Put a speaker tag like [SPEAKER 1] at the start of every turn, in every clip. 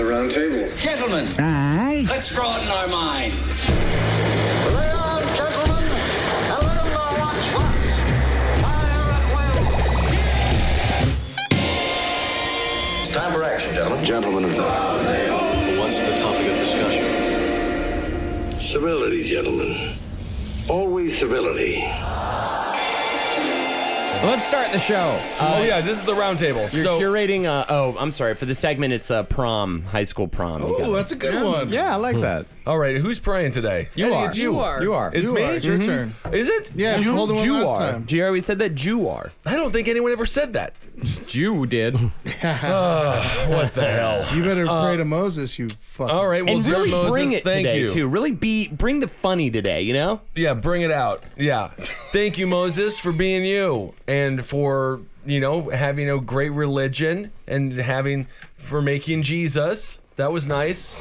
[SPEAKER 1] round table.
[SPEAKER 2] Gentlemen,
[SPEAKER 3] Aye.
[SPEAKER 2] let's broaden our minds.
[SPEAKER 4] Lay on, gentlemen, and let 'em know what's what. Fire at will. It's time for action, gentlemen.
[SPEAKER 1] Gentlemen of
[SPEAKER 5] What's the topic of discussion?
[SPEAKER 6] Civility, gentlemen. Always civility.
[SPEAKER 7] Let's start the show.
[SPEAKER 8] Uh,
[SPEAKER 9] oh yeah, this is the roundtable.
[SPEAKER 10] You're
[SPEAKER 9] So
[SPEAKER 10] curating. Uh, oh, I'm sorry. For the segment, it's uh, prom, high school prom. You got
[SPEAKER 8] Oh, that's a good one. Hmm.
[SPEAKER 7] Yeah, I like that.
[SPEAKER 9] all right, who's praying today?
[SPEAKER 7] You
[SPEAKER 9] Eddie,
[SPEAKER 7] are.
[SPEAKER 9] It's you.
[SPEAKER 7] You are. You are.
[SPEAKER 9] It's
[SPEAKER 8] You
[SPEAKER 9] me.
[SPEAKER 8] are. Mm-hmm. It's your turn.
[SPEAKER 9] Is it?
[SPEAKER 8] Yeah,
[SPEAKER 9] You?
[SPEAKER 8] hold the one
[SPEAKER 7] you
[SPEAKER 8] last
[SPEAKER 7] are.
[SPEAKER 8] time.
[SPEAKER 10] it. Gr, we said that Jew are.
[SPEAKER 9] I don't think anyone ever said that.
[SPEAKER 7] Jew did.
[SPEAKER 9] What the hell?
[SPEAKER 8] You better pray to Moses, you fucking.
[SPEAKER 9] All right. Well,
[SPEAKER 10] and
[SPEAKER 9] Zero
[SPEAKER 10] really
[SPEAKER 9] Moses,
[SPEAKER 10] bring it
[SPEAKER 9] thank
[SPEAKER 10] today
[SPEAKER 9] you.
[SPEAKER 10] too. Really be bring the funny today. You know.
[SPEAKER 9] Yeah, bring it out. Yeah. Thank you, Moses, for being you and for, you know, having a great religion and having, for making Jesus. That was nice.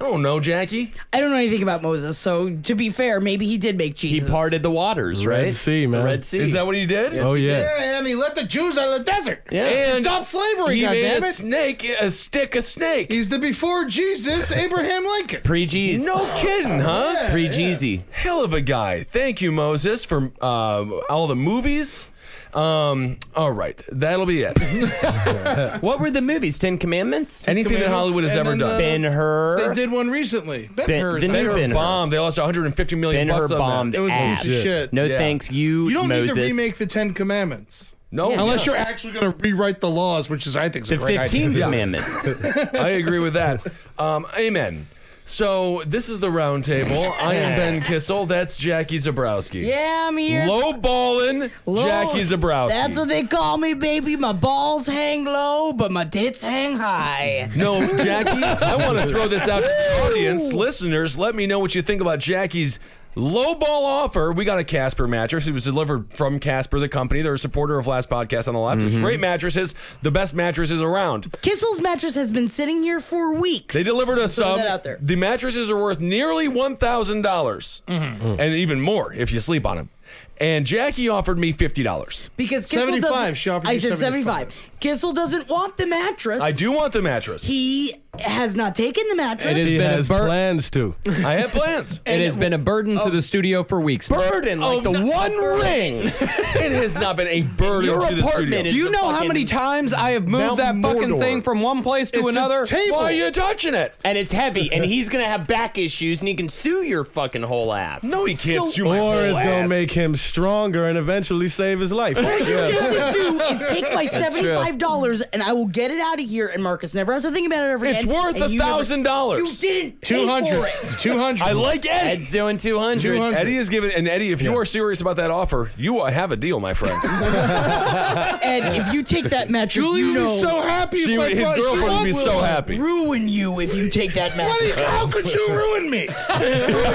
[SPEAKER 9] I don't know, Jackie.
[SPEAKER 11] I don't know anything about Moses, so to be fair, maybe he did make
[SPEAKER 10] He
[SPEAKER 11] Jesus.
[SPEAKER 10] parted the waters, right?
[SPEAKER 7] Red Sea,
[SPEAKER 10] The
[SPEAKER 7] man.
[SPEAKER 10] Red Sea.
[SPEAKER 9] Is that what he did?
[SPEAKER 7] oh yeah.
[SPEAKER 8] Yeah, and he let the Jews out of the desert.
[SPEAKER 10] Yeah.
[SPEAKER 9] And
[SPEAKER 8] Stop slavery,
[SPEAKER 9] he made
[SPEAKER 8] goddammit.
[SPEAKER 9] a snake, a stick, a snake.
[SPEAKER 8] He's the before Jesus, Abraham Lincoln.
[SPEAKER 10] Pre G's.
[SPEAKER 9] no kidding, huh?
[SPEAKER 10] Pre Jeezy.
[SPEAKER 9] Hell of a guy. Thank you, Moses, for uh, all the movies. Um, all right, that'll be it.
[SPEAKER 8] Mm-hmm.
[SPEAKER 10] What were the movies? Ten Commandments.
[SPEAKER 9] Anything that Hollywood has
[SPEAKER 8] And
[SPEAKER 9] ever
[SPEAKER 8] then
[SPEAKER 9] done.
[SPEAKER 8] the-
[SPEAKER 10] Ben Hur.
[SPEAKER 8] They did one recently. Ben,
[SPEAKER 10] Ben-
[SPEAKER 8] Hur.
[SPEAKER 10] the
[SPEAKER 9] Ben
[SPEAKER 10] new
[SPEAKER 9] Hur
[SPEAKER 10] Ben-Hur.
[SPEAKER 9] bombed. They lost 150 million
[SPEAKER 10] Ben Hur
[SPEAKER 9] bucks on that.
[SPEAKER 10] bombed
[SPEAKER 8] It was a piece
[SPEAKER 10] ass.
[SPEAKER 8] of shit.
[SPEAKER 10] No
[SPEAKER 9] Yeah.
[SPEAKER 10] thanks, you.
[SPEAKER 8] you don't
[SPEAKER 10] Moses.
[SPEAKER 8] need to remake the Ten Commandments.
[SPEAKER 9] No,
[SPEAKER 8] Unless you're actually going to rewrite the laws, which is, I think, is a
[SPEAKER 10] the
[SPEAKER 8] great idea.
[SPEAKER 10] Fifteen Commandments.
[SPEAKER 9] I agree with that. Um, amen. So this is the roundtable. I am Ben Kissel. That's Jackie Zabrowski.
[SPEAKER 11] Yeah, I'm here.
[SPEAKER 9] Low ballin',
[SPEAKER 11] Low-
[SPEAKER 9] Jackie Zabrowski.
[SPEAKER 11] That's what they call me, baby. My balls hang low, but my tits hang high.
[SPEAKER 9] No, Jackie, I want to throw this out to the audience. Listeners, let me know what you think about Jackie's lowball offer. We got a Casper mattress. It was delivered from Casper, the company. They're a supporter of Last Podcast on the Left. Great mattresses, the best mattresses around.
[SPEAKER 11] Kissel's mattress has been sitting here for weeks.
[SPEAKER 9] They delivered us
[SPEAKER 11] Throw
[SPEAKER 9] some.
[SPEAKER 11] that out there.
[SPEAKER 9] The mattresses are worth nearly one dollars, and even more if you sleep on them. And Jackie offered me fifty dollars.
[SPEAKER 11] because Kissel
[SPEAKER 8] 75.
[SPEAKER 11] doesn't-
[SPEAKER 8] She offered
[SPEAKER 11] I
[SPEAKER 8] you
[SPEAKER 11] said
[SPEAKER 8] 75.
[SPEAKER 11] Kissel doesn't want the mattress.
[SPEAKER 9] I do want the mattress.
[SPEAKER 11] He has not taken the mattress.
[SPEAKER 7] It has
[SPEAKER 11] He
[SPEAKER 7] been
[SPEAKER 11] has
[SPEAKER 7] a bur- plans to.
[SPEAKER 9] I have plans.
[SPEAKER 7] It has been a burden to the studio for weeks.
[SPEAKER 10] Burden like the one ring.
[SPEAKER 9] it has not been a burden
[SPEAKER 10] Your
[SPEAKER 9] to the
[SPEAKER 10] apartment
[SPEAKER 9] studio.
[SPEAKER 10] is-
[SPEAKER 7] Do you know how many times I have moved
[SPEAKER 9] Mount
[SPEAKER 7] that fucking
[SPEAKER 9] Mordor.
[SPEAKER 7] thing from one place to
[SPEAKER 8] It's a
[SPEAKER 7] another?
[SPEAKER 8] table.
[SPEAKER 9] Why are you touching it?
[SPEAKER 10] and it's heavy, and he's gonna have back issues, and he can sue your fucking whole ass.
[SPEAKER 9] No, he can't
[SPEAKER 11] So-
[SPEAKER 9] sue my whole ass.
[SPEAKER 7] him stronger and eventually save his life.
[SPEAKER 11] What to do is take my seventy-five dollars and I will get it out of here. And Marcus never has to think about it ever
[SPEAKER 9] It's
[SPEAKER 11] again.
[SPEAKER 9] worth
[SPEAKER 11] and you never-
[SPEAKER 9] $1,000.
[SPEAKER 11] You didn't pay
[SPEAKER 8] 200.
[SPEAKER 11] for it.
[SPEAKER 8] 200.
[SPEAKER 9] I like Eddie.
[SPEAKER 10] Ed's doing two hundred.
[SPEAKER 8] 200.
[SPEAKER 9] Eddie is giving, and Eddie, if you are serious about that offer, you have a deal, my friend.
[SPEAKER 11] And if you take that mattress,
[SPEAKER 8] Julie
[SPEAKER 11] you
[SPEAKER 8] would
[SPEAKER 11] know
[SPEAKER 8] be so happy
[SPEAKER 9] She
[SPEAKER 8] if I
[SPEAKER 9] would- his
[SPEAKER 8] brought- she
[SPEAKER 9] girlfriend would be
[SPEAKER 8] love
[SPEAKER 9] so
[SPEAKER 8] Willow.
[SPEAKER 9] happy.
[SPEAKER 11] ruin you if you take that
[SPEAKER 8] What do you-
[SPEAKER 11] mattress.
[SPEAKER 8] How could you ruin me?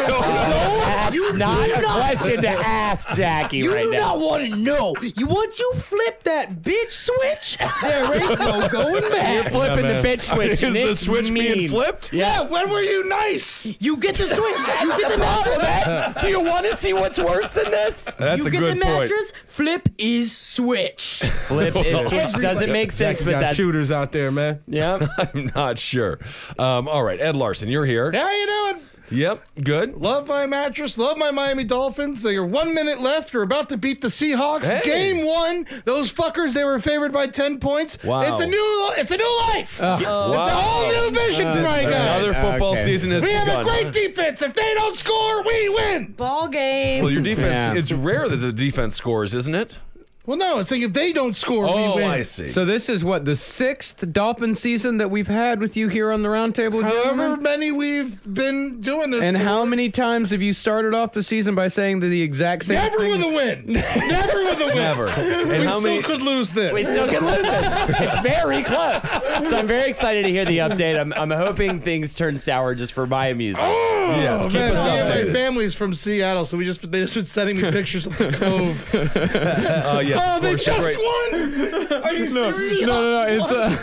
[SPEAKER 10] That's not a question to ask Jackie
[SPEAKER 11] You
[SPEAKER 10] right
[SPEAKER 11] do
[SPEAKER 10] now.
[SPEAKER 11] not want to know. You once you flip that bitch switch, there ain't no going
[SPEAKER 10] You're
[SPEAKER 11] back.
[SPEAKER 10] flipping
[SPEAKER 7] man.
[SPEAKER 10] the bitch switch.
[SPEAKER 9] Is
[SPEAKER 10] and
[SPEAKER 9] the
[SPEAKER 10] it's
[SPEAKER 9] switch
[SPEAKER 10] mean.
[SPEAKER 9] being flipped?
[SPEAKER 10] Yes.
[SPEAKER 8] When were you nice?
[SPEAKER 11] You get the switch. You get the mattress.
[SPEAKER 10] Do you want to see what's worse than this?
[SPEAKER 9] That's
[SPEAKER 11] you
[SPEAKER 9] a
[SPEAKER 11] get
[SPEAKER 9] good
[SPEAKER 11] the mattress. Flip is switch.
[SPEAKER 10] Flip is switch doesn't make sense, but that's
[SPEAKER 7] out there, man.
[SPEAKER 10] Yeah.
[SPEAKER 9] point. I'm not sure. Um, all right, Ed Larson, you're here.
[SPEAKER 8] How you doing?
[SPEAKER 9] Yep, good.
[SPEAKER 8] Love my mattress. Love my Miami Dolphins. They are one minute left. They're about to beat the Seahawks.
[SPEAKER 9] Hey.
[SPEAKER 8] Game one. Those fuckers. They were favored by ten points.
[SPEAKER 9] Wow.
[SPEAKER 8] It's a new. It's a new life. It's a
[SPEAKER 9] Wow. Uh,
[SPEAKER 8] whole new vision for my guys.
[SPEAKER 9] Another football
[SPEAKER 7] Okay.
[SPEAKER 9] season has
[SPEAKER 8] we have a
[SPEAKER 9] begun.
[SPEAKER 8] great defense. If they don't score, we win.
[SPEAKER 11] Ball game.
[SPEAKER 9] well, your defense,
[SPEAKER 7] Yeah.
[SPEAKER 9] it's rare that the defense scores, isn't it?
[SPEAKER 8] Well, no. It's like if they don't score,
[SPEAKER 9] Oh,
[SPEAKER 8] we win.
[SPEAKER 9] I see.
[SPEAKER 7] So this is what the sixth Dolphin season that we've had with you here on the roundtable.
[SPEAKER 8] However
[SPEAKER 7] gentlemen?
[SPEAKER 8] many we've been doing this.
[SPEAKER 7] and
[SPEAKER 8] for.
[SPEAKER 7] how many times have you started off the season by saying the, the exact same
[SPEAKER 8] Never
[SPEAKER 7] thing?
[SPEAKER 8] with a win. Never with a win.
[SPEAKER 9] Never. And
[SPEAKER 8] We
[SPEAKER 9] how
[SPEAKER 8] still
[SPEAKER 9] many?
[SPEAKER 8] could lose this.
[SPEAKER 10] We still can lose it. It's very close. So I'm very excited to hear the update. I'm, I'm hoping things turn sour just for my amusement.
[SPEAKER 9] Yes,
[SPEAKER 8] Oh,
[SPEAKER 9] keep
[SPEAKER 8] man,
[SPEAKER 9] us
[SPEAKER 8] yeah, my
[SPEAKER 9] updated.
[SPEAKER 8] family's from Seattle, so we just they just been sending me pictures of the cove.
[SPEAKER 9] Uh, yes,
[SPEAKER 8] oh,
[SPEAKER 9] of
[SPEAKER 8] they
[SPEAKER 9] course,
[SPEAKER 8] just
[SPEAKER 9] great.
[SPEAKER 8] won!
[SPEAKER 9] Are you
[SPEAKER 11] No,
[SPEAKER 9] serious?
[SPEAKER 7] no, no. It's uh,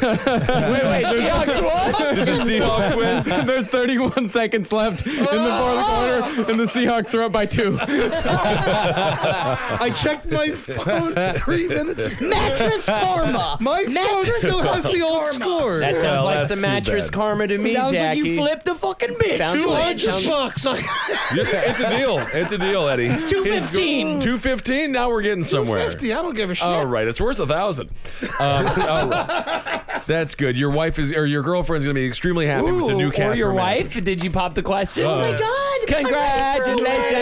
[SPEAKER 10] Wait, wait, Seahawks won?
[SPEAKER 7] the Seahawks win. There's 31 seconds left in the fourth quarter, and the Seahawks are up by two.
[SPEAKER 8] I checked my phone three minutes ago.
[SPEAKER 11] Mattress karma.
[SPEAKER 8] My phone
[SPEAKER 11] Mattress
[SPEAKER 8] still has the old
[SPEAKER 11] karma.
[SPEAKER 8] score.
[SPEAKER 10] That sounds like
[SPEAKER 9] that's
[SPEAKER 10] some
[SPEAKER 9] too
[SPEAKER 10] mattress
[SPEAKER 9] bad.
[SPEAKER 10] karma to me,
[SPEAKER 11] Sounds
[SPEAKER 10] Jackie.
[SPEAKER 11] like you flipped the fucking bitch.
[SPEAKER 10] Sounds like-
[SPEAKER 8] 200 bucks. I-
[SPEAKER 9] It's a deal. It's a deal, Eddie.
[SPEAKER 11] Two fifteen.
[SPEAKER 9] Two fifteen. Now we're getting somewhere.
[SPEAKER 8] 50. I don't give a shit.
[SPEAKER 9] All Oh, right, it's worth a thousand. Um, all right. That's good. Your wife is, or your girlfriend's going to be extremely happy with the new Casper.
[SPEAKER 10] or your
[SPEAKER 9] mattress.
[SPEAKER 10] wife? Did you pop the question?
[SPEAKER 11] Oh my god!
[SPEAKER 10] Congratulations!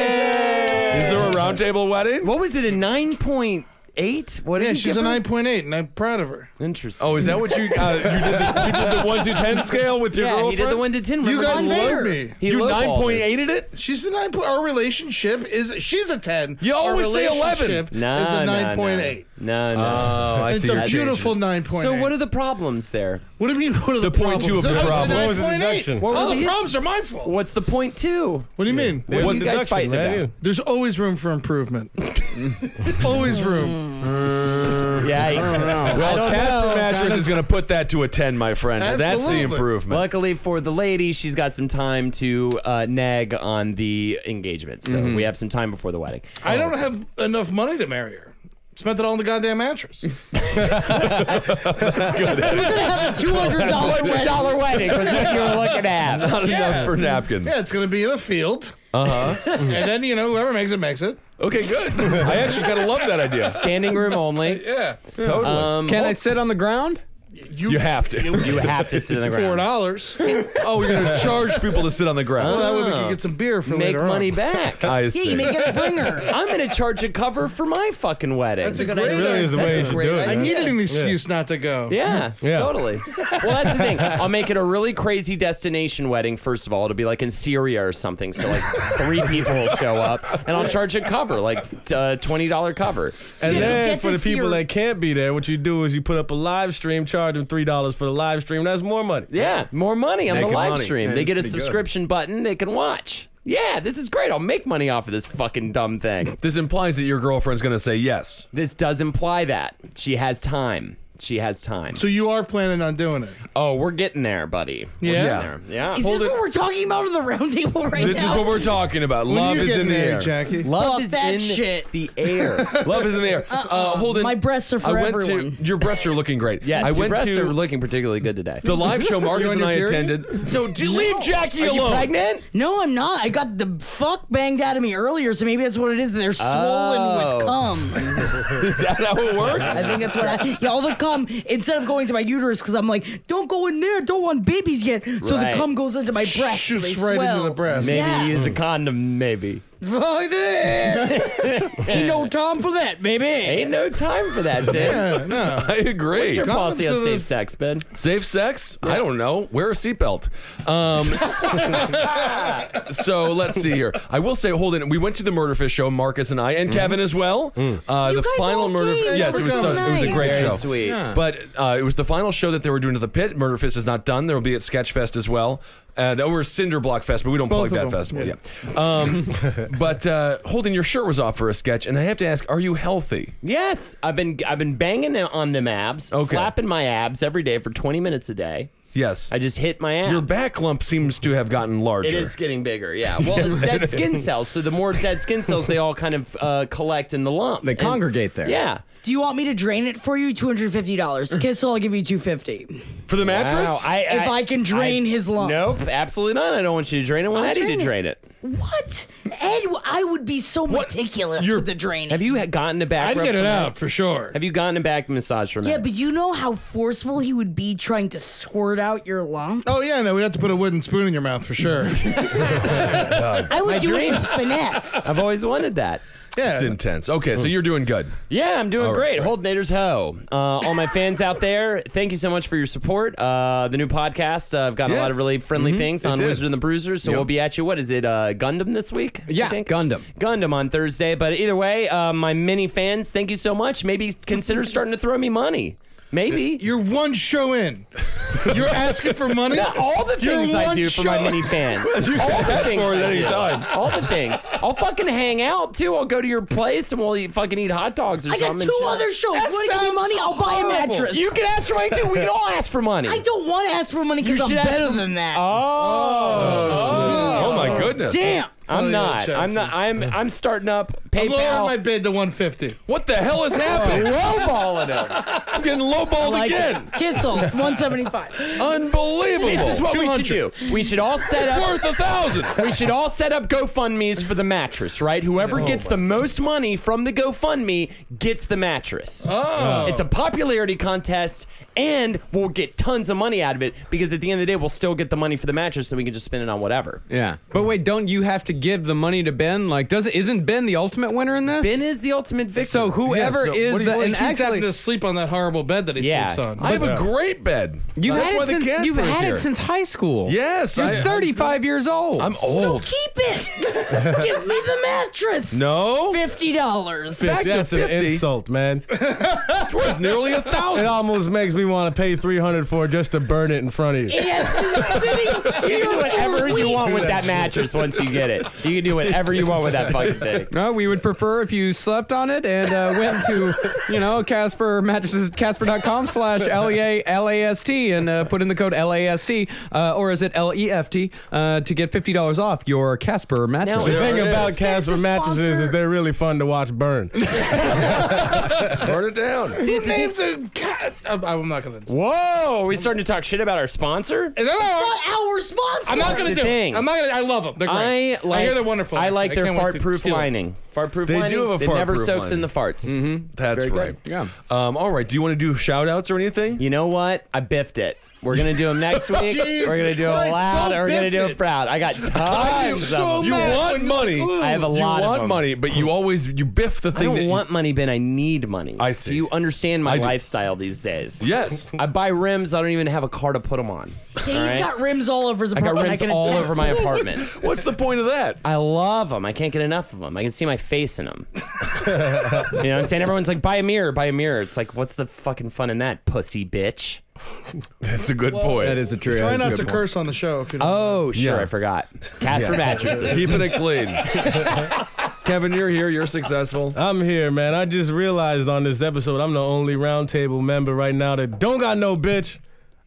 [SPEAKER 9] Is there a roundtable wedding?
[SPEAKER 10] What was it? A nine point eight? What?
[SPEAKER 8] Yeah,
[SPEAKER 10] did you
[SPEAKER 8] she's
[SPEAKER 10] give
[SPEAKER 8] a
[SPEAKER 10] her?
[SPEAKER 8] 9.8, and I'm proud of her.
[SPEAKER 10] Interesting.
[SPEAKER 9] Oh, is that what you uh, you, did the, you did the one to ten scale with your
[SPEAKER 10] yeah,
[SPEAKER 9] girlfriend?
[SPEAKER 10] he did the one to ten.
[SPEAKER 8] You
[SPEAKER 10] Remember
[SPEAKER 8] guys
[SPEAKER 10] he
[SPEAKER 8] love
[SPEAKER 10] low-
[SPEAKER 8] me.
[SPEAKER 10] He
[SPEAKER 9] you nine
[SPEAKER 10] lowballed
[SPEAKER 9] point
[SPEAKER 10] it.
[SPEAKER 9] eighted it.
[SPEAKER 8] She's a nine. point- Our relationship is she's a ten.
[SPEAKER 9] You
[SPEAKER 8] Our
[SPEAKER 9] always say 11.
[SPEAKER 8] relationship
[SPEAKER 10] No,
[SPEAKER 8] Is
[SPEAKER 10] no,
[SPEAKER 8] a
[SPEAKER 10] no.
[SPEAKER 8] nine point eight.
[SPEAKER 10] No, no.
[SPEAKER 9] Oh, I
[SPEAKER 8] It's a beautiful nine point
[SPEAKER 10] so what are the problems there?
[SPEAKER 8] what do you mean? What are the,
[SPEAKER 9] point two
[SPEAKER 8] problems?
[SPEAKER 9] of the
[SPEAKER 8] That
[SPEAKER 1] What
[SPEAKER 9] problem.
[SPEAKER 8] Was
[SPEAKER 1] was the
[SPEAKER 8] 9.8.
[SPEAKER 1] deduction?
[SPEAKER 8] All
[SPEAKER 10] What were
[SPEAKER 8] the
[SPEAKER 10] the-
[SPEAKER 8] problems are my fault.
[SPEAKER 10] What's the point two?
[SPEAKER 8] What do you mean?
[SPEAKER 1] There's
[SPEAKER 10] What
[SPEAKER 1] a
[SPEAKER 10] are you guys
[SPEAKER 1] deduction,
[SPEAKER 10] fighting
[SPEAKER 1] right?
[SPEAKER 10] about?
[SPEAKER 8] There's always room for improvement. always room.
[SPEAKER 10] Yikes!
[SPEAKER 9] Well,
[SPEAKER 10] don't know.
[SPEAKER 9] Casper Mattress
[SPEAKER 10] Kinda-
[SPEAKER 9] is going to put that to a ten, my friend.
[SPEAKER 8] Absolutely.
[SPEAKER 9] That's the improvement.
[SPEAKER 10] Luckily for the lady, she's got some time to uh, nag on the engagement, so
[SPEAKER 8] Mm-hmm.
[SPEAKER 10] we have some time before the wedding.
[SPEAKER 8] I don't have enough money to marry her. Spent it all on the goddamn mattress.
[SPEAKER 11] Two hundred dollar
[SPEAKER 10] Hundred
[SPEAKER 11] wedding.
[SPEAKER 10] dollar wedding was what you were looking at.
[SPEAKER 9] Not enough for napkins.
[SPEAKER 8] Yeah, it's gonna be in a field. Uh huh. and then you know whoever makes it makes it.
[SPEAKER 9] Okay, good. I actually kind of love that idea.
[SPEAKER 10] Standing room only.
[SPEAKER 8] Yeah.
[SPEAKER 9] Totally.
[SPEAKER 7] Can I sit on the ground?
[SPEAKER 9] you have to.
[SPEAKER 10] You have to sit on the
[SPEAKER 8] Four
[SPEAKER 10] ground.
[SPEAKER 8] dollars.
[SPEAKER 9] oh, you're going to charge people to sit on the ground.
[SPEAKER 8] that way we can get some beer for
[SPEAKER 10] Make
[SPEAKER 8] later
[SPEAKER 10] money
[SPEAKER 8] on.
[SPEAKER 10] back.
[SPEAKER 9] I
[SPEAKER 11] Yeah,
[SPEAKER 9] see.
[SPEAKER 11] you make it a bringer.
[SPEAKER 10] I'm gonna charge a cover for my fucking wedding.
[SPEAKER 8] That's a
[SPEAKER 10] Good
[SPEAKER 8] great
[SPEAKER 10] idea.
[SPEAKER 8] idea.
[SPEAKER 1] Really is the
[SPEAKER 10] That's
[SPEAKER 1] way
[SPEAKER 10] a
[SPEAKER 1] you should
[SPEAKER 10] great
[SPEAKER 1] do it.
[SPEAKER 8] I
[SPEAKER 1] man.
[SPEAKER 8] needed an excuse not to go.
[SPEAKER 10] Yeah,
[SPEAKER 1] Yeah.
[SPEAKER 10] totally. Well, that's the thing. I'll make it a really crazy destination wedding. First of all, it'll be like in Syria or something. So like three people will show up, and I'll charge a cover, like uh, twenty dollar cover.
[SPEAKER 1] And
[SPEAKER 11] you have to
[SPEAKER 1] then
[SPEAKER 11] get
[SPEAKER 1] for the
[SPEAKER 11] this
[SPEAKER 1] people
[SPEAKER 11] here-
[SPEAKER 1] that can't be there, what you do is you put up a live stream, charge them three dollars for the live stream. That's more money.
[SPEAKER 10] Yeah, more money on the
[SPEAKER 9] Making
[SPEAKER 10] live
[SPEAKER 9] money.
[SPEAKER 10] stream.
[SPEAKER 9] Yeah,
[SPEAKER 10] they
[SPEAKER 9] it's
[SPEAKER 10] get a
[SPEAKER 9] pretty good.
[SPEAKER 10] subscription button. They can watch. Yeah, this is great. I'll make money off of this fucking dumb thing.
[SPEAKER 9] This implies that your girlfriend's going to say yes.
[SPEAKER 10] This does imply that she has time. She has time.
[SPEAKER 8] So you are planning on doing it.
[SPEAKER 10] Oh, we're getting there, buddy. We're
[SPEAKER 8] Yeah?
[SPEAKER 10] getting there. Yeah.
[SPEAKER 11] Is this what we're talking about on the round table right
[SPEAKER 9] This
[SPEAKER 11] now?
[SPEAKER 9] is what we're talking about.
[SPEAKER 8] When
[SPEAKER 9] Love
[SPEAKER 8] are you
[SPEAKER 9] is
[SPEAKER 8] getting
[SPEAKER 9] in the
[SPEAKER 8] married,
[SPEAKER 9] air.
[SPEAKER 8] Jackie.
[SPEAKER 10] Love
[SPEAKER 11] Fuck
[SPEAKER 10] is
[SPEAKER 11] that
[SPEAKER 10] in
[SPEAKER 11] shit.
[SPEAKER 10] the air.
[SPEAKER 9] Love is in the air. Uh, Holden,
[SPEAKER 11] My breasts are for
[SPEAKER 9] I went
[SPEAKER 11] everyone.
[SPEAKER 9] To, your breasts are looking great.
[SPEAKER 10] Yes,
[SPEAKER 9] I
[SPEAKER 10] your
[SPEAKER 9] went
[SPEAKER 10] breasts
[SPEAKER 9] to
[SPEAKER 10] are looking particularly good today.
[SPEAKER 9] the live show Marcus and
[SPEAKER 8] on your
[SPEAKER 9] I
[SPEAKER 8] period?
[SPEAKER 9] attended. No, do leave Jackie
[SPEAKER 10] Are you
[SPEAKER 9] alone.
[SPEAKER 10] pregnant?
[SPEAKER 11] No, I'm not. I got the fuck banged out of me earlier, so maybe that's what it is. They're swollen
[SPEAKER 10] Oh.
[SPEAKER 11] with cum.
[SPEAKER 9] Is that how it works?
[SPEAKER 11] I think that's what I. Yeah, all the cum instead of going to my uterus because I'm like, don't go in there. Don't want babies yet. So
[SPEAKER 10] Right.
[SPEAKER 11] the cum goes into my breast.
[SPEAKER 8] Shoots
[SPEAKER 11] they
[SPEAKER 8] right into
[SPEAKER 11] swell.
[SPEAKER 8] the breast.
[SPEAKER 10] Maybe
[SPEAKER 11] Yeah.
[SPEAKER 10] you use a condom, maybe.
[SPEAKER 11] Fuck it. Ain't no time for that, baby.
[SPEAKER 10] Ain't no time for that, dude.
[SPEAKER 8] Yeah, no.
[SPEAKER 9] I agree.
[SPEAKER 10] What's your
[SPEAKER 8] Condoms
[SPEAKER 10] policy on
[SPEAKER 8] are the-
[SPEAKER 10] safe sex, Ben?
[SPEAKER 9] Safe sex? I don't know. Wear a seatbelt. Um, so let's see here. I will say, hold on. We went to the Murderfish show, Marcus and I, and Kevin as well. Uh, the
[SPEAKER 11] guys
[SPEAKER 9] final
[SPEAKER 11] all
[SPEAKER 9] Murder.
[SPEAKER 11] came.
[SPEAKER 9] Yes, it was. So, it was a
[SPEAKER 11] Nice.
[SPEAKER 9] great
[SPEAKER 10] Very
[SPEAKER 9] show.
[SPEAKER 10] sweet. Yeah.
[SPEAKER 9] But uh, it was the final show that they were doing to the pit. Murderfist is not done. There will be at Sketchfest as well. And over Cinderblock Fest, but we don't
[SPEAKER 8] Both
[SPEAKER 9] plug that
[SPEAKER 8] of them.
[SPEAKER 9] festival. Yeah. Um, but uh, Holden, your shirt was off for a sketch, and I have to ask: Are you healthy?
[SPEAKER 10] Yes, I've been I've been banging on them abs,
[SPEAKER 9] Okay.
[SPEAKER 10] slapping my abs every day for 20 minutes a day.
[SPEAKER 9] Yes.
[SPEAKER 10] I just hit my abs.
[SPEAKER 9] your back lump seems to have gotten larger.
[SPEAKER 10] It is getting bigger, yeah. Well, it's dead skin cells, so the more dead skin cells, they all kind of uh, collect in the lump.
[SPEAKER 7] They
[SPEAKER 10] And-
[SPEAKER 7] congregate there.
[SPEAKER 10] Yeah.
[SPEAKER 11] Do you want me to drain it for you? Two hundred fifty dollars. Kissel, I'll give you two fifty.
[SPEAKER 9] for the mattress.
[SPEAKER 10] Wow, I,
[SPEAKER 11] If I can drain his lump.
[SPEAKER 10] Nope, absolutely not. I don't want you to drain it. I want
[SPEAKER 11] I'll
[SPEAKER 10] Eddie
[SPEAKER 11] drain
[SPEAKER 10] to
[SPEAKER 11] it.
[SPEAKER 10] drain it.
[SPEAKER 11] What? Ed, I would be so meticulous
[SPEAKER 9] You're-
[SPEAKER 11] with the draining.
[SPEAKER 10] Have you had- gotten a back
[SPEAKER 8] I'd
[SPEAKER 10] rub
[SPEAKER 8] get
[SPEAKER 10] from
[SPEAKER 8] it
[SPEAKER 10] that?
[SPEAKER 8] out for sure.
[SPEAKER 10] Have you gotten a back massage from
[SPEAKER 11] yeah,
[SPEAKER 10] that?
[SPEAKER 11] but you know how forceful he would be trying to squirt out your lung?
[SPEAKER 8] Oh yeah, no, we'd have to put a wooden spoon in your mouth for sure.
[SPEAKER 11] I would do
[SPEAKER 10] dream.
[SPEAKER 11] it with finesse.
[SPEAKER 10] I've always wanted that.
[SPEAKER 9] It's
[SPEAKER 8] Yeah,
[SPEAKER 9] intense. Okay,
[SPEAKER 7] Mm.
[SPEAKER 9] so you're doing good.
[SPEAKER 10] Yeah, I'm doing
[SPEAKER 9] All right,
[SPEAKER 10] great. Hold Nader's hoe. Uh, all my fans out there, thank you so much for your support. Uh, the new podcast, uh, I've got a lot
[SPEAKER 9] Yes.
[SPEAKER 10] of really friendly things on
[SPEAKER 9] did.
[SPEAKER 10] Wizard and the Bruiser, so we'll be at you. What is it, uh, Gundam this week? I
[SPEAKER 7] Yeah,
[SPEAKER 10] think?
[SPEAKER 7] Gundam.
[SPEAKER 10] Gundam on Thursday. But either way, uh, my many fans, thank you so much. Maybe consider starting to throw me money. Maybe.
[SPEAKER 8] You're one show in. You're asking for money.
[SPEAKER 10] Not all the
[SPEAKER 8] You're
[SPEAKER 10] things I
[SPEAKER 8] one
[SPEAKER 10] do for my
[SPEAKER 8] show-
[SPEAKER 10] mini fans. all the things
[SPEAKER 9] for it
[SPEAKER 10] I
[SPEAKER 9] at any
[SPEAKER 10] do.
[SPEAKER 9] time.
[SPEAKER 10] All the things. I'll fucking hang out too. I'll go to your place and we'll eat, fucking eat hot dogs or
[SPEAKER 11] I got
[SPEAKER 10] something.
[SPEAKER 11] two other shows.
[SPEAKER 8] That
[SPEAKER 11] You want to give me
[SPEAKER 8] sounds
[SPEAKER 11] money? I'll buy a
[SPEAKER 8] horrible.
[SPEAKER 11] mattress.
[SPEAKER 10] You can ask for money too. We can all ask for money.
[SPEAKER 11] I don't want to ask for money because
[SPEAKER 10] You
[SPEAKER 11] I'm
[SPEAKER 10] should ask Oh.
[SPEAKER 11] better
[SPEAKER 10] for-
[SPEAKER 11] than that.
[SPEAKER 9] Oh my goodness!
[SPEAKER 11] Damn.
[SPEAKER 10] I'm
[SPEAKER 8] Oh, yeah,
[SPEAKER 10] not.
[SPEAKER 8] check.
[SPEAKER 10] I'm not. I'm. I'm starting up
[SPEAKER 8] I'm lowering my
[SPEAKER 10] PayPal.
[SPEAKER 8] bid to 150.
[SPEAKER 9] What the hell is happening?
[SPEAKER 10] Lowballing him.
[SPEAKER 9] I'm getting lowballed
[SPEAKER 11] Like
[SPEAKER 9] again.
[SPEAKER 11] it. Kissel, 175.
[SPEAKER 9] Unbelievable.
[SPEAKER 10] This is what we should
[SPEAKER 8] 200.
[SPEAKER 10] do. We should all set
[SPEAKER 9] It's
[SPEAKER 10] up.
[SPEAKER 9] worth a thousand.
[SPEAKER 10] We should all set up GoFundMe's for the mattress, right?
[SPEAKER 8] Oh
[SPEAKER 10] Whoever gets the most money from the GoFundMe gets the mattress. Oh. It's a popularity contest, and we'll get tons of money out of it because at the end of the day, we'll still get the money for the mattress, so we can just spend it on whatever.
[SPEAKER 7] Yeah, but wait, don't you have to give the money to Ben? Like, does isn't Ben the ultimate winner in this?
[SPEAKER 10] Ben is the ultimate victim.
[SPEAKER 7] so whoever
[SPEAKER 8] Yeah, so
[SPEAKER 7] is
[SPEAKER 8] what do you-
[SPEAKER 7] the
[SPEAKER 8] what
[SPEAKER 7] and
[SPEAKER 8] he's having
[SPEAKER 7] actually
[SPEAKER 8] to sleep on that horrible bed that he
[SPEAKER 10] Yeah.
[SPEAKER 8] sleeps on.
[SPEAKER 9] I have a great bed.
[SPEAKER 7] you've
[SPEAKER 9] That's why
[SPEAKER 7] had it
[SPEAKER 9] the
[SPEAKER 7] since
[SPEAKER 9] Casper
[SPEAKER 7] you've
[SPEAKER 9] is
[SPEAKER 7] had
[SPEAKER 9] here.
[SPEAKER 7] it since high school.
[SPEAKER 9] Yes,
[SPEAKER 7] you're
[SPEAKER 9] I-
[SPEAKER 7] 35 years old.
[SPEAKER 9] I'm old.
[SPEAKER 11] Keep it. give me the mattress.
[SPEAKER 9] no,
[SPEAKER 11] $50.
[SPEAKER 9] Back to
[SPEAKER 1] That's an
[SPEAKER 9] 50.
[SPEAKER 1] insult, man.
[SPEAKER 9] it's worth nearly a
[SPEAKER 1] It
[SPEAKER 9] thousand.
[SPEAKER 1] almost makes me want to pay 300 for it just to burn it in front of you.
[SPEAKER 11] It has been sitting
[SPEAKER 10] You can
[SPEAKER 11] here
[SPEAKER 10] do
[SPEAKER 11] for
[SPEAKER 10] whatever you
[SPEAKER 11] weeks.
[SPEAKER 10] want with that mattress once you get it. You can do whatever you want with that fucking thing.
[SPEAKER 7] No, we would prefer if you slept on it and uh, went to, you know, Casper mattresses, Casper.com slash E L-E-A-L-A-S-T and uh, put in the code L-A-S-T uh, or is it L-E-F-T uh, to get $50 off your Casper mattress.
[SPEAKER 1] The
[SPEAKER 10] There
[SPEAKER 1] thing
[SPEAKER 10] it
[SPEAKER 1] about
[SPEAKER 10] is.
[SPEAKER 1] Casper
[SPEAKER 11] There's a
[SPEAKER 1] mattresses is
[SPEAKER 11] sponsor.
[SPEAKER 1] they're really fun to watch burn.
[SPEAKER 9] Burn it down.
[SPEAKER 8] Who names a cat? I'm, uh, I'm not gonna.
[SPEAKER 10] Whoa, are we starting to talk shit about our sponsor?
[SPEAKER 8] No, no, no,
[SPEAKER 11] Not our sponsor.
[SPEAKER 8] I'm not
[SPEAKER 10] That's
[SPEAKER 8] gonna
[SPEAKER 10] the
[SPEAKER 8] do
[SPEAKER 10] thing.
[SPEAKER 8] it. I'm not gonna. I love them. They're great.
[SPEAKER 10] I like.
[SPEAKER 8] I hear they're wonderful.
[SPEAKER 10] I like their
[SPEAKER 8] can't wait to
[SPEAKER 10] fart-proof
[SPEAKER 8] steal them.
[SPEAKER 10] lining. Fart-proof
[SPEAKER 9] They do
[SPEAKER 10] lining.
[SPEAKER 9] have a
[SPEAKER 10] It never
[SPEAKER 9] fart-proof
[SPEAKER 10] soaks
[SPEAKER 9] lining.
[SPEAKER 10] in the farts.
[SPEAKER 8] Mm-hmm.
[SPEAKER 9] That's right.
[SPEAKER 7] Yeah.
[SPEAKER 9] Um, all right. Do you want to do shout outs or anything?
[SPEAKER 10] You know what? I biffed it. We're gonna do them next week. we're gonna do them
[SPEAKER 8] Christ,
[SPEAKER 10] loud.
[SPEAKER 8] don't
[SPEAKER 10] and We're gonna
[SPEAKER 8] biff
[SPEAKER 10] do them
[SPEAKER 8] it.
[SPEAKER 10] proud. I got tons of them.
[SPEAKER 9] you want money.
[SPEAKER 10] I have a lot
[SPEAKER 9] You
[SPEAKER 10] of
[SPEAKER 9] want
[SPEAKER 10] them.
[SPEAKER 9] money, but you always you biff the
[SPEAKER 10] I
[SPEAKER 9] thing. that
[SPEAKER 10] don't
[SPEAKER 9] you-
[SPEAKER 10] want money, Ben. I need money.
[SPEAKER 9] I see.
[SPEAKER 10] Do you
[SPEAKER 9] I
[SPEAKER 10] understand my
[SPEAKER 9] do.
[SPEAKER 10] lifestyle these days?
[SPEAKER 9] Yes.
[SPEAKER 10] I buy rims. I don't even have a car to put them on.
[SPEAKER 11] He's
[SPEAKER 10] All right?
[SPEAKER 11] got rims all over his
[SPEAKER 10] I got
[SPEAKER 11] apartment.
[SPEAKER 10] rims
[SPEAKER 11] can
[SPEAKER 10] all
[SPEAKER 11] attest.
[SPEAKER 10] over my apartment.
[SPEAKER 9] What's the point of that?
[SPEAKER 10] I love them. I can't get enough of them. I can see my face in them. you know what I'm saying? Everyone's like, buy a mirror, buy a mirror. It's like, what's the fucking fun in that, pussy bitch?
[SPEAKER 9] That's a good point.
[SPEAKER 7] That is a true.
[SPEAKER 8] Try
[SPEAKER 7] that is a
[SPEAKER 8] not
[SPEAKER 7] good
[SPEAKER 8] to
[SPEAKER 7] point.
[SPEAKER 8] curse on the show if you don't.
[SPEAKER 10] Oh, sure,
[SPEAKER 9] Yeah.
[SPEAKER 10] I forgot. Casper mattresses.
[SPEAKER 9] Keeping it clean. Kevin, you're here. You're successful.
[SPEAKER 1] I'm here, man. I just realized on this episode I'm the only roundtable member right now that don't got no bitch.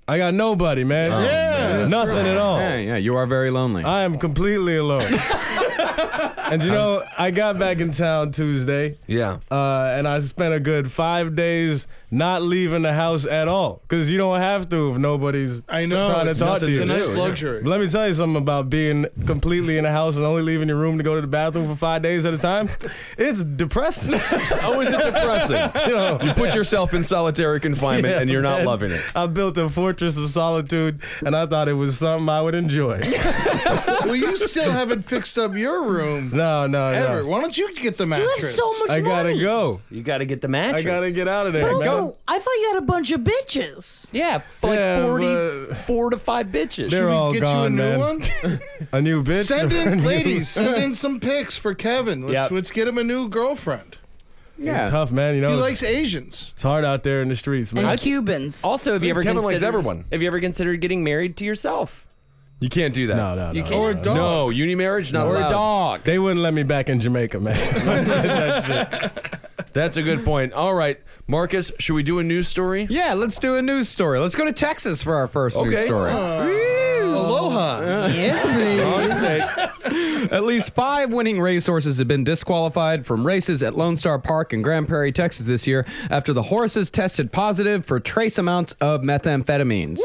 [SPEAKER 1] I got nobody, man. yeah, nothing at all.
[SPEAKER 7] Yeah, yeah, you are very lonely.
[SPEAKER 1] I am completely alone. and you know, I got back in town Tuesday.
[SPEAKER 9] Yeah.
[SPEAKER 1] Uh, and I spent a good five days not leaving the house at all because you don't have to if nobody's
[SPEAKER 8] I know.
[SPEAKER 1] trying to
[SPEAKER 8] it's,
[SPEAKER 1] talk
[SPEAKER 8] it's
[SPEAKER 1] to you.
[SPEAKER 8] a nice
[SPEAKER 9] Yeah.
[SPEAKER 8] luxury.
[SPEAKER 1] But Let me tell you something about being completely in the house and only leaving your room to go to the bathroom for five days at a time. It's depressing.
[SPEAKER 9] Oh, is it depressing?
[SPEAKER 1] you know.
[SPEAKER 9] You put yourself in solitary confinement and you're not
[SPEAKER 1] Man,
[SPEAKER 9] loving it.
[SPEAKER 1] I built a fortress of solitude, and I thought it was something I would enjoy.
[SPEAKER 8] well, you still haven't fixed up your room
[SPEAKER 1] No, no, no.
[SPEAKER 8] ever. Why don't you get the
[SPEAKER 11] You have
[SPEAKER 8] mattress?
[SPEAKER 11] so much
[SPEAKER 1] I
[SPEAKER 11] money.
[SPEAKER 1] gotta go.
[SPEAKER 10] You got to get the mattress.
[SPEAKER 1] I gotta get out of there.
[SPEAKER 11] But
[SPEAKER 1] man.
[SPEAKER 11] also, I thought you had a bunch of bitches.
[SPEAKER 10] Yeah, f- like
[SPEAKER 1] Yeah,
[SPEAKER 10] 40,
[SPEAKER 1] but-
[SPEAKER 10] four to five bitches.
[SPEAKER 1] They're
[SPEAKER 8] We
[SPEAKER 1] all
[SPEAKER 8] get
[SPEAKER 1] gone,
[SPEAKER 8] you a new
[SPEAKER 1] Oh, man.
[SPEAKER 8] one.
[SPEAKER 1] A new bitch.
[SPEAKER 8] Send in, ladies, send in some pics for Kevin. Let's,
[SPEAKER 10] Yep.
[SPEAKER 8] let's get him a new girlfriend.
[SPEAKER 7] yeah.
[SPEAKER 1] Tough man, you know.
[SPEAKER 8] He
[SPEAKER 1] it's-
[SPEAKER 8] likes Asians.
[SPEAKER 1] it's hard out there in the streets, man.
[SPEAKER 11] And Cubans.
[SPEAKER 10] also, have you ever
[SPEAKER 9] Kevin likes
[SPEAKER 10] considered,
[SPEAKER 9] everyone.
[SPEAKER 10] Have you ever considered getting married to yourself
[SPEAKER 9] You can't do that.
[SPEAKER 1] no, no, no.
[SPEAKER 10] You
[SPEAKER 1] no.
[SPEAKER 10] can't-
[SPEAKER 8] Or a dog.
[SPEAKER 9] No, uni marriage not
[SPEAKER 10] or
[SPEAKER 9] allowed.
[SPEAKER 10] a dog?
[SPEAKER 1] They wouldn't let me back in Jamaica, man. That shit.
[SPEAKER 9] That's a good point. All right, Marcus, should we do a news story?
[SPEAKER 7] Yeah, let's do a news story. Let's go to Texas for our first
[SPEAKER 9] Okay.
[SPEAKER 7] news story.
[SPEAKER 10] Uh,
[SPEAKER 8] Aloha.
[SPEAKER 11] Yes, please.
[SPEAKER 7] At least five winning racehorses have been disqualified from races at Lone Star Park in Grand Prairie, Texas this year after the horses tested positive for trace amounts of methamphetamines.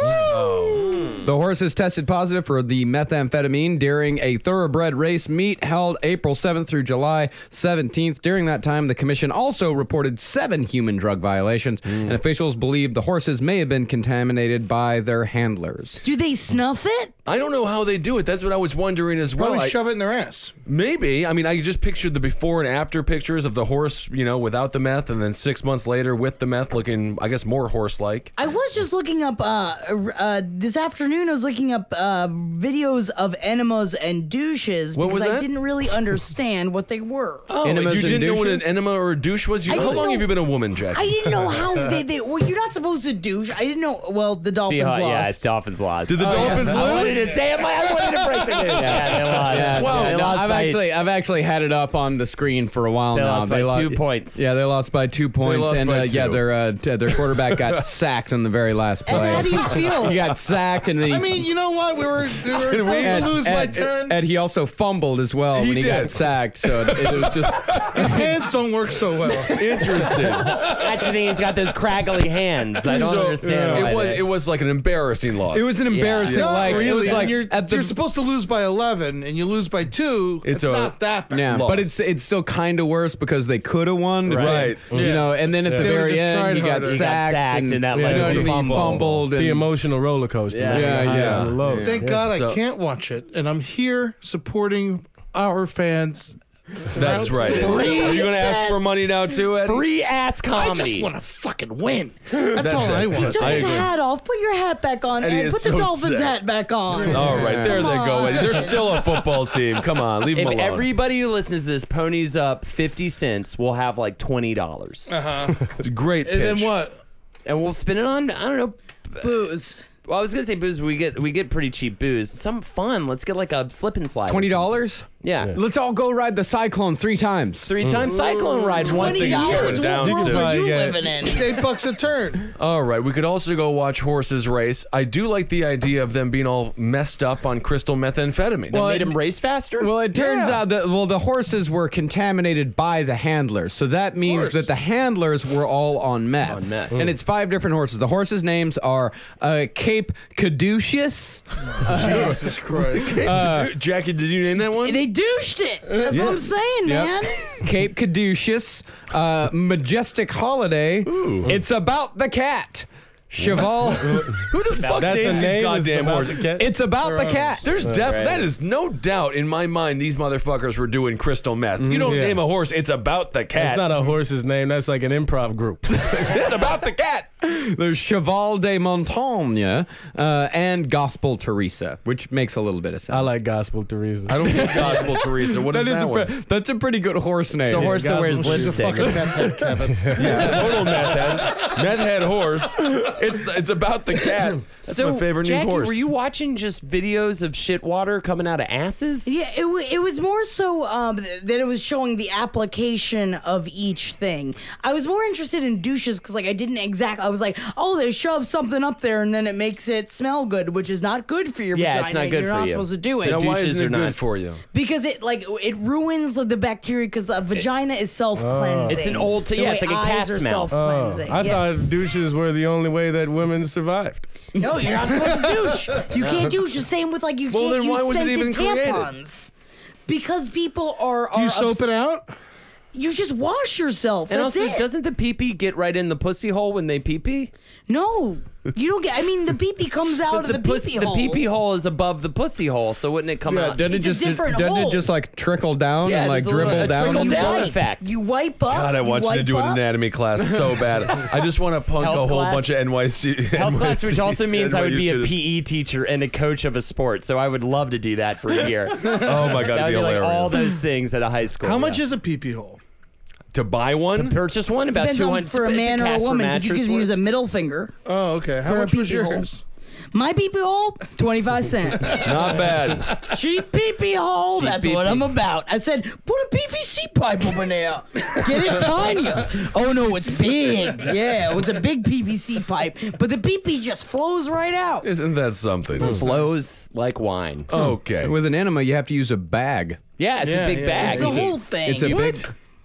[SPEAKER 7] The horses tested positive for the methamphetamine during a thoroughbred race meet held April 7th through July 17th. During that time, the commission also reported seven human drug violations, and officials believe the horses may have been contaminated by their handlers.
[SPEAKER 11] Do they snuff it?
[SPEAKER 9] I don't know how they do it. That's what I was wondering as well.
[SPEAKER 8] Probably
[SPEAKER 9] I-
[SPEAKER 8] shove it in their ass.
[SPEAKER 9] maybe. I mean, I just pictured the before and after pictures of the horse, you know, without the meth, and then six months later with the meth, looking, I guess, more horse-like.
[SPEAKER 11] I was just looking up uh, uh, this afternoon. afternoon, I was looking up uh, videos of enemas and douches
[SPEAKER 9] What
[SPEAKER 11] because
[SPEAKER 9] was
[SPEAKER 11] I
[SPEAKER 9] that?
[SPEAKER 11] didn't really understand what they were.
[SPEAKER 9] Oh,
[SPEAKER 7] Enemas
[SPEAKER 9] you
[SPEAKER 7] and
[SPEAKER 9] didn't know what an
[SPEAKER 7] douches?
[SPEAKER 9] enema or a douche was? You,
[SPEAKER 11] I
[SPEAKER 9] how
[SPEAKER 11] don't
[SPEAKER 9] long
[SPEAKER 11] know.
[SPEAKER 9] have you been a woman, Jack?
[SPEAKER 11] I didn't know how they, they. Well, you're not supposed to douche. I didn't know. Well, the Dolphins
[SPEAKER 10] how,
[SPEAKER 11] lost.
[SPEAKER 10] yeah, it's Dolphins lost. Did
[SPEAKER 9] the Dolphins
[SPEAKER 10] I wanted
[SPEAKER 9] lose?
[SPEAKER 10] to say it. I wanted to break the news. Yeah, they lost.
[SPEAKER 7] Yeah,
[SPEAKER 10] Well,
[SPEAKER 7] no,
[SPEAKER 10] they lost
[SPEAKER 7] I've
[SPEAKER 10] by-
[SPEAKER 7] actually I've actually had it up on the screen for a while
[SPEAKER 10] They
[SPEAKER 7] now.
[SPEAKER 10] lost by two points.
[SPEAKER 7] Yeah, they lost by two points,
[SPEAKER 9] lost
[SPEAKER 7] and
[SPEAKER 9] by
[SPEAKER 7] uh, yeah,
[SPEAKER 9] two.
[SPEAKER 7] their uh, t- their quarterback got sacked on the very last
[SPEAKER 11] and
[SPEAKER 7] play.
[SPEAKER 11] how do you feel?
[SPEAKER 7] he got sacked, and then he,
[SPEAKER 8] I mean, you know what? We were, we were supposed
[SPEAKER 7] and,
[SPEAKER 8] to lose by
[SPEAKER 7] and-
[SPEAKER 8] 10.
[SPEAKER 7] and he also fumbled as well when he got
[SPEAKER 9] did.
[SPEAKER 7] sacked. So it, it was just
[SPEAKER 8] His hands don't work so well.
[SPEAKER 9] Interesting.
[SPEAKER 10] That's the thing. He's got those craggly hands. I don't
[SPEAKER 9] So,
[SPEAKER 10] understand. why
[SPEAKER 9] it was
[SPEAKER 10] they-
[SPEAKER 9] it was like an embarrassing loss.
[SPEAKER 7] it was an embarrassing
[SPEAKER 8] Not
[SPEAKER 7] like
[SPEAKER 8] really.
[SPEAKER 7] it was
[SPEAKER 8] And
[SPEAKER 7] like
[SPEAKER 8] you're,
[SPEAKER 7] at the
[SPEAKER 8] you're supposed to lose by 11 and you lose by 2.
[SPEAKER 9] It's
[SPEAKER 8] It's,
[SPEAKER 9] a-
[SPEAKER 8] not that bad.
[SPEAKER 7] Yeah,
[SPEAKER 9] Lost.
[SPEAKER 7] but it's it's still kind of worse because they could have won,
[SPEAKER 9] Right.
[SPEAKER 7] You know, and then at the
[SPEAKER 8] They would've
[SPEAKER 7] very
[SPEAKER 8] just
[SPEAKER 7] end,
[SPEAKER 8] tried
[SPEAKER 7] he got,
[SPEAKER 8] harder. He
[SPEAKER 7] sacked,
[SPEAKER 8] got
[SPEAKER 10] sacked and that led
[SPEAKER 7] you
[SPEAKER 1] to
[SPEAKER 7] know,
[SPEAKER 1] the
[SPEAKER 7] and he
[SPEAKER 10] fumble.
[SPEAKER 7] fumbled. And,
[SPEAKER 1] the emotional roller coaster.
[SPEAKER 10] Yeah.
[SPEAKER 1] man.
[SPEAKER 7] Yeah,
[SPEAKER 1] The highs
[SPEAKER 7] yeah.
[SPEAKER 1] and the lows.
[SPEAKER 8] Thank God
[SPEAKER 9] So-
[SPEAKER 8] I can't watch it. And I'm here supporting our fans.
[SPEAKER 9] That's right.
[SPEAKER 10] Three
[SPEAKER 9] Are you going to ask for money now too, Eddie?
[SPEAKER 10] free ass
[SPEAKER 8] I just
[SPEAKER 10] comedy.
[SPEAKER 8] want to fucking win. That's, all I want.
[SPEAKER 11] Took his hat off. Put your hat back on.
[SPEAKER 9] And
[SPEAKER 11] And,
[SPEAKER 9] he is
[SPEAKER 11] put the
[SPEAKER 9] so
[SPEAKER 11] Dolphins
[SPEAKER 9] sad.
[SPEAKER 11] hat back on.
[SPEAKER 9] All right, there they go. Eddie. They're still a football team. Come on, leave
[SPEAKER 10] If
[SPEAKER 9] them alone.
[SPEAKER 10] everybody who listens to this ponies up 50 cents, we'll have like $20.
[SPEAKER 9] Great pitch.
[SPEAKER 8] And then what?
[SPEAKER 10] And we'll spin it on, I don't know.
[SPEAKER 11] Booze.
[SPEAKER 10] Well, I was going to say booze, but we get we get pretty cheap booze. Some fun. Let's get like a slip and slide. or
[SPEAKER 7] Twenty
[SPEAKER 10] something.
[SPEAKER 7] dollars?
[SPEAKER 10] Yeah.
[SPEAKER 7] Let's all go ride the cyclone three times.
[SPEAKER 10] Three time cyclone ride once a
[SPEAKER 11] Mm. Twenty
[SPEAKER 10] year.
[SPEAKER 11] dollars.
[SPEAKER 9] down
[SPEAKER 11] What world
[SPEAKER 1] soon.
[SPEAKER 11] are you
[SPEAKER 1] Yeah.
[SPEAKER 11] living in?
[SPEAKER 8] It's eight bucks a turn.
[SPEAKER 9] All right, we could also go watch horses race. I do like the idea of them being all messed up on crystal methamphetamine.
[SPEAKER 10] Well, made him race faster?
[SPEAKER 7] Well, it turns out that well, the horses were contaminated by the handlers, so that means that the handlers were all on meth.
[SPEAKER 10] On meth.
[SPEAKER 7] and it's five different horses. The horses' names are uh, Cape Caduceus,
[SPEAKER 8] Jesus Christ.
[SPEAKER 9] Dude, Jackie, did you name that one?
[SPEAKER 11] They douched it. That's what I'm saying, man.
[SPEAKER 7] Cape Caduceus, uh, Majestic Holiday. It's about the cat, Cheval.
[SPEAKER 9] Who the fuck
[SPEAKER 1] That's a
[SPEAKER 9] names these
[SPEAKER 1] name.
[SPEAKER 9] goddamn
[SPEAKER 1] that's
[SPEAKER 9] horses?
[SPEAKER 1] about-
[SPEAKER 7] it's about the cat.
[SPEAKER 9] There's def- that is no doubt in my mind. These motherfuckers were doing crystal meth. You don't
[SPEAKER 1] yeah.
[SPEAKER 9] name a horse. It's about the cat.
[SPEAKER 1] It's not a horse's name. That's like an improv group.
[SPEAKER 9] it's about the cat.
[SPEAKER 7] There's Cheval de Montagne uh, and Gospel Teresa, which makes a little bit of sense.
[SPEAKER 1] I like gospel Teresa.
[SPEAKER 9] I don't get gospel, Teresa. What is
[SPEAKER 7] that is
[SPEAKER 9] that
[SPEAKER 7] a
[SPEAKER 9] one?
[SPEAKER 7] pre- that's a pretty good horse name.
[SPEAKER 10] The horse that
[SPEAKER 1] God
[SPEAKER 10] wears
[SPEAKER 1] bless you.
[SPEAKER 10] lipstick.
[SPEAKER 8] Fucking meth head, Kevin.
[SPEAKER 9] Total meth head. Meth head horse. It's it's about the cat. That's
[SPEAKER 10] so,
[SPEAKER 9] my favorite
[SPEAKER 10] Jackie,
[SPEAKER 9] new horse.
[SPEAKER 10] were you watching just videos of shit water coming out of asses?
[SPEAKER 11] Yeah, it, wa- it was more so um, th- that it was showing the application of each thing. I was more interested in douches because, like, I didn't exactly. I was like, oh, they shove something up there and then it makes it smell good, which is not good for your
[SPEAKER 10] Yeah,
[SPEAKER 11] vagina.
[SPEAKER 10] it's not
[SPEAKER 11] and
[SPEAKER 10] good
[SPEAKER 11] You're
[SPEAKER 10] for
[SPEAKER 11] not
[SPEAKER 10] you.
[SPEAKER 11] supposed to do it
[SPEAKER 9] Now, why
[SPEAKER 10] douches
[SPEAKER 9] isn't
[SPEAKER 10] or
[SPEAKER 9] it
[SPEAKER 10] not?
[SPEAKER 9] good for you?
[SPEAKER 11] because it like it ruins like, the bacteria because a vagina is self cleansing.
[SPEAKER 10] It's an old-
[SPEAKER 11] The
[SPEAKER 10] yeah, it's
[SPEAKER 11] way
[SPEAKER 10] like a cat's
[SPEAKER 11] eyes are
[SPEAKER 10] mouth.
[SPEAKER 11] self-cleansing.
[SPEAKER 1] I
[SPEAKER 11] yes.
[SPEAKER 1] thought douches were the only way that women survived.
[SPEAKER 11] No, you're not supposed to douche. You can't douche. The same with like you
[SPEAKER 9] Well,
[SPEAKER 11] can't
[SPEAKER 9] then why
[SPEAKER 11] use
[SPEAKER 9] was it
[SPEAKER 11] scented
[SPEAKER 9] even created?
[SPEAKER 11] tampons. Because people are, are
[SPEAKER 8] Do you soap it
[SPEAKER 11] obs-
[SPEAKER 8] out?
[SPEAKER 11] You just wash yourself.
[SPEAKER 10] And
[SPEAKER 11] That's
[SPEAKER 10] also,
[SPEAKER 11] it.
[SPEAKER 10] doesn't the pee pee get right in the pussy hole when they pee pee?
[SPEAKER 11] no. You don't get. I mean, the pee pee comes out of the,
[SPEAKER 10] pus-
[SPEAKER 11] pee pee
[SPEAKER 10] the
[SPEAKER 11] hole.
[SPEAKER 10] pee pee hole is above the pussy hole, so wouldn't it come
[SPEAKER 7] Yeah,
[SPEAKER 10] out?
[SPEAKER 7] doesn't it
[SPEAKER 11] It's a
[SPEAKER 7] just
[SPEAKER 11] different
[SPEAKER 7] doesn't
[SPEAKER 11] hole.
[SPEAKER 7] it just like trickle down
[SPEAKER 10] Yeah,
[SPEAKER 7] and like
[SPEAKER 10] there's a little-
[SPEAKER 7] dribble
[SPEAKER 10] a
[SPEAKER 7] down?
[SPEAKER 10] trickle
[SPEAKER 11] You
[SPEAKER 10] down
[SPEAKER 11] wipe-
[SPEAKER 10] effect.
[SPEAKER 11] You wipe up.
[SPEAKER 9] God, I want you to
[SPEAKER 11] wipe
[SPEAKER 9] do an
[SPEAKER 11] up.
[SPEAKER 9] anatomy class so bad. I just want to punk
[SPEAKER 10] Health
[SPEAKER 9] a whole
[SPEAKER 10] class?
[SPEAKER 9] bunch of NYC.
[SPEAKER 10] Health
[SPEAKER 9] NYC
[SPEAKER 10] class, which also means I would
[SPEAKER 9] NYU
[SPEAKER 10] be a E
[SPEAKER 9] students.
[SPEAKER 10] PE teacher and a coach of a sport, so I would love to do that for a year. that
[SPEAKER 9] Oh my god,
[SPEAKER 10] would
[SPEAKER 9] it'd
[SPEAKER 10] be
[SPEAKER 9] be
[SPEAKER 10] like
[SPEAKER 9] hilarious.
[SPEAKER 10] all those things at a high school.
[SPEAKER 8] How much is a pee pee hole?
[SPEAKER 9] to buy one?
[SPEAKER 10] purchase one? About
[SPEAKER 11] Depends
[SPEAKER 10] two
[SPEAKER 11] on
[SPEAKER 10] hundred
[SPEAKER 11] for a man or a woman because you can use a middle finger.
[SPEAKER 8] Oh, okay. How
[SPEAKER 11] For a
[SPEAKER 8] much was
[SPEAKER 11] pee-pee hole.
[SPEAKER 8] yours?
[SPEAKER 11] My pee pee hole, twenty five cents.
[SPEAKER 9] Not bad.
[SPEAKER 11] Cheap pee pee hole. That's what I'm about. I said, put a PVC pipe over there. Get it tiny. Oh no, it's big. Yeah, it's a big PVC pipe, but the pee pee just flows right out.
[SPEAKER 9] Isn't that something?
[SPEAKER 10] Flows like wine.
[SPEAKER 9] Okay.
[SPEAKER 7] With an enema, you have to you use a bag.
[SPEAKER 10] Yeah, it's a big bag.
[SPEAKER 11] It's a whole thing.
[SPEAKER 7] It's a
[SPEAKER 11] You-
[SPEAKER 7] big.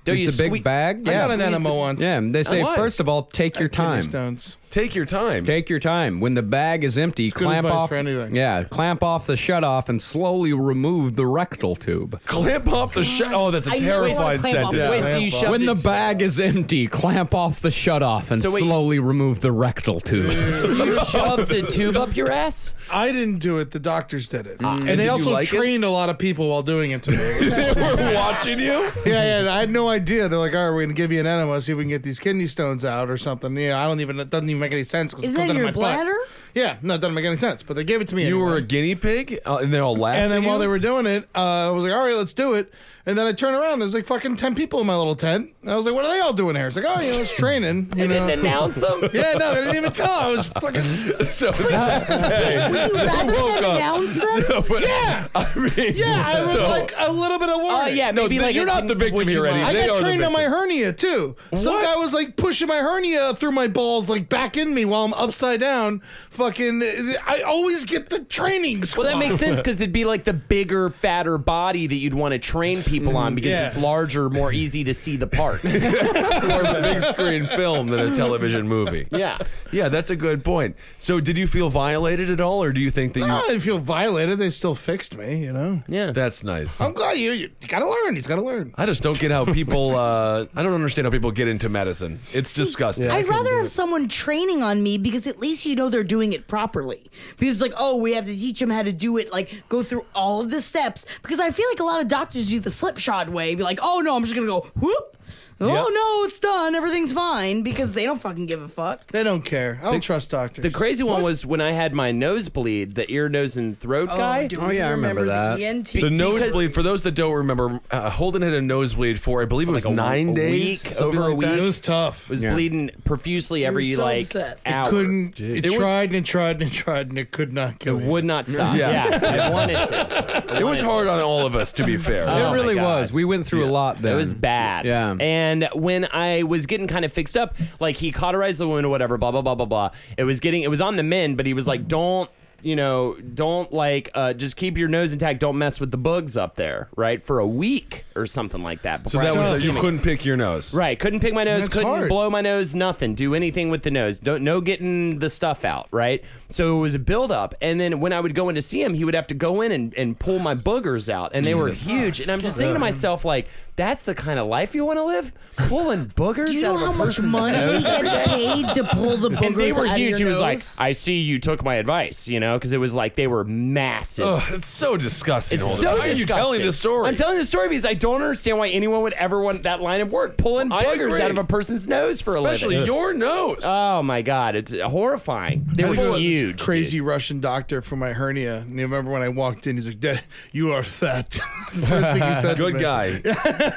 [SPEAKER 10] Don't you
[SPEAKER 7] it's a big
[SPEAKER 10] sque-
[SPEAKER 7] bag.
[SPEAKER 8] I
[SPEAKER 7] Yeah,
[SPEAKER 8] got an enema once.
[SPEAKER 7] yeah. They say
[SPEAKER 9] Why?
[SPEAKER 7] first of all, take your
[SPEAKER 8] Kidney
[SPEAKER 7] time.
[SPEAKER 8] stones.
[SPEAKER 9] Take your time.
[SPEAKER 7] Take your time. When the bag is empty,
[SPEAKER 8] good
[SPEAKER 7] clamp
[SPEAKER 8] advice
[SPEAKER 7] off.
[SPEAKER 8] for anything.
[SPEAKER 7] Yeah, clamp off the shut off and slowly remove the rectal tube.
[SPEAKER 9] Clamp off the shit. Oh, that's a
[SPEAKER 11] I know
[SPEAKER 9] terrifying
[SPEAKER 11] it's clamp off.
[SPEAKER 9] sentence.
[SPEAKER 10] Wait, so you shoved
[SPEAKER 7] When
[SPEAKER 10] it-
[SPEAKER 7] the bag is empty, clamp off the shut off and
[SPEAKER 10] So wait-
[SPEAKER 7] slowly remove the rectal tube.
[SPEAKER 10] you shove the tube up your ass?
[SPEAKER 8] I didn't do it. The doctors did it. and,
[SPEAKER 9] Mm. did
[SPEAKER 8] they
[SPEAKER 9] you
[SPEAKER 8] also
[SPEAKER 9] like it?
[SPEAKER 8] trained a lot of people while doing it to me.
[SPEAKER 9] they were watching you.
[SPEAKER 8] yeah, yeah. and I had no idea. They're like, all right, we're going to give you an enema, see if we can get these kidney stones out or something. Yeah, I don't even, it doesn't even make any sense because
[SPEAKER 11] Is
[SPEAKER 8] it
[SPEAKER 11] that
[SPEAKER 8] comes out of
[SPEAKER 11] your
[SPEAKER 8] my
[SPEAKER 11] bladder?
[SPEAKER 8] butt. Yeah, no, it doesn't make any sense. But they gave it to me.
[SPEAKER 9] You
[SPEAKER 8] anyway.
[SPEAKER 9] were a guinea pig, uh, and they all laughed.
[SPEAKER 8] And then
[SPEAKER 9] at
[SPEAKER 8] while
[SPEAKER 9] you?
[SPEAKER 8] they were doing it, uh, I was like, all right, let's do it. And then I turn around, there's like fucking 10 people in my little tent. And I was like, what are they all doing here? It's like, oh, you know, it's training. You
[SPEAKER 10] You didn't
[SPEAKER 8] know?
[SPEAKER 10] announce them.
[SPEAKER 8] Yeah, no, they didn't even tell. I was fucking.
[SPEAKER 9] so that day,
[SPEAKER 11] Would you rather
[SPEAKER 9] woke
[SPEAKER 11] them
[SPEAKER 9] up.
[SPEAKER 11] announce them?
[SPEAKER 9] No, but-
[SPEAKER 8] Yeah!
[SPEAKER 9] I mean,
[SPEAKER 8] Yeah, I was
[SPEAKER 9] so-
[SPEAKER 8] like a little bit of
[SPEAKER 10] Oh
[SPEAKER 8] worry.
[SPEAKER 10] yeah,
[SPEAKER 9] No,
[SPEAKER 10] maybe
[SPEAKER 9] th-
[SPEAKER 10] like
[SPEAKER 9] you're
[SPEAKER 10] a-
[SPEAKER 9] not the victim
[SPEAKER 10] would you
[SPEAKER 9] here, Eddie.
[SPEAKER 10] mind-
[SPEAKER 8] I
[SPEAKER 9] They
[SPEAKER 8] got
[SPEAKER 9] are the
[SPEAKER 8] trained on my
[SPEAKER 9] victim.
[SPEAKER 8] hernia too. Some
[SPEAKER 9] What?
[SPEAKER 8] guy was like pushing my hernia through my balls, like back in me while I'm upside down. Fucking, I always get the training squad.
[SPEAKER 10] Well, that makes sense because it'd be like the bigger, fatter body that you'd want to train people on because
[SPEAKER 8] yeah.
[SPEAKER 10] it's larger, more easy to see the parts.
[SPEAKER 9] more of a big screen film than a television movie.
[SPEAKER 10] Yeah.
[SPEAKER 9] Yeah, that's a good point. So, did you feel violated at all, or do you think that you?
[SPEAKER 8] Ah, I didn't feel violated. They still fixed me, you know.
[SPEAKER 10] Yeah.
[SPEAKER 9] That's nice.
[SPEAKER 8] I'm glad you. You gotta learn. He's gotta learn.
[SPEAKER 9] I just don't get how people. Uh, I don't understand how people get into medicine. It's disgusting.
[SPEAKER 11] I'd rather have someone training on me because at least you know they're doing it properly. Because like, oh, we have to teach them how to do it, like go through all of the steps. Because I feel like a lot of doctors do the slipshod way, be like, oh no, I'm just gonna go whoop. Oh no, it's done. Everything's fine because they don't fucking give a fuck.
[SPEAKER 8] They don't care. I don't trust doctors.
[SPEAKER 10] The crazy one was when I had my nosebleed, the ear, nose, and throat guy.
[SPEAKER 11] do
[SPEAKER 7] Oh,
[SPEAKER 11] we
[SPEAKER 7] yeah, I remember that.
[SPEAKER 11] The, ENT?
[SPEAKER 9] The nosebleed. For those that don't remember, uh, Holden had a nosebleed for I believe it was
[SPEAKER 10] a-
[SPEAKER 9] nine
[SPEAKER 10] a
[SPEAKER 9] days,
[SPEAKER 10] week,
[SPEAKER 9] something
[SPEAKER 10] over a
[SPEAKER 9] like that.
[SPEAKER 8] it was tough.
[SPEAKER 10] was bleeding profusely every
[SPEAKER 11] so
[SPEAKER 10] like
[SPEAKER 11] upset. It
[SPEAKER 10] hour.
[SPEAKER 8] couldn't.
[SPEAKER 9] It
[SPEAKER 8] It,
[SPEAKER 9] was-
[SPEAKER 8] tried and it tried and it tried and it could not kill.
[SPEAKER 10] It
[SPEAKER 8] you.
[SPEAKER 10] would not stop.
[SPEAKER 9] Yeah.
[SPEAKER 10] Yeah, I wanted to. I
[SPEAKER 9] It was
[SPEAKER 10] wanted
[SPEAKER 9] hard on all of us, to be fair.
[SPEAKER 10] Oh
[SPEAKER 7] it
[SPEAKER 10] my
[SPEAKER 7] really
[SPEAKER 10] God.
[SPEAKER 7] was. We went through a lot
[SPEAKER 10] to.
[SPEAKER 7] then.
[SPEAKER 10] It was bad.
[SPEAKER 7] Yeah.
[SPEAKER 10] And when I was getting kind of fixed up, like he cauterized the wound or whatever, blah blah blah blah blah. It was getting. It was on the mend, but he was like, "Don't." You know, don't like uh, just keep your nose intact. Don't mess with the bugs up there, right? For a week or something like that.
[SPEAKER 9] So
[SPEAKER 10] before
[SPEAKER 9] that
[SPEAKER 10] I
[SPEAKER 9] was you couldn't pick your nose.
[SPEAKER 10] Right. Couldn't pick my nose.
[SPEAKER 8] That's
[SPEAKER 10] couldn't
[SPEAKER 8] hard.
[SPEAKER 10] blow my nose. Nothing. Do anything with the nose. Don't. No getting the stuff out. Right. So it was a buildup, and then when I would go in to see him, he would have to go in and, and pull my boogers out, and they were huge. And I'm just thinking to myself, like, that's the kind of life you want to live, pulling boogers.
[SPEAKER 11] Do you
[SPEAKER 10] out
[SPEAKER 11] know
[SPEAKER 10] of
[SPEAKER 11] how
[SPEAKER 10] a
[SPEAKER 11] much
[SPEAKER 10] person's
[SPEAKER 11] money
[SPEAKER 10] nose?
[SPEAKER 11] gets paid to pull the boogers
[SPEAKER 10] And they were
[SPEAKER 11] out of
[SPEAKER 10] huge.
[SPEAKER 11] your
[SPEAKER 10] He was like,
[SPEAKER 11] nose?
[SPEAKER 10] "I see you took my advice," you know, because it was like they were massive.
[SPEAKER 9] Ugh, it's so disgusting.
[SPEAKER 10] It's so
[SPEAKER 9] Holden. Why are you
[SPEAKER 10] disgusting.
[SPEAKER 9] telling this story?
[SPEAKER 10] I'm telling the story because I don't understand why anyone would ever want that line of work, pulling
[SPEAKER 9] I
[SPEAKER 10] boogers
[SPEAKER 9] agree.
[SPEAKER 10] out of a person's nose for a
[SPEAKER 9] especially
[SPEAKER 10] living.
[SPEAKER 9] your nose.
[SPEAKER 10] Oh my god, it's horrifying. They
[SPEAKER 8] I
[SPEAKER 10] were
[SPEAKER 8] know this
[SPEAKER 10] huge.
[SPEAKER 8] crazy Russian doctor for my hernia. And you remember when I walked in? He's like, "Dad, "You are fat." First thing he said. to
[SPEAKER 9] Good
[SPEAKER 8] me.
[SPEAKER 9] guy,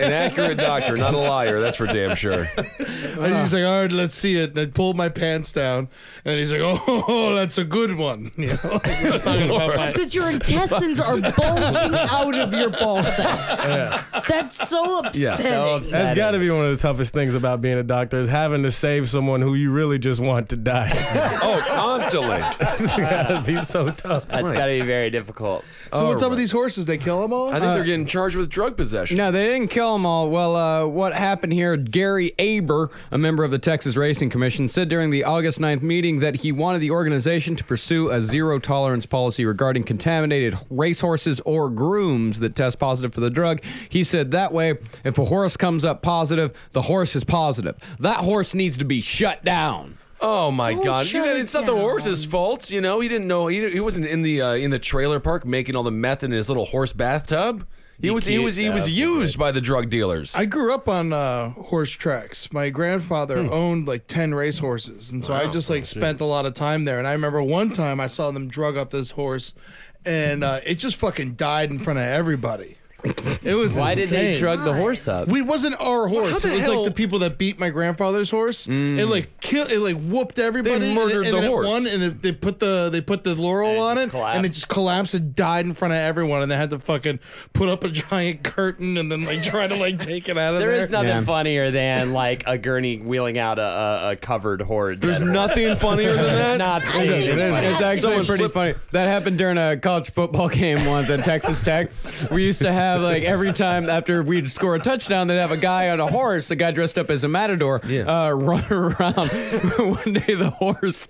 [SPEAKER 9] an accurate doctor, not a liar. That's for damn sure.
[SPEAKER 8] And he's like, all right, let's see it. And I pulled my pants down, and he's like, oh, that's a good one. You know, like, he was talking about my-
[SPEAKER 11] Because your intestines are bulging out of your ball sack. That's so upsetting.
[SPEAKER 10] So upsetting.
[SPEAKER 1] That's got to be one of the toughest things about being a doctor is having to save someone who you really just want to die.
[SPEAKER 9] Oh, constantly.
[SPEAKER 1] it's got to be so tough.
[SPEAKER 10] That's got to be very difficult.
[SPEAKER 8] so what's up with these horses? They kill them all.
[SPEAKER 9] I think they're getting charged with drug possession.
[SPEAKER 7] No, they didn't kill them all. Well, uh, what happened here? Gary Aber, a member of the Texas Racing Commission, said during the August 9th meeting that he wanted the organization to pursue a zero tolerance policy regarding contaminated racehorses or grooms that test positive for the drug. He said that way, if a horse comes up positive, the horse is positive. That horse needs to be shut down.
[SPEAKER 9] Oh my
[SPEAKER 11] Don't
[SPEAKER 9] god! You
[SPEAKER 11] shut
[SPEAKER 9] know,
[SPEAKER 11] it
[SPEAKER 9] it's not the
[SPEAKER 11] down.
[SPEAKER 9] horse's fault. You know, he didn't know. He, he wasn't in the uh, in the trailer park making all the meth in his little horse bathtub. He was he
[SPEAKER 10] cute,
[SPEAKER 9] was he
[SPEAKER 10] though.
[SPEAKER 9] was used by the drug dealers.
[SPEAKER 8] I grew up on uh, horse tracks. My grandfather owned like ten race horses, and so I just like spent a lot of time there. And I remember one time I saw them drug up this horse, and uh, it just fucking died in front of everybody. It was
[SPEAKER 10] Why did they
[SPEAKER 8] insane.
[SPEAKER 10] drug the horse up?
[SPEAKER 8] We it wasn't our horse.
[SPEAKER 9] the
[SPEAKER 8] it was
[SPEAKER 9] hell- Mm.
[SPEAKER 8] like the people that beat my grandfather's horse. It like killed. It like whooped everybody. and-
[SPEAKER 9] murdered
[SPEAKER 8] and
[SPEAKER 9] the
[SPEAKER 8] then it
[SPEAKER 9] horse.
[SPEAKER 8] Won, and it, they put the they put the laurel
[SPEAKER 10] And it
[SPEAKER 8] on
[SPEAKER 10] just
[SPEAKER 8] it, and it
[SPEAKER 10] collapsed.
[SPEAKER 8] just collapsed and died in front of everyone. And they had to fucking put up a giant curtain and then like try to like take it out of there.
[SPEAKER 10] there is nothing
[SPEAKER 7] Yeah.
[SPEAKER 10] funnier than like a gurney wheeling out a, a, a covered horde.
[SPEAKER 9] There's nothing funnier than that.
[SPEAKER 10] Not
[SPEAKER 11] I think
[SPEAKER 10] really.
[SPEAKER 11] what
[SPEAKER 7] It's
[SPEAKER 11] happened-
[SPEAKER 7] actually pretty funny. That happened during a college football game once at Texas Tech. We used to have like every time after we'd score a touchdown, they'd have a guy on a horse, a guy dressed up as a matador,
[SPEAKER 9] Yeah.
[SPEAKER 7] uh, run around. One day the horse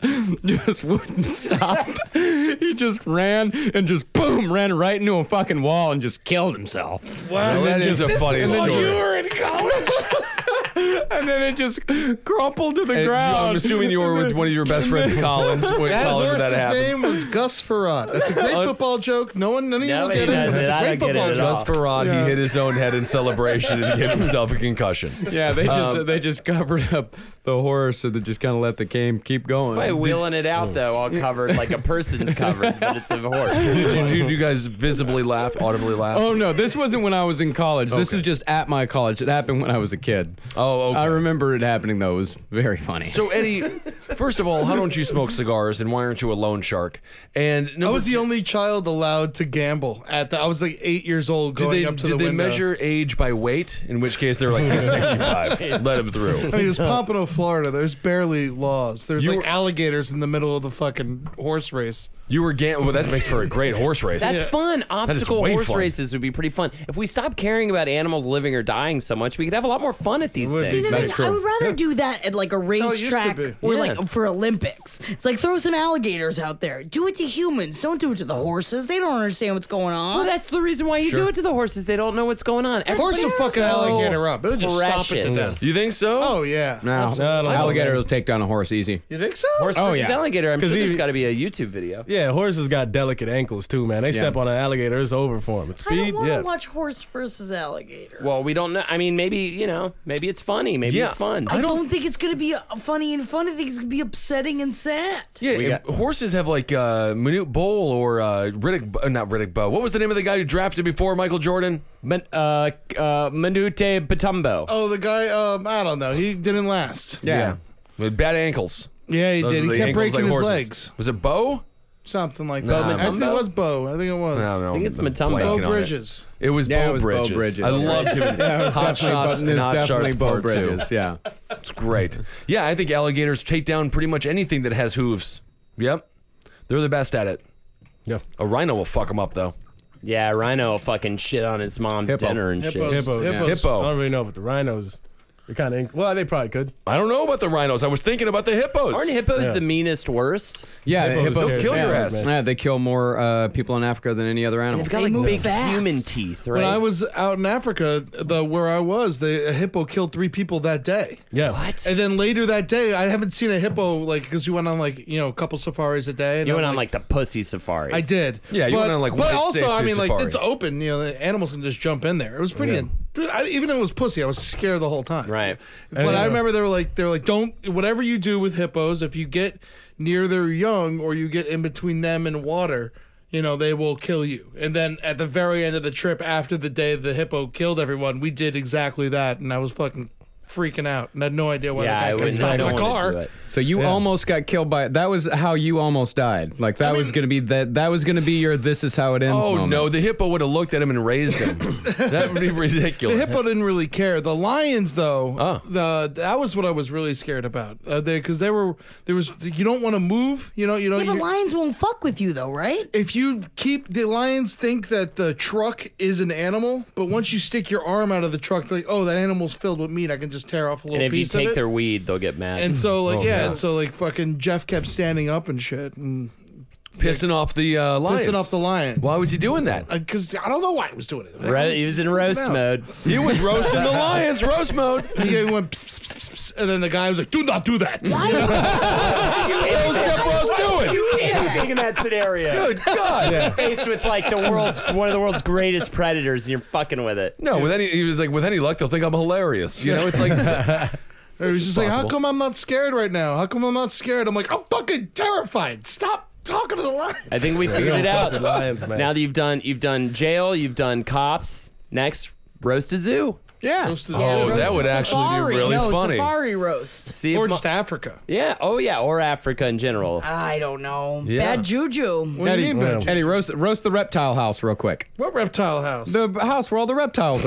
[SPEAKER 7] just wouldn't stop. He just ran and just boom ran right into a fucking wall and just killed himself.
[SPEAKER 9] That is a funny
[SPEAKER 8] And then
[SPEAKER 9] story.
[SPEAKER 8] you were in college.
[SPEAKER 7] and then it just crumpled to the ground.
[SPEAKER 9] I'm assuming you were with one of your best friends, Collins. Wait,
[SPEAKER 8] That
[SPEAKER 9] Colin,
[SPEAKER 8] horse's
[SPEAKER 9] that happened.
[SPEAKER 8] name was Gus Farad. That's a great football joke. No one, none of you
[SPEAKER 10] Nobody
[SPEAKER 8] get it.
[SPEAKER 10] does
[SPEAKER 8] That's
[SPEAKER 10] it. I
[SPEAKER 8] a
[SPEAKER 10] don't
[SPEAKER 8] great
[SPEAKER 10] get it
[SPEAKER 8] football
[SPEAKER 10] at
[SPEAKER 8] joke.
[SPEAKER 10] all.
[SPEAKER 9] Gus Farad, he hit his own head in celebration and gave himself a concussion.
[SPEAKER 7] Yeah, they just
[SPEAKER 9] Um,
[SPEAKER 7] they just covered up the horse, so they just kind of let the game keep going.
[SPEAKER 10] Probably wheeling it out though, all covered like a person's covered, but it's a horse.
[SPEAKER 9] Did you, did you guys visibly laugh, audibly laugh?
[SPEAKER 7] Oh no, this wasn't when I was in college. This was just at my college. It happened when I was a kid.
[SPEAKER 9] Oh, okay.
[SPEAKER 7] I remember it happening though. It was very funny.
[SPEAKER 9] So Eddie, first of all, how don't you smoke cigars, and why aren't you a loan shark? And
[SPEAKER 8] I
[SPEAKER 9] number
[SPEAKER 8] was the
[SPEAKER 9] two,
[SPEAKER 8] only child allowed to gamble at the. I was like eight years old
[SPEAKER 9] Did
[SPEAKER 8] going
[SPEAKER 9] they,
[SPEAKER 8] up to
[SPEAKER 9] did
[SPEAKER 8] the
[SPEAKER 9] they
[SPEAKER 8] window.
[SPEAKER 9] measure age by weight? In which case, they're like he's 65. Let him through.
[SPEAKER 8] I mean, it's Pompano, Florida. There's barely laws. There's
[SPEAKER 9] You
[SPEAKER 8] like
[SPEAKER 9] were-
[SPEAKER 8] alligators in the middle of the fucking horse race.
[SPEAKER 9] You were gam- well. That makes for a great horse race.
[SPEAKER 10] That's fun.
[SPEAKER 9] is
[SPEAKER 10] Obstacle
[SPEAKER 9] way
[SPEAKER 10] horse
[SPEAKER 9] fun.
[SPEAKER 10] races would be pretty fun. If we stopped caring about animals living or dying so much, we could have a lot more fun at these
[SPEAKER 11] See,
[SPEAKER 10] things.
[SPEAKER 11] the thing is, I would rather do that at like
[SPEAKER 8] how
[SPEAKER 11] a
[SPEAKER 8] it used to
[SPEAKER 11] racetrack
[SPEAKER 8] be.
[SPEAKER 11] or
[SPEAKER 10] Yeah.
[SPEAKER 11] like for Olympics. It's like throw some alligators out there. Do it to humans. Don't do it to the horses. They don't understand what's going on.
[SPEAKER 10] Well, that's the reason why you do it to the horses. They don't know what's going on.
[SPEAKER 8] Horse a
[SPEAKER 10] Everybody's
[SPEAKER 8] fucking
[SPEAKER 9] Oh.
[SPEAKER 10] so
[SPEAKER 8] alligator up. It'll just stop it to
[SPEAKER 10] precious.
[SPEAKER 8] death.
[SPEAKER 9] you think so?
[SPEAKER 8] Oh yeah.
[SPEAKER 7] now alligator will take down a horse easy.
[SPEAKER 8] You think so?
[SPEAKER 7] Oh,
[SPEAKER 10] Versus
[SPEAKER 7] yeah.
[SPEAKER 10] alligator. I'm sure
[SPEAKER 1] he-
[SPEAKER 10] there's got to be a YouTube video.
[SPEAKER 1] Yeah, horses got delicate ankles too, man. They step on an alligator, it's over for them. It's
[SPEAKER 11] I don't
[SPEAKER 1] speed,
[SPEAKER 11] want to
[SPEAKER 1] yeah.
[SPEAKER 11] watch horse versus alligator.
[SPEAKER 10] Well, we don't know. I mean, maybe you know, maybe it's funny. Maybe
[SPEAKER 9] Yeah.
[SPEAKER 10] it's fun.
[SPEAKER 11] I don't, think it's gonna be uh, funny and fun. I think it's gonna be upsetting and sad.
[SPEAKER 9] Yeah, and horses have like uh, Manute Bowl or uh, Riddick, uh, not Riddick Bowe. What was the name of the guy who drafted before Michael Jordan?
[SPEAKER 10] Man, uh, uh, Manute Batumbo.
[SPEAKER 8] Oh, the guy. Um, I don't know. He didn't last.
[SPEAKER 7] Yeah.
[SPEAKER 9] With bad ankles.
[SPEAKER 8] Yeah, he
[SPEAKER 9] Those
[SPEAKER 8] did.
[SPEAKER 9] are
[SPEAKER 8] He
[SPEAKER 9] the
[SPEAKER 8] kept
[SPEAKER 9] ankles
[SPEAKER 8] breaking
[SPEAKER 9] like
[SPEAKER 8] his
[SPEAKER 9] horses.
[SPEAKER 8] legs.
[SPEAKER 9] Was it Bow?
[SPEAKER 8] Something like
[SPEAKER 9] Nah,
[SPEAKER 8] that. I think it
[SPEAKER 10] Matumbo?
[SPEAKER 8] was Bo. I think it was.
[SPEAKER 9] I don't know.
[SPEAKER 10] think it's
[SPEAKER 9] I'm
[SPEAKER 10] Matumbo.
[SPEAKER 9] blanking
[SPEAKER 8] Bo
[SPEAKER 9] on it.
[SPEAKER 8] Bridges.
[SPEAKER 9] It was
[SPEAKER 7] Yeah,
[SPEAKER 9] Bo
[SPEAKER 7] it was Bo
[SPEAKER 9] Bridges.
[SPEAKER 7] Bridges.
[SPEAKER 9] I loved him. in
[SPEAKER 7] Yeah, it was
[SPEAKER 9] Hot
[SPEAKER 7] definitely
[SPEAKER 9] shots
[SPEAKER 7] Bo- it
[SPEAKER 9] and
[SPEAKER 7] was
[SPEAKER 9] hot
[SPEAKER 7] definitely
[SPEAKER 9] sharks
[SPEAKER 7] Bo
[SPEAKER 9] part two.
[SPEAKER 7] Bridges, Yeah,
[SPEAKER 9] It's great. yeah, I think alligators take down pretty much anything that has hooves. Yep, they're the best at it.
[SPEAKER 1] Yeah.
[SPEAKER 9] A rhino will fuck them up though.
[SPEAKER 10] Yeah, Rhino will fucking shit on his mom's
[SPEAKER 9] Hippo.
[SPEAKER 10] dinner and
[SPEAKER 8] Hippos.
[SPEAKER 10] shit.
[SPEAKER 1] Hippos.
[SPEAKER 8] Hippos.
[SPEAKER 1] I
[SPEAKER 9] Hippo.
[SPEAKER 1] don't really know about the rhinos. They're kind of, well, they probably could.
[SPEAKER 9] I don't know about the rhinos. I was thinking about the hippos.
[SPEAKER 10] Aren't hippos
[SPEAKER 1] Yeah.
[SPEAKER 10] the meanest, worst?
[SPEAKER 7] yeah.
[SPEAKER 1] Hippos
[SPEAKER 7] hippos
[SPEAKER 1] don't
[SPEAKER 9] kill
[SPEAKER 7] yeah.
[SPEAKER 9] your ass.
[SPEAKER 7] Yeah, they kill more uh, people in Africa than any other animal.
[SPEAKER 10] They've got
[SPEAKER 11] They
[SPEAKER 10] like
[SPEAKER 11] move
[SPEAKER 10] big
[SPEAKER 11] fast.
[SPEAKER 10] human teeth, right?
[SPEAKER 8] When I was out in Africa, the where I was, the a hippo killed three people that day.
[SPEAKER 1] Yeah.
[SPEAKER 10] what?
[SPEAKER 8] And then later that day, I haven't seen a hippo like because we went on like you know a couple safaris a day. And
[SPEAKER 10] You
[SPEAKER 8] I'm
[SPEAKER 10] went on like the pussy safaris.
[SPEAKER 8] I did.
[SPEAKER 9] Yeah, you
[SPEAKER 8] but,
[SPEAKER 9] went on, like,
[SPEAKER 8] But
[SPEAKER 9] one
[SPEAKER 8] also,
[SPEAKER 9] safe,
[SPEAKER 8] I
[SPEAKER 9] two
[SPEAKER 8] mean, like
[SPEAKER 9] safari.
[SPEAKER 8] it's open. You know, the animals can just jump in there. It was pretty. I, even though it was pussy, I was scared the whole time.
[SPEAKER 10] Right.
[SPEAKER 8] But I remember they were like, they were like, don't whatever you do with hippos, if you get near their young or you get in between them and water. You know they will kill you, and then at the very end of the trip, after the day the hippo killed everyone, we did exactly that, and I was fucking freaking out, and had no idea why.
[SPEAKER 10] Yeah,
[SPEAKER 8] the guy
[SPEAKER 10] I
[SPEAKER 8] couldn't
[SPEAKER 10] would not
[SPEAKER 8] stop my
[SPEAKER 10] want
[SPEAKER 8] car.
[SPEAKER 10] to do it.
[SPEAKER 7] So you almost got killed by that was how you almost died. Like that was gonna be that that was gonna be your this is how it ends.
[SPEAKER 9] Oh
[SPEAKER 7] moment.
[SPEAKER 9] no, the hippo would have looked at him and raised him. that would be ridiculous.
[SPEAKER 8] The hippo didn't really care. The lions, though,
[SPEAKER 9] Oh.
[SPEAKER 8] the that was what I was really scared about. Uh, they because they were there was you don't want to move. You know you
[SPEAKER 11] Yeah,
[SPEAKER 8] don't.
[SPEAKER 11] but
[SPEAKER 8] you-
[SPEAKER 11] lions won't fuck with you though, right?
[SPEAKER 8] if you keep the lions think that the truck is an animal, but once you stick your arm out of the truck, they're like oh that animal's filled with meat, I can just tear off a little
[SPEAKER 10] And if you
[SPEAKER 8] piece
[SPEAKER 10] take
[SPEAKER 8] of it.
[SPEAKER 10] their Oh, weed, they'll get mad.
[SPEAKER 8] and so like yeah, and so like fucking Jeff kept standing up and shit and
[SPEAKER 9] Pissing off the uh, lions.
[SPEAKER 8] pissing off the lions.
[SPEAKER 9] Why was he doing that?
[SPEAKER 8] Because I don't know why he was doing it.
[SPEAKER 10] Ro- he was in roast
[SPEAKER 8] out.
[SPEAKER 10] mode.
[SPEAKER 9] He was roasting the lions, roast mode.
[SPEAKER 8] He went, "Psst, psst, psst, psst," and then the guy was like, "Do not do that."
[SPEAKER 9] What was Jeff Ross doing?
[SPEAKER 10] Anything in that scenario.
[SPEAKER 9] Good God.
[SPEAKER 10] Faced with like the world's one of the world's greatest predators, and you're fucking with it.
[SPEAKER 9] No, with any he was like with any luck they'll think I'm hilarious. You know, it's like
[SPEAKER 8] It was just like, how come I'm not scared right now? How come I'm not scared? I'm like, I'm fucking terrified. Stop talking to the lions.
[SPEAKER 10] I think we figured it out.
[SPEAKER 1] Lions, man.
[SPEAKER 10] Now that you've done you've done jail, you've done cops. Next, roast a zoo.
[SPEAKER 7] Yeah.
[SPEAKER 9] Oh, that would actually be
[SPEAKER 11] Safari.
[SPEAKER 9] really
[SPEAKER 11] no,
[SPEAKER 9] funny.
[SPEAKER 11] Safari roast.
[SPEAKER 10] See
[SPEAKER 8] or
[SPEAKER 10] if mo-
[SPEAKER 8] just Africa.
[SPEAKER 10] yeah, oh yeah, or Africa in general.
[SPEAKER 11] I don't know. Bad juju.
[SPEAKER 8] What do you
[SPEAKER 7] Eddie,
[SPEAKER 8] mean, Benji?
[SPEAKER 7] Eddie roast roast the reptile house real quick.
[SPEAKER 8] What reptile house?
[SPEAKER 7] The house where all the reptiles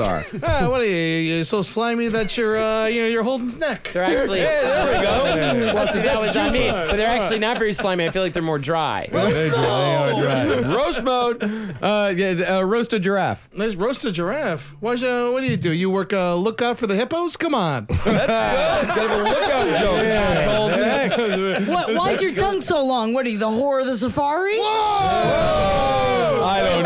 [SPEAKER 7] are.
[SPEAKER 8] Ah, what are you? You're so slimy that you're, uh, you know, you're holding his neck.
[SPEAKER 10] They're actually
[SPEAKER 9] there we go.
[SPEAKER 10] well, see, that was on me. But they're actually not very slimy. I feel like they're more dry.
[SPEAKER 1] They dry, they are dry.
[SPEAKER 9] Roast mode.
[SPEAKER 7] uh, yeah, uh, roast a giraffe.
[SPEAKER 8] Let's roast a giraffe. Why's, uh, what do you do? You work uh, look out for the hippos? Come on.
[SPEAKER 9] That's good. Bit of a lookout joke. Asshole.
[SPEAKER 11] What, why's your tongue so long? What are you, the whore of the safari?
[SPEAKER 9] Oh. I don't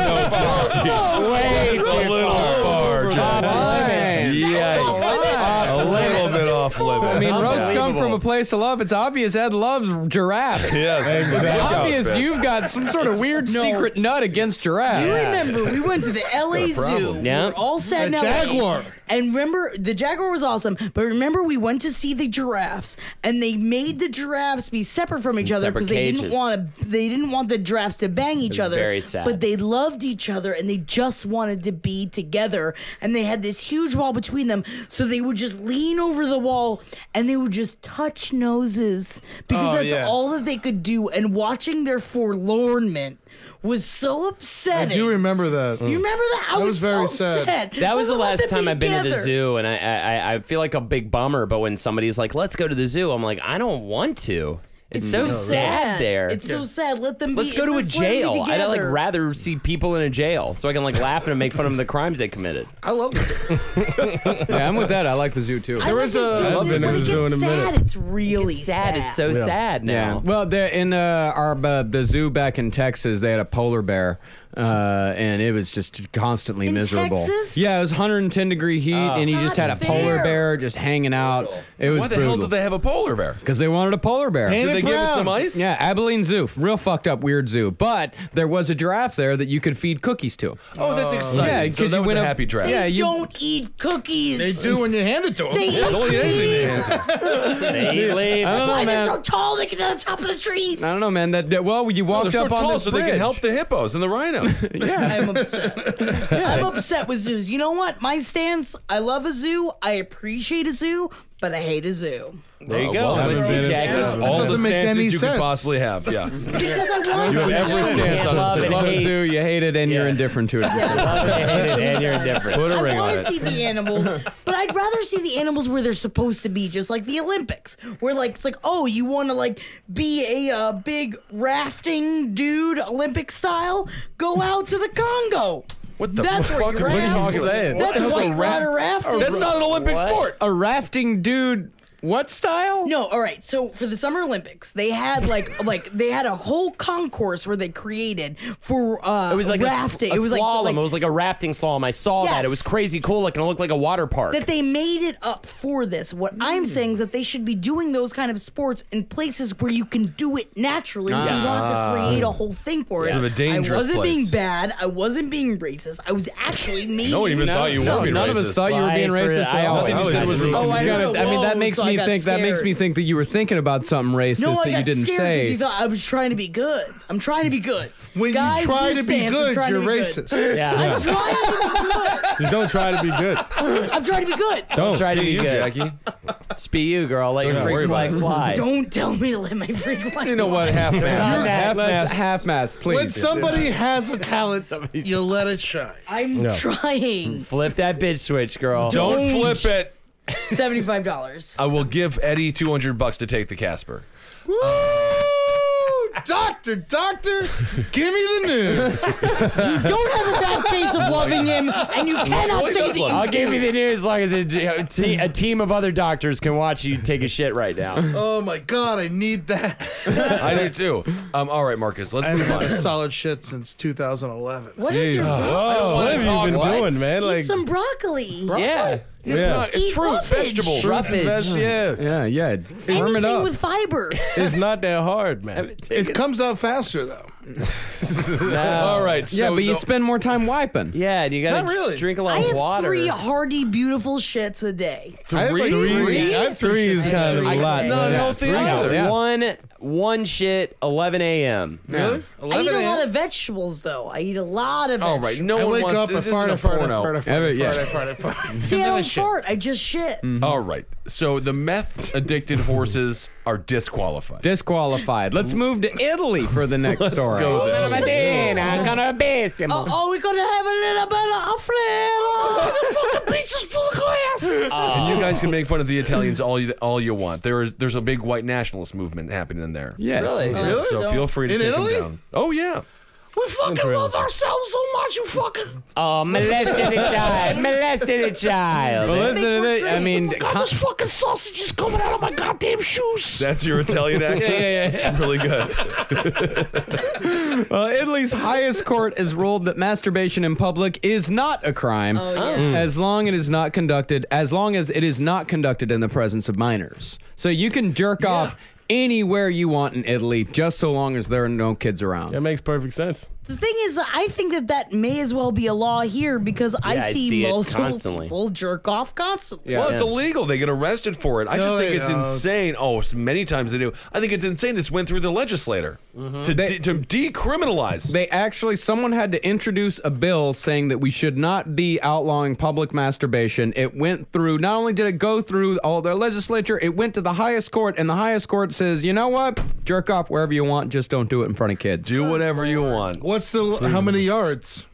[SPEAKER 9] know. Way
[SPEAKER 10] too
[SPEAKER 9] oh, a little far, Jeff.
[SPEAKER 10] Far, man.
[SPEAKER 9] Yeah, oh,
[SPEAKER 11] That's all
[SPEAKER 9] a little bit off rough living.
[SPEAKER 7] I mean, roast come
[SPEAKER 9] Unbelievable.
[SPEAKER 7] from a place of love. It's obvious Ed loves giraffes.
[SPEAKER 9] Yes.
[SPEAKER 7] It's
[SPEAKER 1] Exactly.
[SPEAKER 7] obvious you've got some sort of weird secret nut against giraffes.
[SPEAKER 11] You remember we went to the LA Zoo.
[SPEAKER 10] Yeah.
[SPEAKER 11] We were all sat in
[SPEAKER 8] The
[SPEAKER 11] LA.
[SPEAKER 8] jaguar.
[SPEAKER 11] And remember the jaguar was awesome, but remember we went to see the giraffes and they made the giraffes be separate from each other
[SPEAKER 10] separate
[SPEAKER 11] because they didn't
[SPEAKER 10] cages.
[SPEAKER 11] want to they didn't want the giraffes to bang each
[SPEAKER 10] was
[SPEAKER 11] other.
[SPEAKER 10] very sad.
[SPEAKER 11] But they loved each other and they just wanted to be together and they had this huge wall between them so they would just lean over the wall and they would just touch noses because
[SPEAKER 8] Oh,
[SPEAKER 11] that's
[SPEAKER 8] yeah.
[SPEAKER 11] all that they could do and watching their forlornment was so upsetting.
[SPEAKER 8] I do remember that.
[SPEAKER 11] You remember that? I
[SPEAKER 8] That
[SPEAKER 11] was,
[SPEAKER 8] was very
[SPEAKER 11] so
[SPEAKER 8] sad.
[SPEAKER 11] upset.
[SPEAKER 10] That was
[SPEAKER 11] We
[SPEAKER 10] the
[SPEAKER 11] let
[SPEAKER 10] last
[SPEAKER 11] them
[SPEAKER 10] time
[SPEAKER 11] be
[SPEAKER 10] I've been to the
[SPEAKER 11] together.
[SPEAKER 10] zoo, and I, I I- I feel like a big bummer. But when somebody's like, "Let's go to the zoo," I'm like, "I don't want to." It's so Oh, sad there.
[SPEAKER 11] It's so sad. Let them.
[SPEAKER 10] Let's
[SPEAKER 11] be,
[SPEAKER 10] go to a
[SPEAKER 11] let's let them be
[SPEAKER 10] jail. I'd like
[SPEAKER 11] together.
[SPEAKER 10] rather see people in a jail so I can like laugh and make fun of the crimes they committed.
[SPEAKER 8] I love this.
[SPEAKER 7] Yeah, I'm with that. I like the zoo too.
[SPEAKER 11] I like
[SPEAKER 8] was
[SPEAKER 11] the
[SPEAKER 8] a-
[SPEAKER 11] zoo,
[SPEAKER 8] I've
[SPEAKER 11] but
[SPEAKER 1] been to
[SPEAKER 11] when
[SPEAKER 1] the
[SPEAKER 11] it
[SPEAKER 1] zoo
[SPEAKER 11] gets
[SPEAKER 1] in a minute.
[SPEAKER 11] sad, It's really
[SPEAKER 10] It's sad. It's so
[SPEAKER 1] Yeah.
[SPEAKER 10] sad
[SPEAKER 7] Yeah.
[SPEAKER 10] now.
[SPEAKER 7] Well, there in uh, our uh, the zoo back in Texas, they had a polar bear, uh, and it was just constantly
[SPEAKER 11] In
[SPEAKER 7] miserable.
[SPEAKER 11] Texas? Oh.
[SPEAKER 7] Yeah, it was 110 degree heat, and he just
[SPEAKER 11] Not
[SPEAKER 7] had a
[SPEAKER 11] fair.
[SPEAKER 7] polar bear just hanging out. It was
[SPEAKER 9] Why the hell
[SPEAKER 7] brutal
[SPEAKER 9] did they have a polar bear?
[SPEAKER 7] because they wanted a polar bear.
[SPEAKER 8] Hand
[SPEAKER 9] Did
[SPEAKER 8] it
[SPEAKER 9] they give it
[SPEAKER 8] brown.
[SPEAKER 9] some ice?
[SPEAKER 7] Yeah, Abilene Zoo, real fucked up, weird zoo. But there was a giraffe there that you could feed cookies to.
[SPEAKER 9] Oh, that's exciting.
[SPEAKER 7] Yeah,
[SPEAKER 9] Yeah,
[SPEAKER 7] 'cause
[SPEAKER 9] so that
[SPEAKER 7] you
[SPEAKER 9] was
[SPEAKER 7] went
[SPEAKER 9] a
[SPEAKER 7] up-
[SPEAKER 9] happy draft.
[SPEAKER 7] Yeah,
[SPEAKER 11] They
[SPEAKER 7] you-
[SPEAKER 11] don't eat cookies.
[SPEAKER 8] They do when you hand it to them.
[SPEAKER 11] They eat
[SPEAKER 9] It's only anything
[SPEAKER 11] cookies.
[SPEAKER 9] they have.
[SPEAKER 10] They leave.
[SPEAKER 9] Oh,
[SPEAKER 7] I don't know,
[SPEAKER 11] Why they're
[SPEAKER 7] man.
[SPEAKER 11] so tall? They get to the top of the trees.
[SPEAKER 7] I don't know, man. That, that- well, you
[SPEAKER 9] Oh,
[SPEAKER 7] walked
[SPEAKER 9] They're so
[SPEAKER 7] up on
[SPEAKER 9] tall
[SPEAKER 7] this
[SPEAKER 9] so
[SPEAKER 7] bridge.
[SPEAKER 9] they can help the hippos and the rhinos.
[SPEAKER 11] I'm upset. I'm upset with zoos. You know what? My stance. I love a zoo. I appreciate a zoo, but I hate a zoo.
[SPEAKER 10] There you
[SPEAKER 9] Oh,
[SPEAKER 10] go.
[SPEAKER 9] well,
[SPEAKER 10] With
[SPEAKER 9] haven't
[SPEAKER 10] you,
[SPEAKER 9] been in-
[SPEAKER 10] Jackie.
[SPEAKER 9] That's
[SPEAKER 8] That
[SPEAKER 9] all the
[SPEAKER 8] doesn't make
[SPEAKER 9] stances
[SPEAKER 8] any
[SPEAKER 9] you could
[SPEAKER 8] sense.
[SPEAKER 9] possibly have. Yeah.
[SPEAKER 11] Because I want
[SPEAKER 9] You have
[SPEAKER 11] to.
[SPEAKER 9] every stance on
[SPEAKER 10] Love it.
[SPEAKER 9] it.
[SPEAKER 7] Love a
[SPEAKER 10] Hey.
[SPEAKER 7] zoo, you hate it, and you're
[SPEAKER 10] Yeah.
[SPEAKER 7] indifferent to it.
[SPEAKER 10] and you're indifferent.
[SPEAKER 9] Put a
[SPEAKER 11] I
[SPEAKER 9] ring on
[SPEAKER 11] want to
[SPEAKER 9] it.
[SPEAKER 11] see the animals, but I'd rather see the animals where they're supposed to be, just like the Olympics, where like it's like, oh, you want to like be a uh, big rafting dude, Olympic style, go out to the Congo. What
[SPEAKER 9] the
[SPEAKER 11] That's
[SPEAKER 9] fuck
[SPEAKER 11] where you
[SPEAKER 9] are you
[SPEAKER 11] raft.
[SPEAKER 9] talking about?
[SPEAKER 1] Saying.
[SPEAKER 11] That's
[SPEAKER 9] hell's a
[SPEAKER 11] white
[SPEAKER 9] raft?
[SPEAKER 11] water rafting.
[SPEAKER 9] That's not an Olympic sport.
[SPEAKER 7] a rafting dude, what style?
[SPEAKER 11] No, all right. So for the Summer Olympics, they had like like they had a whole concourse where they created for uh
[SPEAKER 10] It was like
[SPEAKER 11] rafting.
[SPEAKER 10] a, s- a
[SPEAKER 11] it was
[SPEAKER 10] slalom.
[SPEAKER 11] like, like
[SPEAKER 10] it was like a rafting slalom. I saw that. It was
[SPEAKER 11] Yes.
[SPEAKER 10] crazy cool. Like it looked like a water park.
[SPEAKER 11] that they made it up for this. What I'm saying is that they should be doing those kind of sports in places where you can do it naturally. So you don't have to create a whole thing for it.
[SPEAKER 9] Sort of a dangerous
[SPEAKER 11] I wasn't
[SPEAKER 9] place.
[SPEAKER 11] being bad. I wasn't being racist. I was actually me.
[SPEAKER 9] No one even thought you
[SPEAKER 7] No,
[SPEAKER 9] were being
[SPEAKER 7] none of us
[SPEAKER 9] racist.
[SPEAKER 7] thought you were
[SPEAKER 10] Why
[SPEAKER 7] being
[SPEAKER 10] for-
[SPEAKER 7] racist.
[SPEAKER 10] I
[SPEAKER 7] at all.
[SPEAKER 10] always
[SPEAKER 9] I always
[SPEAKER 7] You
[SPEAKER 9] thought it was
[SPEAKER 11] Oh, I
[SPEAKER 7] gotta-
[SPEAKER 11] don't know.
[SPEAKER 7] I mean, that
[SPEAKER 11] Whoa,
[SPEAKER 7] makes
[SPEAKER 11] so I
[SPEAKER 7] me
[SPEAKER 11] got
[SPEAKER 7] think. That makes
[SPEAKER 11] scared.
[SPEAKER 7] me think that you were thinking about something racist
[SPEAKER 11] No, I
[SPEAKER 7] that
[SPEAKER 11] got
[SPEAKER 7] you didn't
[SPEAKER 11] scared because
[SPEAKER 7] say.
[SPEAKER 11] you thought I was trying to be good. I'm trying to be good.
[SPEAKER 8] When
[SPEAKER 11] Guys,
[SPEAKER 8] you try
[SPEAKER 11] this
[SPEAKER 8] to be
[SPEAKER 11] stance, I'm
[SPEAKER 8] good,
[SPEAKER 11] trying to
[SPEAKER 8] you're
[SPEAKER 11] be
[SPEAKER 8] racist.
[SPEAKER 10] yeah.
[SPEAKER 11] I'm trying to be
[SPEAKER 1] Just don't try to be good.
[SPEAKER 11] good. I'm trying to be good.
[SPEAKER 1] Don't.
[SPEAKER 10] Try to be
[SPEAKER 9] you,
[SPEAKER 10] good.
[SPEAKER 9] Oh, Jackie.
[SPEAKER 10] It's be you, girl. Let your
[SPEAKER 9] Don't worry
[SPEAKER 10] freak
[SPEAKER 9] about
[SPEAKER 10] flag fly.
[SPEAKER 11] Don't tell me to let my freak flag
[SPEAKER 9] You know what?
[SPEAKER 11] fly.
[SPEAKER 9] Half
[SPEAKER 7] Half
[SPEAKER 9] man.
[SPEAKER 7] mask, half mask, please.
[SPEAKER 8] When somebody has a talent, you let it shine.
[SPEAKER 11] I'm
[SPEAKER 1] No.
[SPEAKER 11] trying.
[SPEAKER 10] Flip that bitch switch, girl.
[SPEAKER 9] Don't
[SPEAKER 11] Don't.
[SPEAKER 9] flip it.
[SPEAKER 11] Seventy-five dollars.
[SPEAKER 9] I will give Eddie 200 bucks to take the Casper.
[SPEAKER 8] Doctor, doctor, give me the news.
[SPEAKER 11] don't have a bad face of loving him, and you cannot say that you
[SPEAKER 10] I'll give you the news as long as a, a te- a team of other doctors can watch you take a shit right now.
[SPEAKER 8] oh my god, I need that.
[SPEAKER 9] I do too. Um, all right, Marcus, let's
[SPEAKER 8] I haven't
[SPEAKER 9] move
[SPEAKER 8] had
[SPEAKER 9] on.
[SPEAKER 8] a solid shit since 2011.
[SPEAKER 11] What is
[SPEAKER 1] Jeez.
[SPEAKER 11] your
[SPEAKER 1] What
[SPEAKER 9] don't wanna
[SPEAKER 1] have
[SPEAKER 9] talk
[SPEAKER 1] you been
[SPEAKER 9] what?
[SPEAKER 1] doing, man?
[SPEAKER 11] eat
[SPEAKER 1] Like,
[SPEAKER 11] some broccoli?
[SPEAKER 10] yeah.
[SPEAKER 1] yeah.
[SPEAKER 9] It's
[SPEAKER 11] Eat
[SPEAKER 9] fruit,
[SPEAKER 11] roughage.
[SPEAKER 9] vegetables.
[SPEAKER 1] Fruits and
[SPEAKER 10] roughage.
[SPEAKER 1] veg- yeah.
[SPEAKER 7] yeah, yeah. Firm it
[SPEAKER 11] Anything
[SPEAKER 7] up.
[SPEAKER 11] with fiber.
[SPEAKER 1] It's not that hard, man.
[SPEAKER 8] It comes out faster though.
[SPEAKER 9] All right. So
[SPEAKER 7] yeah, but you
[SPEAKER 9] the-
[SPEAKER 7] spend more time wiping.
[SPEAKER 10] Yeah, you gotta
[SPEAKER 8] Not really.
[SPEAKER 10] drink a lot
[SPEAKER 11] I
[SPEAKER 10] of
[SPEAKER 11] have
[SPEAKER 10] water.
[SPEAKER 11] three hearty, beautiful shits a day.
[SPEAKER 8] I have like three. I have
[SPEAKER 1] Three is
[SPEAKER 8] shits.
[SPEAKER 1] kind of
[SPEAKER 11] I
[SPEAKER 1] a
[SPEAKER 11] can
[SPEAKER 1] lot.
[SPEAKER 11] say
[SPEAKER 1] man.
[SPEAKER 9] not healthy
[SPEAKER 1] Three-
[SPEAKER 9] either.
[SPEAKER 7] Yeah.
[SPEAKER 10] One one shit, 11 a.m.
[SPEAKER 8] Really?
[SPEAKER 11] I eat
[SPEAKER 8] 11
[SPEAKER 11] a
[SPEAKER 8] a.m.
[SPEAKER 11] lot of vegetables, though. I eat a lot of
[SPEAKER 9] All
[SPEAKER 10] Oh,
[SPEAKER 11] vegetables.
[SPEAKER 9] right. No
[SPEAKER 8] I
[SPEAKER 9] one
[SPEAKER 8] wake
[SPEAKER 9] wants
[SPEAKER 8] up, I
[SPEAKER 9] this. isn't
[SPEAKER 8] fart, I
[SPEAKER 9] a
[SPEAKER 8] fart, I
[SPEAKER 9] porno.
[SPEAKER 8] fart, I fart,
[SPEAKER 7] Yeah,
[SPEAKER 8] I
[SPEAKER 7] yeah.
[SPEAKER 8] fart, I fart, I fart.
[SPEAKER 11] See, I don't
[SPEAKER 8] Shit.
[SPEAKER 11] fart. I just shit.
[SPEAKER 9] All right. So the meth addicted horses are disqualified.
[SPEAKER 7] Disqualified. Let's move to Italy for the next story.
[SPEAKER 9] go there.
[SPEAKER 11] Oh, oh, we're gonna have a little bit of Alfredo. the fucking beach is full of glass.
[SPEAKER 9] And you guys can make fun of the Italians all you all you want. There is there's a big white nationalist movement happening in there.
[SPEAKER 7] Yes.
[SPEAKER 9] So feel free to
[SPEAKER 8] In
[SPEAKER 9] take
[SPEAKER 8] Italy?
[SPEAKER 9] them down. Oh yeah.
[SPEAKER 8] We fucking
[SPEAKER 1] Incredible.
[SPEAKER 8] love ourselves so much, you fucking.
[SPEAKER 10] Oh, molested a child. Molested a child.
[SPEAKER 7] But listen to this. I mean,
[SPEAKER 8] God, this fucking sausage is coming out of my goddamn shoes.
[SPEAKER 9] That's your Italian accent.
[SPEAKER 7] yeah, yeah.
[SPEAKER 9] It's really good.
[SPEAKER 7] Uh, Italy's highest court has ruled that masturbation in public is not a crime
[SPEAKER 11] Oh,
[SPEAKER 7] as long it is not conducted as long as it is not conducted in the presence of minors. So you can jerk off anywhere you want in Italy just so long as there are no kids around.
[SPEAKER 1] That makes perfect sense.
[SPEAKER 11] The thing is, I think that that may as well be a law here because I,
[SPEAKER 10] Yeah, I
[SPEAKER 11] see,
[SPEAKER 10] see it
[SPEAKER 11] multiple
[SPEAKER 10] constantly.
[SPEAKER 11] people jerk off constantly.
[SPEAKER 9] Well, it's illegal. They get arrested for it. I just
[SPEAKER 8] No,
[SPEAKER 9] think
[SPEAKER 8] they
[SPEAKER 9] it's
[SPEAKER 8] don't.
[SPEAKER 9] insane. Oh, s- many times they do. I think it's insane. This went through the legislator to de-
[SPEAKER 7] They-
[SPEAKER 9] to decriminalize.
[SPEAKER 7] They actually, someone had to introduce a bill saying that we should not be outlawing public masturbation. It went through, not only did it go through all their legislature, it went to the highest court, and the highest court says, you know what? Jerk off wherever you want, just don't do it in front of kids.
[SPEAKER 9] do whatever you want.
[SPEAKER 8] What's the how many yards?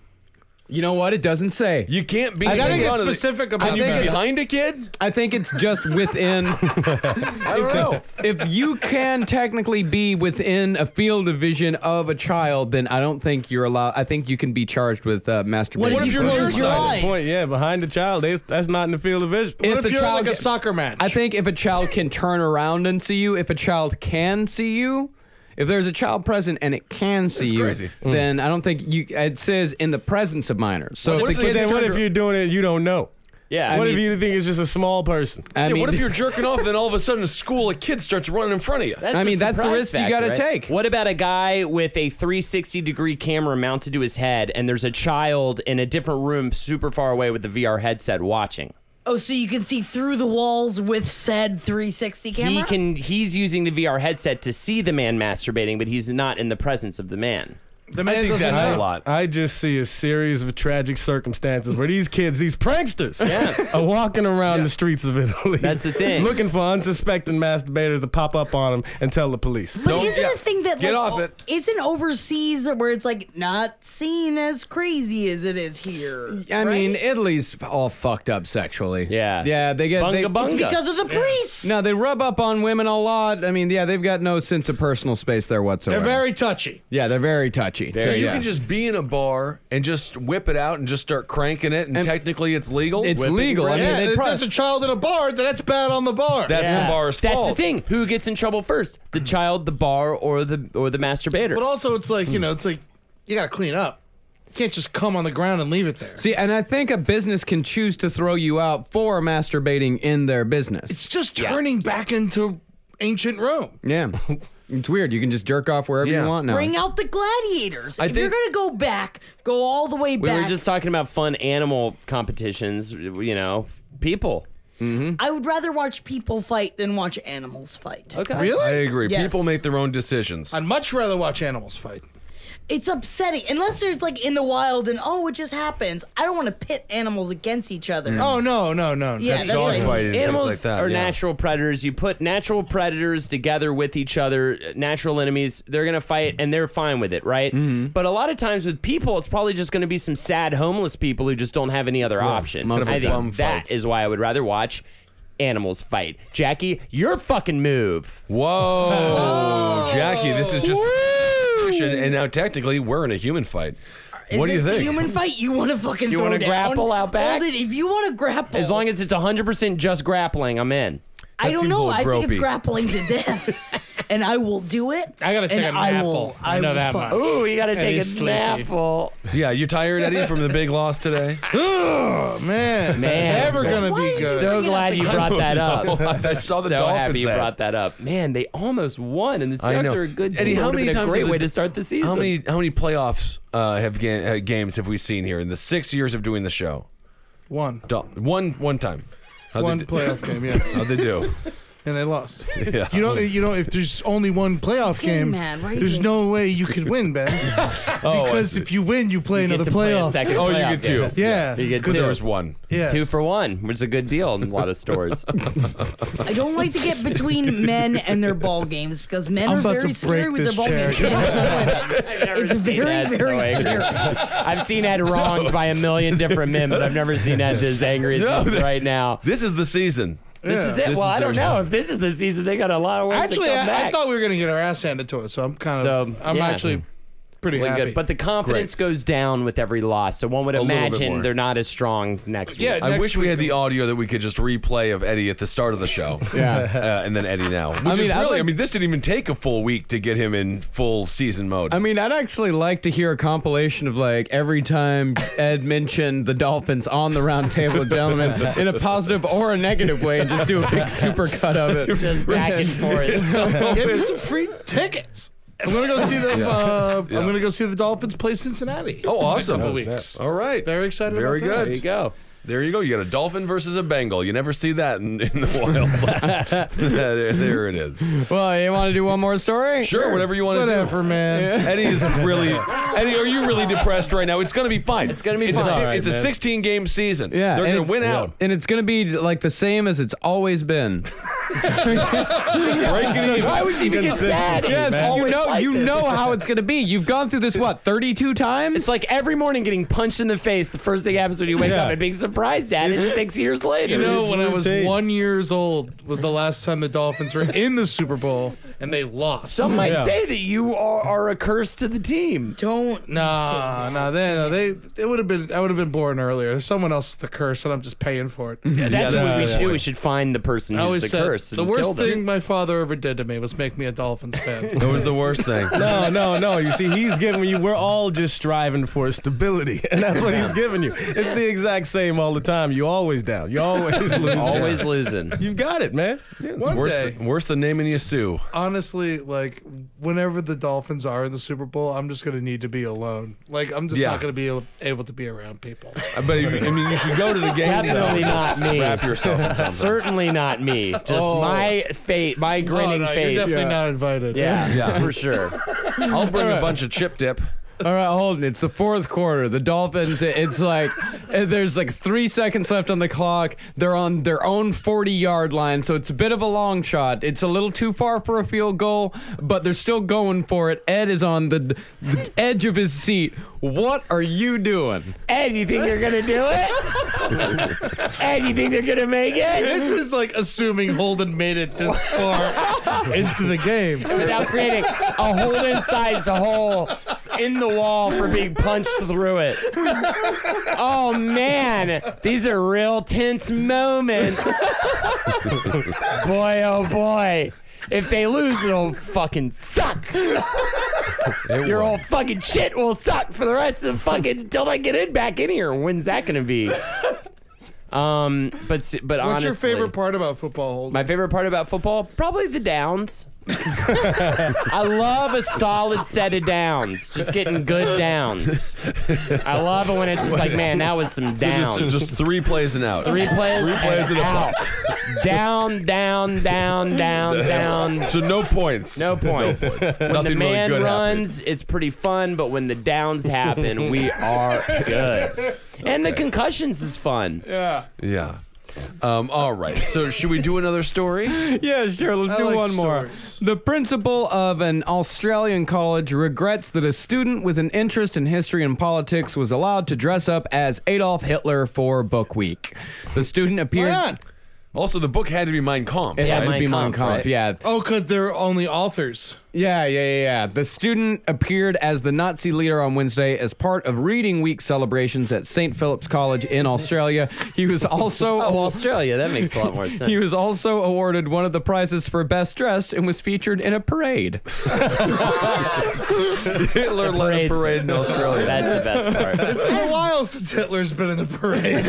[SPEAKER 7] You know what? It doesn't say.
[SPEAKER 9] You can't be
[SPEAKER 7] I gotta
[SPEAKER 9] in
[SPEAKER 7] get
[SPEAKER 9] front of the-
[SPEAKER 8] specific
[SPEAKER 9] Can
[SPEAKER 8] about
[SPEAKER 9] you be
[SPEAKER 8] that.
[SPEAKER 9] behind a kid.
[SPEAKER 7] I think it's just within.
[SPEAKER 9] don't know.
[SPEAKER 7] if you can technically be within a field of vision of a child, then I don't think you're allowed. I think you can be charged with uh, masturbation.
[SPEAKER 9] if you're
[SPEAKER 11] close your
[SPEAKER 9] nearsighted?
[SPEAKER 11] eyes?
[SPEAKER 1] Point, yeah, behind the child, they, that's not in the field of vision.
[SPEAKER 7] If
[SPEAKER 8] What if,
[SPEAKER 7] the
[SPEAKER 8] you're
[SPEAKER 7] child
[SPEAKER 8] like a
[SPEAKER 7] get-
[SPEAKER 8] soccer match?
[SPEAKER 7] I think if a child can turn around and see you, if a child can see you, if there's a child present and it can see you,
[SPEAKER 9] crazy.
[SPEAKER 10] Mm.
[SPEAKER 7] then I don't think you. It says in the presence of minors. So
[SPEAKER 9] What
[SPEAKER 7] if
[SPEAKER 9] is
[SPEAKER 7] the
[SPEAKER 1] But
[SPEAKER 9] it
[SPEAKER 7] kids
[SPEAKER 1] then what
[SPEAKER 7] turned
[SPEAKER 1] if
[SPEAKER 7] ar-
[SPEAKER 1] you're doing it and you don't know?
[SPEAKER 10] Yeah.
[SPEAKER 1] what
[SPEAKER 7] I
[SPEAKER 1] if
[SPEAKER 7] mean-
[SPEAKER 1] you think it's just a small person?
[SPEAKER 7] I
[SPEAKER 9] Yeah,
[SPEAKER 7] mean,
[SPEAKER 9] what if you're jerking off and then all of a sudden, at school, a kid starts running in front of you?
[SPEAKER 7] I mean, that's the
[SPEAKER 10] surprise
[SPEAKER 7] risk you
[SPEAKER 10] factor,
[SPEAKER 7] gotta take.
[SPEAKER 10] What about a guy with a 360 degree camera mounted to his head, and there's a child in a different room, super far away, with the VR headset watching?
[SPEAKER 11] Oh, so you can see through the walls with said 360 camera.
[SPEAKER 10] He can. He's using the VR headset to see the man masturbating, but he's not in the presence of the man.
[SPEAKER 8] the
[SPEAKER 9] I
[SPEAKER 8] man
[SPEAKER 9] think
[SPEAKER 8] doesn't
[SPEAKER 9] that's
[SPEAKER 8] know.
[SPEAKER 9] a lot.
[SPEAKER 1] I just see a series of tragic circumstances where these kids, these pranksters, are walking around the streets of Italy.
[SPEAKER 10] That's the thing.
[SPEAKER 1] Looking for unsuspecting masturbators to pop up on them and tell the police.
[SPEAKER 11] But
[SPEAKER 9] Don't-
[SPEAKER 11] isn't
[SPEAKER 9] yeah.
[SPEAKER 11] the thing that
[SPEAKER 9] Get
[SPEAKER 11] like,
[SPEAKER 9] off
[SPEAKER 11] o-
[SPEAKER 9] it.
[SPEAKER 11] Isn't overseas where it's like not seen as crazy as it is here?
[SPEAKER 7] I mean, Italy's all fucked up sexually.
[SPEAKER 10] Yeah.
[SPEAKER 7] Yeah, they get they,
[SPEAKER 10] Bunga bunga.
[SPEAKER 11] because of the priests.
[SPEAKER 7] No, they rub up on women a lot. I mean, yeah, they've got no sense of personal space there whatsoever.
[SPEAKER 8] They're very touchy.
[SPEAKER 7] yeah, they're very touchy. so,
[SPEAKER 9] So you
[SPEAKER 7] yeah.
[SPEAKER 9] can just be in a bar and just whip it out and just start cranking it, and, technically it's legal.
[SPEAKER 7] it's
[SPEAKER 9] Whipping
[SPEAKER 7] legal.
[SPEAKER 9] it.
[SPEAKER 7] I mean,
[SPEAKER 8] yeah,
[SPEAKER 7] they
[SPEAKER 8] if
[SPEAKER 7] probably-
[SPEAKER 8] there's a child in a bar, then that's bad on the bar.
[SPEAKER 9] That's the bar's
[SPEAKER 10] That's
[SPEAKER 9] fault. Hmm.
[SPEAKER 10] the thing. Who gets in trouble first? The child, the bar, or the or the masturbator?
[SPEAKER 8] but also, it's like you know, it's like you gotta clean up. You can't just come on the ground and leave it there.
[SPEAKER 7] See, and I think a business can choose to throw you out for masturbating in their business.
[SPEAKER 8] It's just turning back into ancient Rome.
[SPEAKER 7] yeah. It's weird. You can just jerk off wherever
[SPEAKER 9] Yeah.
[SPEAKER 7] you want now.
[SPEAKER 11] Bring out the gladiators. if you're
[SPEAKER 9] think-
[SPEAKER 11] gonna go back, go all the way
[SPEAKER 10] we
[SPEAKER 11] back.
[SPEAKER 10] were just talking about fun animal competitions. You know, people.
[SPEAKER 11] I would rather watch people fight than watch animals fight.
[SPEAKER 10] Okay.
[SPEAKER 9] I
[SPEAKER 8] Really?
[SPEAKER 9] agree.
[SPEAKER 11] Yes.
[SPEAKER 9] People make their own decisions.
[SPEAKER 8] I'd much rather watch animals fight.
[SPEAKER 11] It's upsetting unless there's like in the wild and oh, it just happens. I don't want to pit animals against each other.
[SPEAKER 10] Hmm.
[SPEAKER 8] Oh no, no, no. no.
[SPEAKER 11] yeah, that's,
[SPEAKER 9] dog
[SPEAKER 11] what I mean.
[SPEAKER 9] fighting. things
[SPEAKER 10] Animals
[SPEAKER 9] like that,
[SPEAKER 10] are
[SPEAKER 9] yeah.
[SPEAKER 10] natural predators. You put natural predators together with each other, uh, natural enemies, they're going to fight and they're fine with it, right?
[SPEAKER 9] Mm-hmm.
[SPEAKER 10] But a lot of times with people, it's probably just going to be some sad homeless people who just don't have any other option.
[SPEAKER 7] mum's
[SPEAKER 10] I
[SPEAKER 7] a
[SPEAKER 9] bum
[SPEAKER 10] think
[SPEAKER 9] fights.
[SPEAKER 10] that is why I would rather watch animals fight. Jackie, your fucking move.
[SPEAKER 9] Whoa, Jackie, this is just and now technically we're in a human fight.
[SPEAKER 11] Is
[SPEAKER 9] what do you
[SPEAKER 11] this
[SPEAKER 9] think?
[SPEAKER 11] Human fight? You want to fucking
[SPEAKER 10] You
[SPEAKER 11] throw
[SPEAKER 10] wanna
[SPEAKER 11] down?
[SPEAKER 10] grapple out back?
[SPEAKER 11] Hold it. If you want to grapple,
[SPEAKER 10] As long as it's 100% just grappling, I'm in.
[SPEAKER 11] I
[SPEAKER 9] That
[SPEAKER 11] don't
[SPEAKER 9] seems a
[SPEAKER 11] know. I
[SPEAKER 9] little
[SPEAKER 11] think
[SPEAKER 9] gropey.
[SPEAKER 11] it's grappling to death, and I will do it.
[SPEAKER 8] I gotta take
[SPEAKER 11] and
[SPEAKER 8] a
[SPEAKER 11] I
[SPEAKER 8] nap.
[SPEAKER 11] will-
[SPEAKER 8] I, know
[SPEAKER 11] will
[SPEAKER 8] that
[SPEAKER 11] fuck-
[SPEAKER 8] much.
[SPEAKER 10] Ooh, you got to
[SPEAKER 8] And
[SPEAKER 10] take
[SPEAKER 8] he's
[SPEAKER 10] a
[SPEAKER 8] sleepy.
[SPEAKER 10] napple.
[SPEAKER 9] yeah, you tired, Eddie, from the big loss today?
[SPEAKER 8] Oh man,
[SPEAKER 10] Man.
[SPEAKER 8] never gonna
[SPEAKER 11] Why
[SPEAKER 8] be
[SPEAKER 11] is
[SPEAKER 8] good.
[SPEAKER 11] it-
[SPEAKER 10] So
[SPEAKER 11] Bring it up
[SPEAKER 10] glad you
[SPEAKER 11] again.
[SPEAKER 10] brought that up.
[SPEAKER 9] No, I saw the
[SPEAKER 10] so
[SPEAKER 9] Dolphins
[SPEAKER 10] happy you
[SPEAKER 9] ad.
[SPEAKER 10] brought that up. Man, they almost won, and the
[SPEAKER 9] I
[SPEAKER 10] Seahawks
[SPEAKER 9] know.
[SPEAKER 10] are a good team.
[SPEAKER 9] Eddie,
[SPEAKER 10] It
[SPEAKER 9] how
[SPEAKER 10] would've
[SPEAKER 9] many
[SPEAKER 10] been a
[SPEAKER 9] times
[SPEAKER 10] great
[SPEAKER 9] have
[SPEAKER 10] way
[SPEAKER 9] the-
[SPEAKER 10] to start the season?
[SPEAKER 9] How many how many playoffs uh, have ga- uh, games have we seen here in the six years of doing the show?
[SPEAKER 8] One,
[SPEAKER 9] Dol- One one time. How'd
[SPEAKER 8] one
[SPEAKER 9] they do?
[SPEAKER 8] playoff game, yes,
[SPEAKER 10] Uh,
[SPEAKER 9] How'd they do?
[SPEAKER 8] and they lost.
[SPEAKER 9] Yeah.
[SPEAKER 8] You know, you know, if there's only one playoff
[SPEAKER 11] getting
[SPEAKER 8] game,
[SPEAKER 11] mad, why are you
[SPEAKER 8] there's
[SPEAKER 11] getting-
[SPEAKER 8] no way you could win, Ben, because if you win, you
[SPEAKER 10] Oh,
[SPEAKER 8] play
[SPEAKER 10] You get
[SPEAKER 8] another
[SPEAKER 10] to play a
[SPEAKER 8] playoff.
[SPEAKER 10] second
[SPEAKER 9] oh, you
[SPEAKER 10] playoff
[SPEAKER 9] get two.
[SPEAKER 10] game.
[SPEAKER 8] yeah,
[SPEAKER 10] You get
[SPEAKER 9] Because
[SPEAKER 10] two.
[SPEAKER 9] there was one.
[SPEAKER 8] yes.
[SPEAKER 10] Two for one, which is a good deal in a lot of stores.
[SPEAKER 11] I don't like to get between men and their ball games because men
[SPEAKER 8] I'm
[SPEAKER 11] are
[SPEAKER 8] about
[SPEAKER 11] very
[SPEAKER 8] to
[SPEAKER 11] scary
[SPEAKER 8] break
[SPEAKER 11] with their
[SPEAKER 8] this
[SPEAKER 11] ball
[SPEAKER 8] chair.
[SPEAKER 11] games. it's very,
[SPEAKER 10] That's
[SPEAKER 11] very
[SPEAKER 10] so
[SPEAKER 11] scary.
[SPEAKER 10] angry. I've seen Ed wronged by a million different men, but I've never seen Ed as angry as he is right now.
[SPEAKER 9] This is the season.
[SPEAKER 10] This is it.
[SPEAKER 9] This
[SPEAKER 10] well,
[SPEAKER 9] is
[SPEAKER 10] I don't
[SPEAKER 9] their
[SPEAKER 10] know if this is the season. They got a lot of ways
[SPEAKER 8] Actually,
[SPEAKER 10] to come
[SPEAKER 8] I,
[SPEAKER 10] back.
[SPEAKER 8] I thought we were gonna get our ass handed to us, so I'm kind of,
[SPEAKER 10] So,
[SPEAKER 8] I'm
[SPEAKER 10] yeah.
[SPEAKER 8] actually pretty
[SPEAKER 10] Doing
[SPEAKER 8] happy.
[SPEAKER 10] Good. But the confidence goes down with every loss. So one would
[SPEAKER 9] little bit
[SPEAKER 10] imagine
[SPEAKER 9] more.
[SPEAKER 10] they're not as strong next
[SPEAKER 8] Yeah,
[SPEAKER 10] week.
[SPEAKER 9] I
[SPEAKER 8] Next
[SPEAKER 9] wish we
[SPEAKER 8] week
[SPEAKER 9] had the audio that we could just replay of Eddie at the start of the show. yeah. Uh, and then Eddie now. Which is
[SPEAKER 7] mean,
[SPEAKER 9] really,
[SPEAKER 7] I
[SPEAKER 9] I,
[SPEAKER 7] like-
[SPEAKER 9] mean, this didn't even take a full week to get him in full season mode.
[SPEAKER 7] I mean, I'd actually like to hear a compilation of like every time Ed mentioned the Dolphins on the round table of gentlemen in a positive or a negative way and just do a big super cut of it.
[SPEAKER 10] Just back and forth.
[SPEAKER 8] Give me some free tickets. I'm gonna go see the. Uh, I'm gonna go see the Dolphins play Cincinnati.
[SPEAKER 9] oh, awesome.
[SPEAKER 8] couple weeks.
[SPEAKER 9] All right.
[SPEAKER 8] Very excited
[SPEAKER 9] Very
[SPEAKER 8] about that.
[SPEAKER 9] good.
[SPEAKER 10] There you go.
[SPEAKER 9] There you go. You got a dolphin versus a Bengal. You never see that in, in the wild. there, there it is.
[SPEAKER 7] Well, you want to do one more story?
[SPEAKER 9] Sure, whatever you want to do.
[SPEAKER 8] Whatever, man.
[SPEAKER 9] Eddie is really Eddie. Are you really depressed right now? It's going to be fine. It's
[SPEAKER 10] gonna be
[SPEAKER 9] a-
[SPEAKER 10] fine.
[SPEAKER 9] It's,
[SPEAKER 10] All right,
[SPEAKER 9] a
[SPEAKER 1] man.
[SPEAKER 9] 16 game season. they're
[SPEAKER 7] Yeah, and
[SPEAKER 9] going to
[SPEAKER 7] it's-
[SPEAKER 9] win out.
[SPEAKER 7] And it's going to be like the same as it's always been.
[SPEAKER 9] Breaking even.
[SPEAKER 10] Why would you even get sad?
[SPEAKER 7] yes,
[SPEAKER 10] It's
[SPEAKER 7] you
[SPEAKER 10] always
[SPEAKER 7] know,
[SPEAKER 10] like
[SPEAKER 7] you
[SPEAKER 10] this.
[SPEAKER 7] know how it's going to be. You've gone through this what thirty-two times.
[SPEAKER 10] It's like every morning getting punched in the face. The first thing happens when you wake
[SPEAKER 1] Yeah.
[SPEAKER 10] up and being surprised at it six years later.
[SPEAKER 8] You know,
[SPEAKER 1] It's
[SPEAKER 8] when I was
[SPEAKER 1] routine.
[SPEAKER 8] one years old was the last time the Dolphins were in the Super Bowl and they lost.
[SPEAKER 10] Some might
[SPEAKER 1] Yeah.
[SPEAKER 10] say that you are, are a curse to the team.
[SPEAKER 11] Don't.
[SPEAKER 8] Nah, nah, they, no, they, it would have been, I would have been born earlier. There's someone else's the curse, and I'm just paying for it.
[SPEAKER 10] That's what we
[SPEAKER 1] yeah,
[SPEAKER 10] should do. We should find the person
[SPEAKER 8] I
[SPEAKER 10] who's
[SPEAKER 8] always
[SPEAKER 10] the
[SPEAKER 8] said
[SPEAKER 10] curse.
[SPEAKER 8] the
[SPEAKER 10] and kill
[SPEAKER 8] worst
[SPEAKER 10] them.
[SPEAKER 8] thing my father ever did to me was make me a Dolphins fan.
[SPEAKER 9] It was the worst thing.
[SPEAKER 1] No, no, no. You see, he's giving you. We're all just striving for stability, and that's what he's giving you. It's the exact same all the time. You always down. You always lose.
[SPEAKER 10] Always losing.
[SPEAKER 1] You've got it, man.
[SPEAKER 9] It's
[SPEAKER 8] One
[SPEAKER 9] worse,
[SPEAKER 8] day.
[SPEAKER 9] than, worse than naming you Sue.
[SPEAKER 8] Honestly, like whenever the Dolphins are in the Super Bowl, I'm just gonna need to be alone. Like I'm just
[SPEAKER 9] Yeah.
[SPEAKER 8] not gonna be able, able to be around people.
[SPEAKER 9] I bet. You, I mean, you should go to the game.
[SPEAKER 10] Definitely
[SPEAKER 9] though.
[SPEAKER 10] not me.
[SPEAKER 9] Wrap yourself in something.
[SPEAKER 10] Certainly not me. Just my fate, my
[SPEAKER 8] Oh,
[SPEAKER 10] grinning
[SPEAKER 8] no, you're
[SPEAKER 10] face.
[SPEAKER 8] definitely not invited.
[SPEAKER 10] yeah,
[SPEAKER 9] Yeah.
[SPEAKER 10] for sure.
[SPEAKER 9] I'll bring a bunch of chip dip.
[SPEAKER 7] All right, hold it. It's the fourth quarter. The Dolphins, it's like, there's like three seconds left on the clock. They're on their own 40 yard line, so it's a bit of a long shot. It's a little too far for a field goal, but they're still going for it. Ed is on the, the edge of his seat. What are you doing?
[SPEAKER 10] Ed, you think they're gonna do it? Ed, you think they're gonna make it?
[SPEAKER 8] This is like assuming Holden made it this far into the game.
[SPEAKER 10] Without creating a hole inside a hole in the wall for being punched through it. Oh man, these are real tense moments. boy, oh boy. If they lose, it'll fucking suck. Your whole fucking shit will suck for the rest of the fucking until I get in back in here. When's that gonna be? Um, but s- but
[SPEAKER 8] What's
[SPEAKER 10] honestly,
[SPEAKER 8] your favorite part about football, Holden?
[SPEAKER 10] my favorite part about football, probably the downs. I love a solid set of downs. Just getting good downs. I love it when it's just like, man, that was some
[SPEAKER 9] Just,
[SPEAKER 10] downs.
[SPEAKER 9] just three plays and out.
[SPEAKER 10] Three plays,
[SPEAKER 9] plays and
[SPEAKER 10] and
[SPEAKER 9] a
[SPEAKER 10] out. down, down, down, down, down.
[SPEAKER 9] So no points.
[SPEAKER 10] No points. When the
[SPEAKER 9] Nothing really
[SPEAKER 10] man
[SPEAKER 9] good happened.
[SPEAKER 10] runs, it's pretty fun, but when the downs happen, we are good. And the concussions is fun.
[SPEAKER 9] Yeah. Um, all right. So should we do another story?
[SPEAKER 7] Yeah, sure. Let's do
[SPEAKER 8] like
[SPEAKER 7] one more.
[SPEAKER 8] stories.
[SPEAKER 7] The principal of an Australian college regrets that a student with an interest in history and politics was allowed to dress up as Adolf Hitler for book week. The student appeared.
[SPEAKER 8] not?
[SPEAKER 9] Also, the book had to be Mein Kampf.
[SPEAKER 7] It
[SPEAKER 10] Yeah,
[SPEAKER 7] had to
[SPEAKER 10] Mein
[SPEAKER 7] be Mein
[SPEAKER 10] Kampf,
[SPEAKER 7] Kampf.
[SPEAKER 10] right?
[SPEAKER 7] Yeah,
[SPEAKER 8] Oh, because they're only authors.
[SPEAKER 7] yeah, yeah, yeah, yeah. The student appeared as the Nazi leader on Wednesday as part of Reading Week celebrations at St. Philip's College in Australia. He was also
[SPEAKER 10] Oh, Australia, that makes a lot more sense.
[SPEAKER 7] He was also awarded one of the prizes for best dressed and was featured in a parade.
[SPEAKER 9] Hitler led a
[SPEAKER 10] Parades.
[SPEAKER 9] parade in Australia.
[SPEAKER 10] That's the best part.
[SPEAKER 8] It's been a while since Hitler's been in the parade.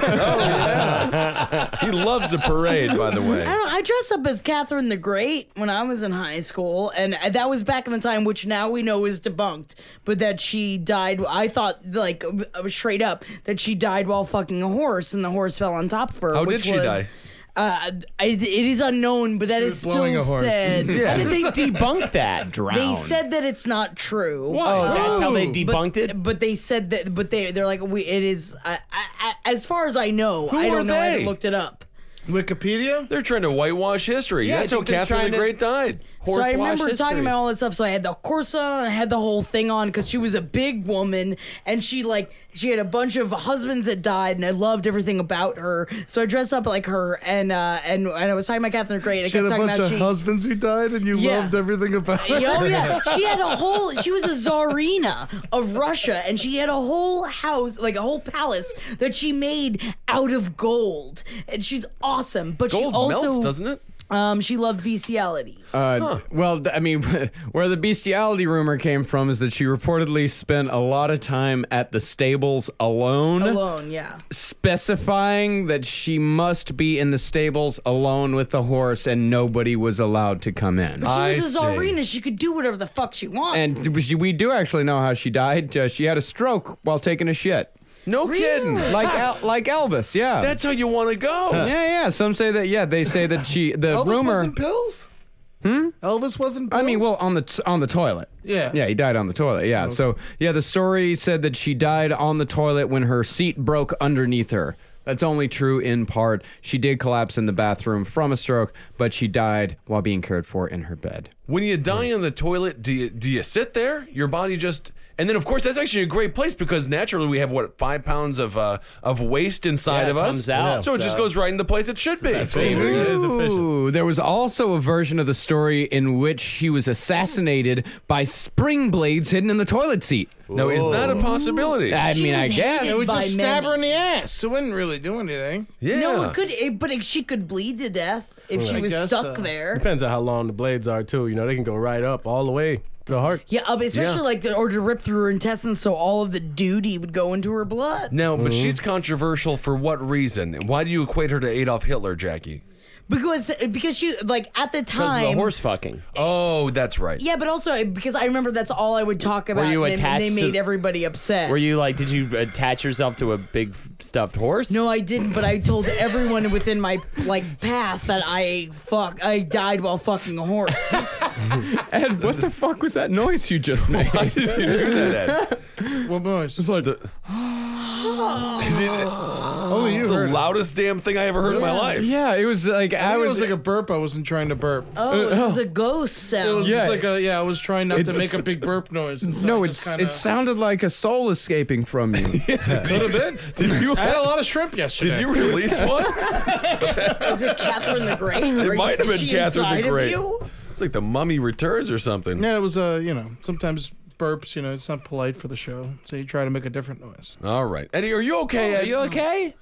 [SPEAKER 9] He loves the parade, by the way.
[SPEAKER 11] I don't. I dressed up as Catherine the Great when I was in high school, and that was back in the time which now we know is debunked, but that she died. I thought like uh, straight up that she died while fucking a horse, and the horse fell on top of her.
[SPEAKER 9] How did
[SPEAKER 11] which
[SPEAKER 9] she
[SPEAKER 11] was,
[SPEAKER 9] die?
[SPEAKER 11] Uh, it, it is unknown, but that
[SPEAKER 8] She
[SPEAKER 11] is
[SPEAKER 8] was blowing a
[SPEAKER 11] still
[SPEAKER 8] horse.
[SPEAKER 11] said.
[SPEAKER 10] How did they debunk that?
[SPEAKER 11] They said that it's not true. Um,
[SPEAKER 10] Oh, that's how they
[SPEAKER 8] Ooh.
[SPEAKER 10] debunked it.
[SPEAKER 11] But they said that. But they they're like we. It is. I, I, I- as far as I know, I
[SPEAKER 9] were
[SPEAKER 11] don't know. I
[SPEAKER 9] they?
[SPEAKER 11] haven't looked it up.
[SPEAKER 8] Wikipedia?
[SPEAKER 9] They're trying to whitewash history.
[SPEAKER 10] Yeah, I
[SPEAKER 9] That's how
[SPEAKER 10] think they're
[SPEAKER 9] Catherine the
[SPEAKER 10] trying to-
[SPEAKER 9] Great died.
[SPEAKER 11] So
[SPEAKER 10] horse
[SPEAKER 11] I
[SPEAKER 10] wash
[SPEAKER 11] remember
[SPEAKER 10] history.
[SPEAKER 11] talking about all this stuff. So I had the corset on, I had the whole thing on because she was a big woman and she like she had a bunch of husbands that died, and I loved everything about her. So I dressed up like her, and uh, and and I was talking about Catherine Great. I
[SPEAKER 8] She had
[SPEAKER 11] kept
[SPEAKER 8] a
[SPEAKER 11] talking
[SPEAKER 8] bunch
[SPEAKER 11] about
[SPEAKER 8] of
[SPEAKER 11] she.
[SPEAKER 8] husbands who died, and you
[SPEAKER 11] Yeah.
[SPEAKER 8] loved everything about it.
[SPEAKER 11] Oh yeah, she had a whole. She was a czarina of Russia, and she had a whole house, like a whole palace that she made out of gold. And she's awesome, but
[SPEAKER 9] Gold
[SPEAKER 11] she also
[SPEAKER 9] melts, doesn't it?
[SPEAKER 11] Um, she loved bestiality.
[SPEAKER 7] Uh, Well, I mean, where the bestiality rumor came from is that she reportedly spent a lot of time at the stables alone,
[SPEAKER 11] Alone, yeah.
[SPEAKER 7] specifying that she must be in the stables alone with the horse and nobody was allowed to come in. Uh,
[SPEAKER 9] I
[SPEAKER 11] She was
[SPEAKER 9] see.
[SPEAKER 11] a czarina. She could do whatever the fuck she wanted.
[SPEAKER 7] and we- we do actually know how she died. Uh, she had a stroke while taking a shit.
[SPEAKER 9] No kidding.
[SPEAKER 7] Like El- like Elvis, yeah.
[SPEAKER 9] That's how you want to go.
[SPEAKER 7] yeah, yeah. Some say that. Yeah, they say that she. The
[SPEAKER 8] Elvis
[SPEAKER 7] rumor.
[SPEAKER 8] wasn't pills. Hmm. Elvis wasn't. Pills?
[SPEAKER 7] I mean, well, on the on the toilet.
[SPEAKER 8] Yeah.
[SPEAKER 7] Yeah, he died on the toilet. Yeah. So yeah, the story said that she died on the toilet when her seat broke underneath her. That's only true in part. She did collapse in the bathroom from a stroke, but she died while being cared for in her bed.
[SPEAKER 9] When you die on the toilet, do you, do you sit there? Your body just. And then, of course, that's actually a great place because naturally we have what five pounds of uh, of waste inside
[SPEAKER 12] Yeah, it
[SPEAKER 9] of us,
[SPEAKER 12] comes out,
[SPEAKER 9] so it just
[SPEAKER 12] so-
[SPEAKER 9] goes right in the place it should be.
[SPEAKER 13] It is efficient.
[SPEAKER 7] Ooh, there was also a version of the story in which she was assassinated by spring blades hidden in the toilet seat.
[SPEAKER 9] Now, is that a possibility?
[SPEAKER 7] I
[SPEAKER 11] She
[SPEAKER 7] mean, I
[SPEAKER 11] was
[SPEAKER 7] guess.
[SPEAKER 11] hated
[SPEAKER 8] it would
[SPEAKER 11] by
[SPEAKER 8] just stab
[SPEAKER 11] men.
[SPEAKER 8] her in the ass. It wouldn't really do anything.
[SPEAKER 9] yeah.
[SPEAKER 11] No, it could, it, but it, she could bleed to death if she was
[SPEAKER 8] guess
[SPEAKER 11] stuck
[SPEAKER 8] so.
[SPEAKER 11] there.
[SPEAKER 13] Depends on how long the blades are too. You know, they can go right up all the way to the heart.
[SPEAKER 11] Yeah, uh, especially like the, or to rip through her intestines, so all of the duty would go into her blood.
[SPEAKER 9] No, but she's controversial for what reason? Why do you equate her to Adolf Hitler, Jackie?
[SPEAKER 11] Because because she like at the
[SPEAKER 10] Because
[SPEAKER 11] time
[SPEAKER 10] of the horse fucking.
[SPEAKER 9] Oh, that's right.
[SPEAKER 11] Yeah, but also because I remember that's all I would talk about.
[SPEAKER 10] you
[SPEAKER 11] and they-
[SPEAKER 10] attached
[SPEAKER 11] They,
[SPEAKER 10] to-
[SPEAKER 11] made everybody upset.
[SPEAKER 10] Were you like, did you attach yourself to a big f- stuffed horse?
[SPEAKER 11] No, I didn't. But I told everyone within my like path that I fuck. I died while fucking a horse.
[SPEAKER 7] Ed, what the fuck was that noise you just made?
[SPEAKER 8] What noise?
[SPEAKER 7] like
[SPEAKER 8] Only you
[SPEAKER 9] The
[SPEAKER 8] heard. it.
[SPEAKER 9] loudest damn thing I ever heard in my life.
[SPEAKER 7] Yeah, it was like
[SPEAKER 8] I
[SPEAKER 7] I,
[SPEAKER 8] think it
[SPEAKER 7] was,
[SPEAKER 8] was like a burp. I wasn't trying to burp.
[SPEAKER 11] Oh, it was a ghost sound.
[SPEAKER 8] It was
[SPEAKER 7] yeah.
[SPEAKER 8] just like a yeah. I was trying not to
[SPEAKER 7] It's-
[SPEAKER 8] make a big burp noise. and so
[SPEAKER 7] no,
[SPEAKER 8] I
[SPEAKER 7] it's
[SPEAKER 8] just kinda-
[SPEAKER 7] it sounded like a soul escaping from you.
[SPEAKER 8] could have been.
[SPEAKER 9] Did you
[SPEAKER 8] I had a lot of shrimp yesterday.
[SPEAKER 9] did you release one?
[SPEAKER 11] Was it Catherine the Great? Are
[SPEAKER 9] it
[SPEAKER 11] you-
[SPEAKER 9] might have
[SPEAKER 11] is
[SPEAKER 9] been
[SPEAKER 11] she
[SPEAKER 9] Catherine
[SPEAKER 11] inside
[SPEAKER 9] the
[SPEAKER 11] of
[SPEAKER 9] Great.
[SPEAKER 11] you?
[SPEAKER 9] It's like the Mummy Returns or something.
[SPEAKER 8] Yeah, it was uh, you know, sometimes burps. You know, it's not polite for the show, so you try to make a different noise.
[SPEAKER 9] All right, Eddie, are you okay?
[SPEAKER 10] Are
[SPEAKER 9] Ed?
[SPEAKER 10] you okay?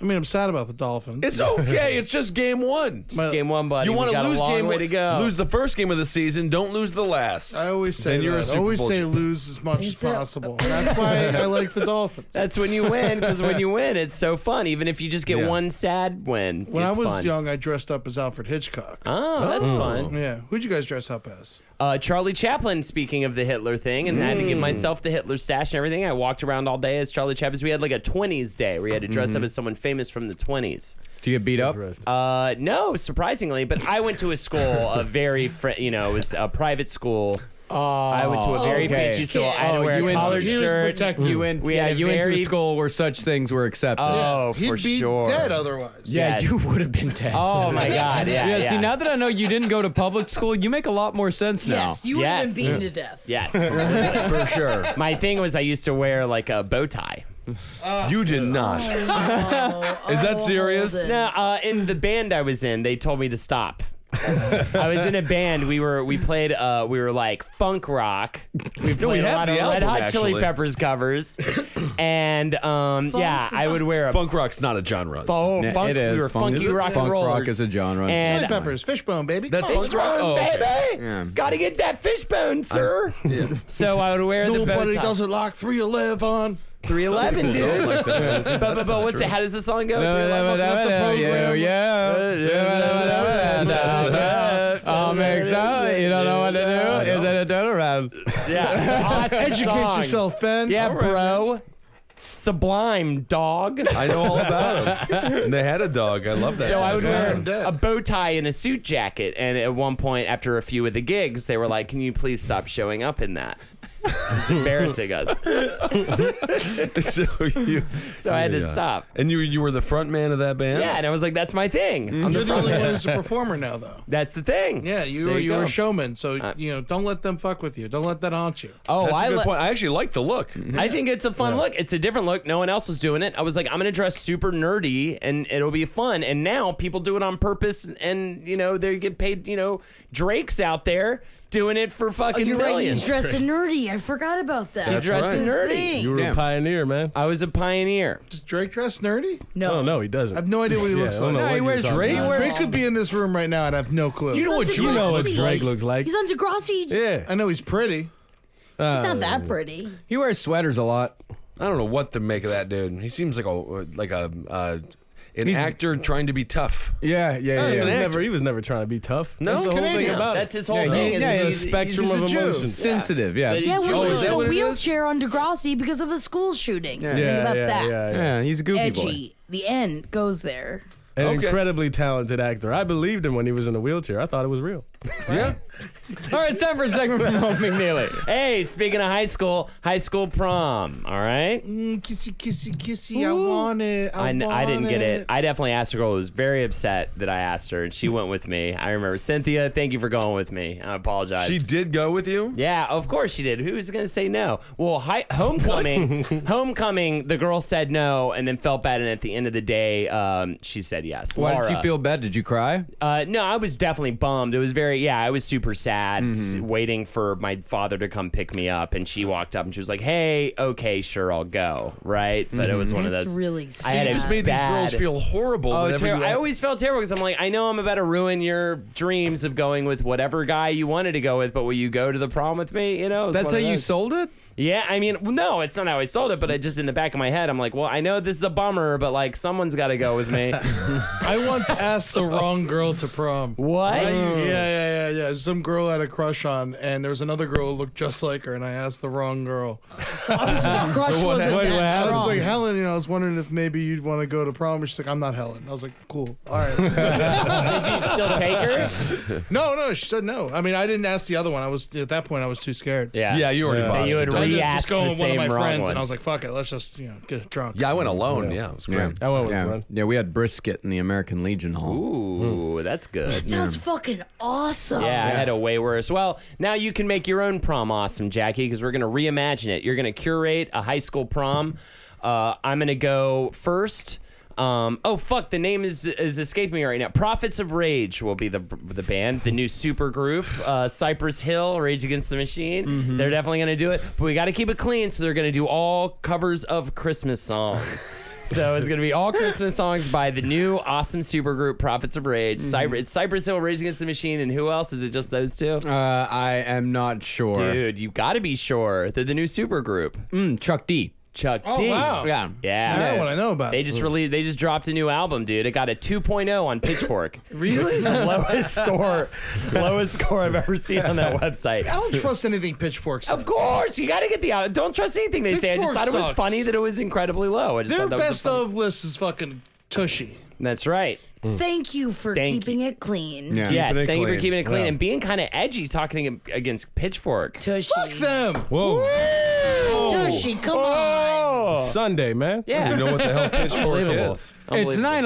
[SPEAKER 8] I mean, I'm sad about the dolphins.
[SPEAKER 9] It's okay. It's just game one.
[SPEAKER 10] It's game one, buddy.
[SPEAKER 9] You
[SPEAKER 10] want to
[SPEAKER 9] lose
[SPEAKER 10] a long
[SPEAKER 9] game
[SPEAKER 10] way
[SPEAKER 9] one-
[SPEAKER 10] to go. Oh,
[SPEAKER 9] Lose the first game of the season. Don't lose the last.
[SPEAKER 8] I always say
[SPEAKER 9] Then you're a
[SPEAKER 8] that. I
[SPEAKER 9] Super
[SPEAKER 8] always
[SPEAKER 9] Bowl
[SPEAKER 8] say
[SPEAKER 9] champ.
[SPEAKER 8] lose as much as
[SPEAKER 11] It's a-
[SPEAKER 8] possible. That's why I like the dolphins.
[SPEAKER 10] That's when you win, because when you win, it's so fun. Even if you just get one sad win,
[SPEAKER 8] When
[SPEAKER 10] it's
[SPEAKER 8] I was
[SPEAKER 10] fun.
[SPEAKER 8] young, I dressed up as Alfred Hitchcock.
[SPEAKER 10] Oh, that's fun.
[SPEAKER 8] Yeah, who'd you guys dress up as?
[SPEAKER 10] Uh, Charlie Chaplin, speaking of the Hitler thing, and I had to
[SPEAKER 9] Mm.
[SPEAKER 10] give myself the Hitler stash and everything. I walked around all day as Charlie Chaplin. We had like a 20s day where you had to dress up
[SPEAKER 9] Mm-hmm.
[SPEAKER 10] as someone famous from the 20s.
[SPEAKER 7] Do you get beat up?
[SPEAKER 10] Uh, no, surprisingly, but I went to a school, a very, fr- you know, it was a private school. Oh, I went to a very
[SPEAKER 7] okay.
[SPEAKER 10] fancy school. I had to
[SPEAKER 11] Oh,
[SPEAKER 10] wear
[SPEAKER 7] you
[SPEAKER 10] a
[SPEAKER 7] went-
[SPEAKER 10] collared
[SPEAKER 7] he
[SPEAKER 8] was
[SPEAKER 10] shirt.
[SPEAKER 8] protected.
[SPEAKER 7] You went,
[SPEAKER 10] We
[SPEAKER 7] yeah,
[SPEAKER 10] had a
[SPEAKER 7] you went to
[SPEAKER 10] very-
[SPEAKER 7] a school where such things were accepted.
[SPEAKER 10] Oh,
[SPEAKER 8] He'd
[SPEAKER 10] for
[SPEAKER 8] be
[SPEAKER 10] sure.
[SPEAKER 8] dead otherwise.
[SPEAKER 7] yeah,
[SPEAKER 10] yes.
[SPEAKER 7] you would have been dead.
[SPEAKER 10] Oh my God! Yeah.
[SPEAKER 7] yeah,
[SPEAKER 10] yeah.
[SPEAKER 7] See, now that I know you didn't go to public school, you make a lot more sense now.
[SPEAKER 11] Yes, you would have been
[SPEAKER 10] Yes.
[SPEAKER 11] beaten to death.
[SPEAKER 10] yes,
[SPEAKER 9] for sure.
[SPEAKER 10] my thing was I used to wear like a bow tie.
[SPEAKER 9] You did not. Is that serious?
[SPEAKER 11] Holden.
[SPEAKER 10] No, uh, in the band I was in, they told me to stop. I was in a band. We were we played. Uh, we were like funk rock. We played a
[SPEAKER 9] have
[SPEAKER 10] lot
[SPEAKER 9] the
[SPEAKER 10] of Red
[SPEAKER 9] album,
[SPEAKER 10] Hot
[SPEAKER 9] actually.
[SPEAKER 10] Chili Peppers covers, and um, yeah, I would wear a
[SPEAKER 9] Funk rock's not a genre.
[SPEAKER 10] oh,
[SPEAKER 7] Yeah,
[SPEAKER 10] funk.
[SPEAKER 7] it is.
[SPEAKER 10] We were
[SPEAKER 7] Funk-
[SPEAKER 10] funky
[SPEAKER 7] is it?
[SPEAKER 10] rock
[SPEAKER 7] Funk
[SPEAKER 10] and rollers.
[SPEAKER 7] rock is a genre.
[SPEAKER 10] And
[SPEAKER 8] Chili Peppers, Fishbone, baby.
[SPEAKER 9] That's
[SPEAKER 8] Come on.
[SPEAKER 9] funk rock. Oh, okay.
[SPEAKER 10] baby, gotta get that fishbone, sir. So I would wear the bow
[SPEAKER 8] Nobody
[SPEAKER 10] tie.
[SPEAKER 8] doesn't like 311.
[SPEAKER 10] 311, dude. but, but, but what's it? How does the song go? 311.
[SPEAKER 7] I'll make that. You don't know what to do. Is it a turnaround?
[SPEAKER 10] Yeah. Awesome
[SPEAKER 8] Educate
[SPEAKER 10] song.
[SPEAKER 8] yourself, Ben.
[SPEAKER 10] Yeah, bro. Sublime dog.
[SPEAKER 9] I know all about them. And they had a dog. I love that.
[SPEAKER 10] So I would wear
[SPEAKER 8] Yeah.
[SPEAKER 10] a bow tie and a suit jacket. And at one point, after a few of the gigs, they were like, "Can you please stop showing up in that? This is embarrassing us."
[SPEAKER 9] so you,
[SPEAKER 10] So I had to
[SPEAKER 9] yeah.
[SPEAKER 10] stop.
[SPEAKER 9] And you you were the front man of that band.
[SPEAKER 10] Yeah, and I was like, "That's my thing. I'm
[SPEAKER 8] Mm-hmm. You're
[SPEAKER 10] the
[SPEAKER 8] the
[SPEAKER 10] front
[SPEAKER 8] only
[SPEAKER 10] man.
[SPEAKER 8] one who's a performer now, though.
[SPEAKER 10] That's the thing."
[SPEAKER 8] Yeah,
[SPEAKER 10] So
[SPEAKER 8] you
[SPEAKER 10] there
[SPEAKER 8] were you
[SPEAKER 10] go.
[SPEAKER 8] were a showman, so you know don't let them fuck with you. Don't let that haunt you.
[SPEAKER 10] Oh,
[SPEAKER 9] That's a
[SPEAKER 10] I
[SPEAKER 9] good
[SPEAKER 10] le-
[SPEAKER 9] point. I actually like the look.
[SPEAKER 10] I think it's a fun look. It's a different look. No one else was doing it. I was like, I'm gonna dress super nerdy and it'll be fun. And now people do it on purpose, and you know they get paid. You know, Drake's out there doing it for fucking
[SPEAKER 11] Oh, You're right.
[SPEAKER 10] millions.
[SPEAKER 11] He's dressed nerdy. I forgot about that.
[SPEAKER 10] He dressed
[SPEAKER 11] That's his
[SPEAKER 10] nerdy.
[SPEAKER 11] thing.
[SPEAKER 1] You were
[SPEAKER 7] Yeah.
[SPEAKER 1] a pioneer, man.
[SPEAKER 10] I was a pioneer.
[SPEAKER 8] Does Drake dress nerdy?
[SPEAKER 1] I
[SPEAKER 11] no,
[SPEAKER 1] don't know. He
[SPEAKER 8] I have
[SPEAKER 1] doesn't.
[SPEAKER 8] no idea what he looks
[SPEAKER 1] I don't
[SPEAKER 8] like.
[SPEAKER 1] know what
[SPEAKER 9] he
[SPEAKER 1] you're
[SPEAKER 9] wears
[SPEAKER 1] talking
[SPEAKER 9] Drake-
[SPEAKER 1] about.
[SPEAKER 9] wears-
[SPEAKER 8] Drake could be in this room right now, and I have no clue.
[SPEAKER 9] You know what?
[SPEAKER 1] You
[SPEAKER 9] Drake-
[SPEAKER 1] know what Drake looks like.
[SPEAKER 11] He's on Degrassi.
[SPEAKER 1] Yeah.
[SPEAKER 8] I know he's pretty.
[SPEAKER 11] He's not that pretty.
[SPEAKER 7] He wears sweaters a lot.
[SPEAKER 9] I don't know what to make of that dude. He seems like a like a uh, an
[SPEAKER 7] He's-
[SPEAKER 9] actor trying to be tough.
[SPEAKER 7] Yeah, yeah,
[SPEAKER 1] He
[SPEAKER 7] yeah.
[SPEAKER 1] was,
[SPEAKER 7] yeah.
[SPEAKER 1] never, he was never trying to be tough.
[SPEAKER 9] No,
[SPEAKER 1] That's the whole thing
[SPEAKER 8] Canadian.
[SPEAKER 1] about
[SPEAKER 10] That's
[SPEAKER 1] it.
[SPEAKER 10] his whole thing. is
[SPEAKER 1] yeah,
[SPEAKER 10] he-
[SPEAKER 1] he's- spectrum
[SPEAKER 7] he's
[SPEAKER 1] of
[SPEAKER 7] a Jew.
[SPEAKER 1] emotions.
[SPEAKER 7] Sensitive, yeah.
[SPEAKER 10] That
[SPEAKER 7] Yeah,
[SPEAKER 11] Yeah,
[SPEAKER 10] he's
[SPEAKER 11] we're
[SPEAKER 9] is
[SPEAKER 11] in
[SPEAKER 9] that
[SPEAKER 11] a
[SPEAKER 9] what it is?
[SPEAKER 11] wheelchair on Degrassi because of a school shooting. Think about
[SPEAKER 1] yeah,
[SPEAKER 11] that.
[SPEAKER 1] yeah, yeah.
[SPEAKER 7] he's a goofy boy.
[SPEAKER 11] Edgy. The end goes there.
[SPEAKER 1] An
[SPEAKER 9] Okay.
[SPEAKER 1] incredibly talented actor. I believed him when he was in a wheelchair. I thought it was real.
[SPEAKER 9] Yeah.
[SPEAKER 7] All right, it's time for a segment from Mike McNeely.
[SPEAKER 10] Hey, speaking of high school, high school prom. All right.
[SPEAKER 8] Mm, kissy, kissy, kissy. I want it. I,
[SPEAKER 10] I, kn- I
[SPEAKER 8] want
[SPEAKER 10] didn't get it. I definitely asked a girl who was very upset that I asked her, and she went with me. I remember Cynthia. Thank you for going with me. I apologize.
[SPEAKER 9] She did go with you.
[SPEAKER 10] Yeah, of course she did. Who was going to say no? Well, hi- homecoming, homecoming. The girl said no, and then felt bad. And at the end of the day, um, she said yes.
[SPEAKER 7] Why
[SPEAKER 10] Laura.
[SPEAKER 7] did you feel bad? Did you cry?
[SPEAKER 10] Uh, no, I was definitely bummed. It was very, yeah, I was super sad, s- waiting for my father to come pick me up. And she walked up and she was like, "Hey, okay, sure, I'll go." Right, but it was one of
[SPEAKER 11] That's
[SPEAKER 10] those
[SPEAKER 11] really
[SPEAKER 10] I had
[SPEAKER 11] sad.
[SPEAKER 10] a
[SPEAKER 11] You just
[SPEAKER 9] Made these
[SPEAKER 10] bad-
[SPEAKER 9] girls feel horrible.
[SPEAKER 10] Oh,
[SPEAKER 9] whenever
[SPEAKER 10] terrible!
[SPEAKER 9] you-
[SPEAKER 10] I always felt terrible because I'm like, I know I'm about to ruin your dreams of going with whatever guy you wanted to go with, but will you go to the prom with me? You know, it's
[SPEAKER 7] That's
[SPEAKER 10] one
[SPEAKER 7] how
[SPEAKER 10] of
[SPEAKER 7] you
[SPEAKER 10] those.
[SPEAKER 7] sold it?
[SPEAKER 10] Yeah, I mean, well, no, it's not how I sold it, but I just in the back of my head, I'm like, well, I know this is a bummer, but like someone's got to go with me.
[SPEAKER 8] I once asked the wrong girl to prom.
[SPEAKER 10] what?
[SPEAKER 8] Yeah, yeah, yeah, yeah. Some girl I had a crush on, and there was another girl who looked just like her, and I asked the wrong girl.
[SPEAKER 11] The crush wasn't
[SPEAKER 1] wait, what happened?
[SPEAKER 11] that
[SPEAKER 8] I was
[SPEAKER 11] strong.
[SPEAKER 8] like, Helen, you know, I was wondering if maybe you'd want to go to prom. She's like, I'm not Helen. I was like, cool. All right.
[SPEAKER 10] Did you still take her?
[SPEAKER 8] no, no, she said no. I mean, I didn't ask the other one. I was at that point, I was too scared.
[SPEAKER 10] Yeah,
[SPEAKER 9] yeah, you already
[SPEAKER 1] Yeah.
[SPEAKER 9] botched
[SPEAKER 10] You
[SPEAKER 9] it.
[SPEAKER 10] would
[SPEAKER 8] I
[SPEAKER 10] re
[SPEAKER 8] ended up
[SPEAKER 10] ask
[SPEAKER 8] just
[SPEAKER 10] the
[SPEAKER 8] going with one of
[SPEAKER 10] same
[SPEAKER 8] my
[SPEAKER 10] wrong
[SPEAKER 8] friends,
[SPEAKER 10] one.
[SPEAKER 8] and I was like, fuck it, let's just you know get drunk.
[SPEAKER 9] yeah, I went alone. Yeah, it was great.
[SPEAKER 1] I went with
[SPEAKER 7] yeah.
[SPEAKER 1] one.
[SPEAKER 7] Yeah, we had brisket in the American Legion Hall.
[SPEAKER 10] Ooh, that's good.
[SPEAKER 11] Sounds fucking awesome.
[SPEAKER 10] Yeah, I had a way worse. Well, now you can make your own prom awesome, Jackie, because we're going to reimagine it. You're going to curate a high school prom. Uh, I'm going to go first. Um, oh fuck! The name is is escaping me right now. Prophets of Rage will be the the band, the new super group. Uh, Cypress Hill, Rage Against the Machine. They're definitely gonna do it, but we got to keep it clean. So they're gonna do all covers of Christmas songs. So it's gonna be all Christmas songs by the new awesome supergroup Prophets of Rage.
[SPEAKER 8] Mm-hmm.
[SPEAKER 10] Cyber, it's Cypress Hill, Rage Against the Machine, and who else? Is it just those two?
[SPEAKER 7] Uh, I am not sure.
[SPEAKER 10] Dude, you gotta be sure they're the new supergroup.
[SPEAKER 7] Mm, Chuck D.
[SPEAKER 10] Chuck
[SPEAKER 8] Oh,
[SPEAKER 10] D.
[SPEAKER 8] wow.
[SPEAKER 7] Yeah.
[SPEAKER 10] Yeah.
[SPEAKER 8] Now what I know about
[SPEAKER 10] They
[SPEAKER 8] it.
[SPEAKER 10] just released. They just dropped a new album, dude. It got a 2.0 on Pitchfork.
[SPEAKER 8] Really?
[SPEAKER 10] lowest score, lowest score I've ever seen on that website.
[SPEAKER 8] I don't trust anything pitchforks.
[SPEAKER 10] Of course, you got to get the album. Don't trust anything they say. I just
[SPEAKER 8] Pitchfork
[SPEAKER 10] thought it was
[SPEAKER 8] sucks.
[SPEAKER 10] funny that it was incredibly low. I just
[SPEAKER 8] Their
[SPEAKER 10] thought that was a
[SPEAKER 8] best
[SPEAKER 10] fun-
[SPEAKER 8] of list is fucking tushy.
[SPEAKER 10] That's right.
[SPEAKER 11] Mm. Thank you for
[SPEAKER 10] Thank
[SPEAKER 11] keeping it clean.
[SPEAKER 7] Yeah.
[SPEAKER 10] Yes,
[SPEAKER 9] it
[SPEAKER 10] thank you for
[SPEAKER 9] clean.
[SPEAKER 10] keeping it clean
[SPEAKER 1] Yeah.
[SPEAKER 10] and being kind of edgy, talking ag- against Pitchfork.
[SPEAKER 11] Tushy.
[SPEAKER 8] Fuck them.
[SPEAKER 1] Whoa.
[SPEAKER 11] Tushy, come
[SPEAKER 9] Oh.
[SPEAKER 1] Sunday, man.
[SPEAKER 10] Yeah,
[SPEAKER 9] You know what the hell pitchfork
[SPEAKER 1] Unbelievable.
[SPEAKER 9] is?
[SPEAKER 7] It's 9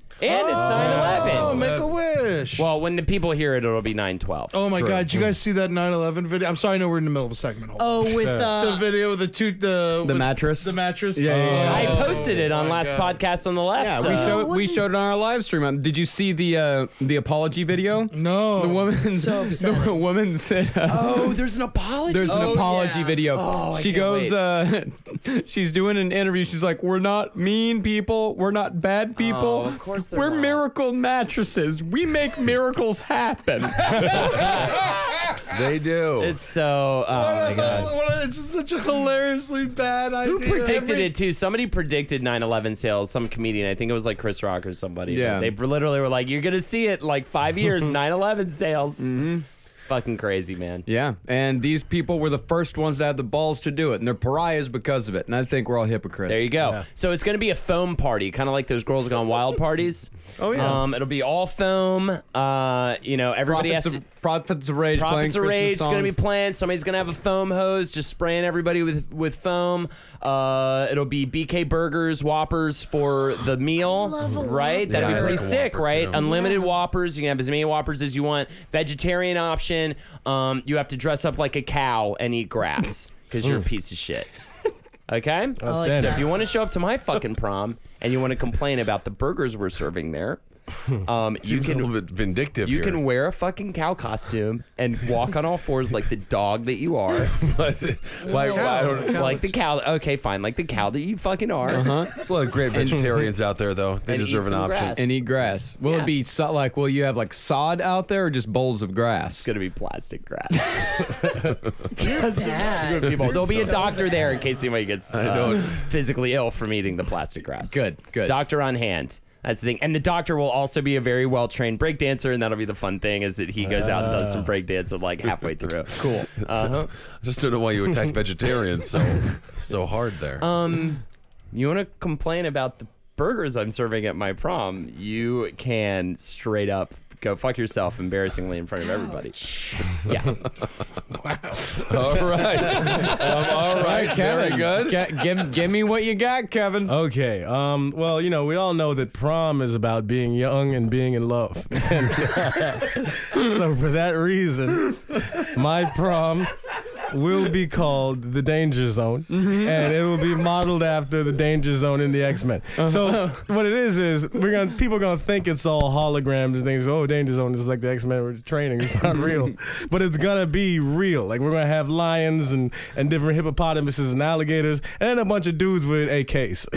[SPEAKER 10] and it's nine eleven.
[SPEAKER 8] Oh, make a wish.
[SPEAKER 10] Well, when the people hear it, it'll be nine twelve.
[SPEAKER 8] oh my god, did you guys see that 9/11 video? I'm sorry, I know we're in the middle of a segment. Hold on.
[SPEAKER 11] on. Oh, with
[SPEAKER 8] the
[SPEAKER 11] uh,
[SPEAKER 8] video with the two the
[SPEAKER 7] The
[SPEAKER 8] with
[SPEAKER 7] mattress.
[SPEAKER 8] the mattress.
[SPEAKER 7] Yeah, yeah, yeah.
[SPEAKER 10] I
[SPEAKER 8] Oh.
[SPEAKER 10] posted it on last podcast on the left.
[SPEAKER 7] Yeah, we
[SPEAKER 10] uh,
[SPEAKER 7] showed we
[SPEAKER 11] wasn't-
[SPEAKER 7] showed it on our live stream. Um, Did you see the uh, the apology video?
[SPEAKER 8] No.
[SPEAKER 7] The woman
[SPEAKER 11] So upsetting.
[SPEAKER 7] the woman said uh,
[SPEAKER 10] Oh, there's an apology.
[SPEAKER 7] there's an
[SPEAKER 11] Oh,
[SPEAKER 7] apology
[SPEAKER 11] yeah.
[SPEAKER 7] video.
[SPEAKER 10] Oh, I
[SPEAKER 7] she
[SPEAKER 10] can't
[SPEAKER 7] goes uh, she's doing an interview. She's like, "We're not mean people. We're not bad people.
[SPEAKER 10] Oh, of course they're
[SPEAKER 7] We're
[SPEAKER 10] not."
[SPEAKER 7] miracle mattresses. We make miracles happen."
[SPEAKER 9] They do.
[SPEAKER 10] It's so. Oh
[SPEAKER 8] What
[SPEAKER 10] my
[SPEAKER 8] a-
[SPEAKER 10] god.
[SPEAKER 8] what a- it's just such a hilariously bad idea.
[SPEAKER 10] Who predicted
[SPEAKER 8] Every-
[SPEAKER 10] it too? Somebody predicted 9/11 sales. Some comedian, I think it was like Chris Rock or somebody.
[SPEAKER 7] Yeah.
[SPEAKER 8] Mm-hmm.
[SPEAKER 10] they literally were like, "You're gonna see it like five years 9/11 sales." Fucking crazy, man.
[SPEAKER 7] Yeah, and these people were the first ones to have the balls to do it, and they're pariahs because of it. And I think we're all hypocrites.
[SPEAKER 10] There you go. So it's going to be a foam party, kind of like those Girls Gone Wild parties.
[SPEAKER 7] Oh, yeah.
[SPEAKER 10] Um, it'll be all foam. Uh, you know, everybody
[SPEAKER 7] Prophets
[SPEAKER 10] has to.
[SPEAKER 7] of, Prophets of Rage
[SPEAKER 10] Prophets of
[SPEAKER 7] playing
[SPEAKER 10] Rage
[SPEAKER 7] Christmas
[SPEAKER 10] going to be
[SPEAKER 7] songs.
[SPEAKER 10] playing. Somebody's going to have a foam hose, just spraying everybody with with foam. Uh, it'll be BK Burgers, Whoppers for the meal,
[SPEAKER 11] love a
[SPEAKER 10] right?
[SPEAKER 11] Whopper.
[SPEAKER 14] Yeah,
[SPEAKER 10] That'd be
[SPEAKER 14] I
[SPEAKER 10] pretty
[SPEAKER 14] like a
[SPEAKER 10] sick,
[SPEAKER 14] Whopper,
[SPEAKER 10] right?
[SPEAKER 14] too.
[SPEAKER 10] Unlimited Whoppers. You can have as many Whoppers as you want. Vegetarian option. Um, you have to dress up like a cow and eat grass because
[SPEAKER 14] Mm.
[SPEAKER 10] you're a piece of shit. Okay.
[SPEAKER 9] Outstanding.
[SPEAKER 10] So if you want to show up to my fucking prom and you want to complain about the burgers we're serving there, um, you
[SPEAKER 14] Seems a
[SPEAKER 10] can
[SPEAKER 14] little bit vindictive.
[SPEAKER 10] you
[SPEAKER 14] here.
[SPEAKER 10] can wear a fucking cow costume and walk on all fours like the dog that you are,
[SPEAKER 14] like, like I don't.
[SPEAKER 10] like the cow. Okay, fine, like the cow that you fucking are. Uh-huh.
[SPEAKER 14] There's a lot of great vegetarians out there, though. They
[SPEAKER 10] And eat
[SPEAKER 14] deserve an
[SPEAKER 10] some
[SPEAKER 14] option.
[SPEAKER 10] grass.
[SPEAKER 7] and eat grass. Will
[SPEAKER 10] Yeah.
[SPEAKER 7] it be so, like? Will you have like sod out there, or just bowls of grass?
[SPEAKER 10] It's gonna be plastic grass.
[SPEAKER 11] Bad.
[SPEAKER 10] People- There'll be a doctor there in case anybody gets uh, physically ill from eating the plastic grass.
[SPEAKER 7] Good, good.
[SPEAKER 10] Doctor on hand. That's the thing. And the doctor will also be a very well trained breakdancer, and that'll be the fun thing is that he goes out and does some breakdancing like halfway through. Ah. cool. Uh-huh.
[SPEAKER 14] I just don't know why you attacked vegetarians so so hard there.
[SPEAKER 10] Um, You want to complain about the burgers I'm serving at my prom? You can straight up go fuck yourself embarrassingly in front of everybody. Yeah.
[SPEAKER 14] all right, Um, all right, very
[SPEAKER 7] Kevin,
[SPEAKER 14] good.
[SPEAKER 7] Ge- give, give me what you got, Kevin.
[SPEAKER 9] Okay. Um, well, you know, we all know that prom is about being young and being in love. And, so for that reason, my prom will be called the Danger Zone, and it will be modeled after the Danger Zone in the X Men. So what it is is we're gonna people are gonna think it's all holograms and things. Oh, Danger Zone is like the X Men were training. It's not real, but it's gonna be real. Like we're gonna have lions and and different hippopotamuses and alligators and a bunch of dudes with AKs.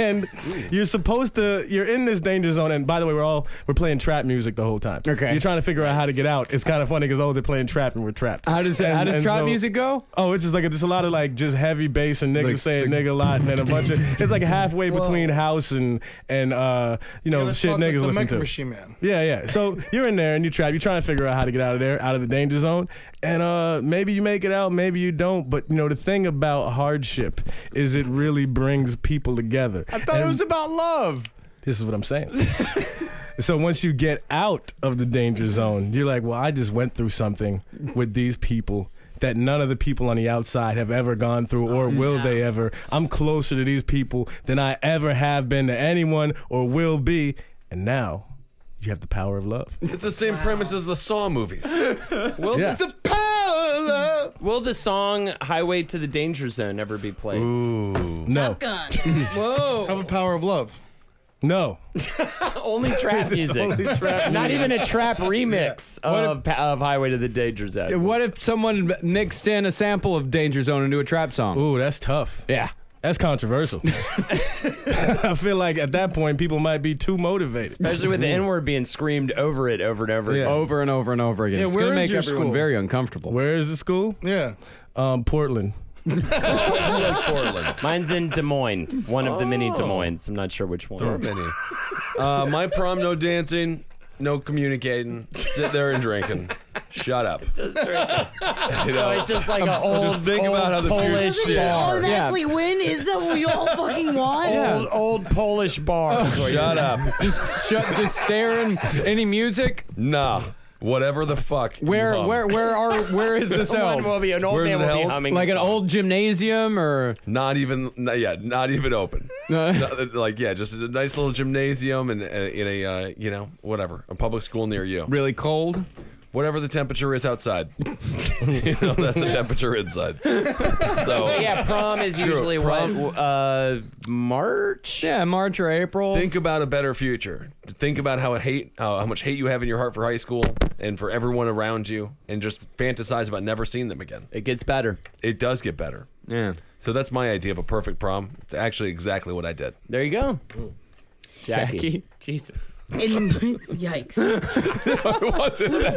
[SPEAKER 9] and you're supposed to you're in this Danger Zone. And by the way, we're all we're playing trap music the whole time.
[SPEAKER 7] Okay.
[SPEAKER 9] you're trying to figure out how to get out. It's kind of funny because oh, they're playing trap and we're trapped.
[SPEAKER 7] How does
[SPEAKER 9] And-
[SPEAKER 7] how does
[SPEAKER 9] and
[SPEAKER 7] trap
[SPEAKER 9] so-
[SPEAKER 7] music go?
[SPEAKER 9] Oh, it's just like just a lot of like just heavy bass and niggas
[SPEAKER 7] Like-
[SPEAKER 9] saying
[SPEAKER 7] like-
[SPEAKER 9] nigga a lot, and then a bunch of it's like halfway between house and and uh you know
[SPEAKER 8] Let's
[SPEAKER 9] shit
[SPEAKER 8] talk like
[SPEAKER 9] niggas
[SPEAKER 8] the
[SPEAKER 9] listen
[SPEAKER 8] Mecca
[SPEAKER 9] to.
[SPEAKER 8] Machine Man.
[SPEAKER 9] Yeah, yeah. So you're in there and you trap. You're trying to figure out how to get out of there, out of the danger zone. And uh, maybe you make it out, maybe you don't. But you know the thing about hardship is it really brings people together. I
[SPEAKER 7] Thought it was about love.
[SPEAKER 9] this is what I'm saying. so once you get out of the danger zone, you're like, well, I just went through something with these people that none of the people on the outside have ever gone through or will they ever. I'm closer to these people than I ever have been to anyone or will be. And now you have the power of love.
[SPEAKER 14] It's the same premise as the Saw movies.
[SPEAKER 10] Will,
[SPEAKER 9] Yes.
[SPEAKER 10] the, will the song Highway to the Danger Zone ever be played?
[SPEAKER 9] No.
[SPEAKER 11] Gun.
[SPEAKER 8] How about Power of Love?
[SPEAKER 9] No.
[SPEAKER 10] Only trap music. Not even a trap remix of, pa of Highway to the Danger Zone.
[SPEAKER 7] What if someone mixed in a sample of Danger Zone into a trap song?
[SPEAKER 9] Ooh, that's tough.
[SPEAKER 7] Yeah.
[SPEAKER 9] That's controversial. I feel like at that point people might be too motivated.
[SPEAKER 10] Especially with the N word being screamed over it over and over
[SPEAKER 9] Yeah.
[SPEAKER 10] again.
[SPEAKER 7] Over and over and over again.
[SPEAKER 8] Yeah,
[SPEAKER 7] it's going to
[SPEAKER 8] where is
[SPEAKER 7] make
[SPEAKER 8] your
[SPEAKER 7] everyone
[SPEAKER 8] school?
[SPEAKER 7] very uncomfortable.
[SPEAKER 9] Where is the school?
[SPEAKER 8] Yeah.
[SPEAKER 9] Um, Portland.
[SPEAKER 14] Portland.
[SPEAKER 10] Mine's in Des Moines, one of the many Des Moines. I'm not sure which one.
[SPEAKER 14] There are many. Uh, my prom, no dancing, no communicating. Sit there and drinking. Shut up. You know?
[SPEAKER 10] So it's just like an old,
[SPEAKER 14] think
[SPEAKER 10] old
[SPEAKER 14] about how the future-
[SPEAKER 10] Polish
[SPEAKER 11] Doesn't he
[SPEAKER 14] Yeah.
[SPEAKER 7] Yeah.
[SPEAKER 11] automatically win? Is that what we all fucking want?
[SPEAKER 10] old, old Polish bar.
[SPEAKER 14] Shut up.
[SPEAKER 7] just shut, just staring. Any music?
[SPEAKER 14] Nah. Whatever the fuck. you
[SPEAKER 7] Where
[SPEAKER 14] hum.
[SPEAKER 7] where where are where is this
[SPEAKER 10] One will
[SPEAKER 7] held?
[SPEAKER 10] be an old
[SPEAKER 14] Where's
[SPEAKER 10] man
[SPEAKER 14] it
[SPEAKER 10] will be
[SPEAKER 14] held?
[SPEAKER 10] humming.
[SPEAKER 7] Like
[SPEAKER 10] a
[SPEAKER 7] an
[SPEAKER 10] song.
[SPEAKER 7] old gymnasium or
[SPEAKER 14] Not even. Not, yeah. Not even open. No, like yeah, just a nice little gymnasium and uh, in a uh, you know whatever a public school near you.
[SPEAKER 7] really cold?
[SPEAKER 14] Whatever the temperature is outside, you know that's the temperature inside. So
[SPEAKER 10] Yeah, prom is usually what uh, March.
[SPEAKER 7] Yeah, March or April.
[SPEAKER 14] Think about a better future. Think about how hate, how, how much hate you have in your heart for high school and for everyone around you, and just fantasize about never seeing them again.
[SPEAKER 10] It gets better.
[SPEAKER 14] It does get better.
[SPEAKER 7] Yeah.
[SPEAKER 14] So that's my idea of a perfect prom. It's actually exactly what I did.
[SPEAKER 10] There you go. Jackie.
[SPEAKER 7] Jesus.
[SPEAKER 11] in yikes.
[SPEAKER 9] wasn't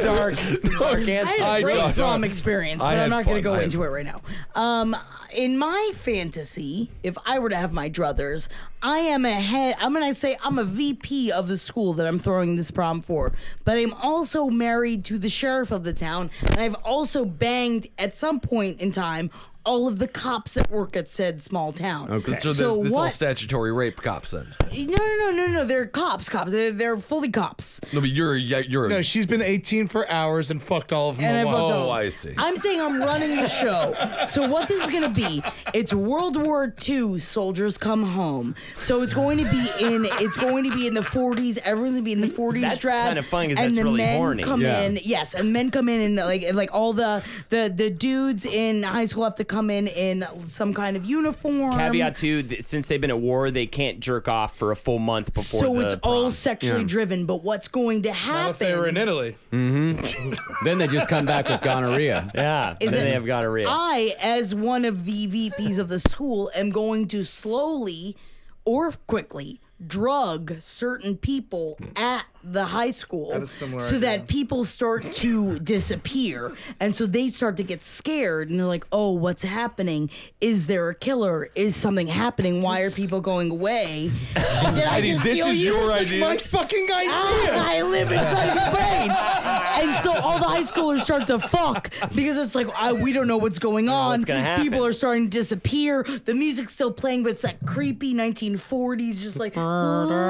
[SPEAKER 3] dark, some dark
[SPEAKER 11] I
[SPEAKER 3] answer.
[SPEAKER 11] had a
[SPEAKER 9] I-
[SPEAKER 11] great
[SPEAKER 9] I-
[SPEAKER 11] prom experience, but
[SPEAKER 9] had
[SPEAKER 11] I'm not
[SPEAKER 9] fun.
[SPEAKER 11] going to go
[SPEAKER 9] I had
[SPEAKER 11] into it right now. Um, in my fantasy, if I were to have my druthers, I am a head. I'm going to say I'm a VP of the school that I'm throwing this prom for, but I'm also married to the sheriff of the town, and I've also banged at some point in time all of the cops that work at said small town. Okay,
[SPEAKER 9] So,
[SPEAKER 11] so,
[SPEAKER 9] the, this all
[SPEAKER 11] what?
[SPEAKER 9] statutory rape cops then.
[SPEAKER 11] no, no, no, no, no. They're cops, cops. They're, they're fully cops.
[SPEAKER 9] No, but you're yeah, you're.
[SPEAKER 8] No, she's been 18 for hours and fucked all of them.
[SPEAKER 11] And
[SPEAKER 8] at
[SPEAKER 11] I
[SPEAKER 8] once.
[SPEAKER 11] fucked
[SPEAKER 9] oh,
[SPEAKER 11] up.
[SPEAKER 9] I see.
[SPEAKER 11] I'm saying I'm running the show. So what this is going to be? It's World War II soldiers come home. So it's going to be in. It's going to be in the 40s. Everyone's going to be in the 40s.
[SPEAKER 3] That's
[SPEAKER 11] drab,
[SPEAKER 3] kinda fun 'cause
[SPEAKER 11] and
[SPEAKER 3] that's
[SPEAKER 11] the
[SPEAKER 3] really
[SPEAKER 11] men
[SPEAKER 3] horny.
[SPEAKER 11] Come
[SPEAKER 7] Yeah.
[SPEAKER 11] in, yes, and men come in and like like all the the the dudes in high school have to come in in some kind of uniform.
[SPEAKER 3] Caveat too, th- since they've been at war, they can't jerk off for a full month before.
[SPEAKER 11] So
[SPEAKER 3] the
[SPEAKER 11] it's
[SPEAKER 3] prom.
[SPEAKER 11] all sexually driven. But what's going to happen?
[SPEAKER 8] Not if they were in Italy.
[SPEAKER 7] then they just come back with gonorrhea.
[SPEAKER 3] yeah.
[SPEAKER 11] is
[SPEAKER 3] then
[SPEAKER 11] that
[SPEAKER 3] they have gonorrhea.
[SPEAKER 11] I, as one of the VPs of the school, am going to slowly or quickly drug certain people at the high school
[SPEAKER 8] is similar
[SPEAKER 11] so that people start to disappear and so they start to get scared and they're like oh what's happening is there a killer is something happening why are people going away did i
[SPEAKER 9] Eddie,
[SPEAKER 11] just
[SPEAKER 9] this
[SPEAKER 11] steal
[SPEAKER 9] is
[SPEAKER 11] you?
[SPEAKER 9] your
[SPEAKER 11] This
[SPEAKER 9] idea.
[SPEAKER 8] My fucking idea.
[SPEAKER 11] Ah, I live inside your brain. And so all the high schoolers start to fuck because it's like I, we don't know what's going on.
[SPEAKER 3] what's gonna happen.
[SPEAKER 11] People are starting to disappear. The music's still playing, but it's that creepy 1940s, just like.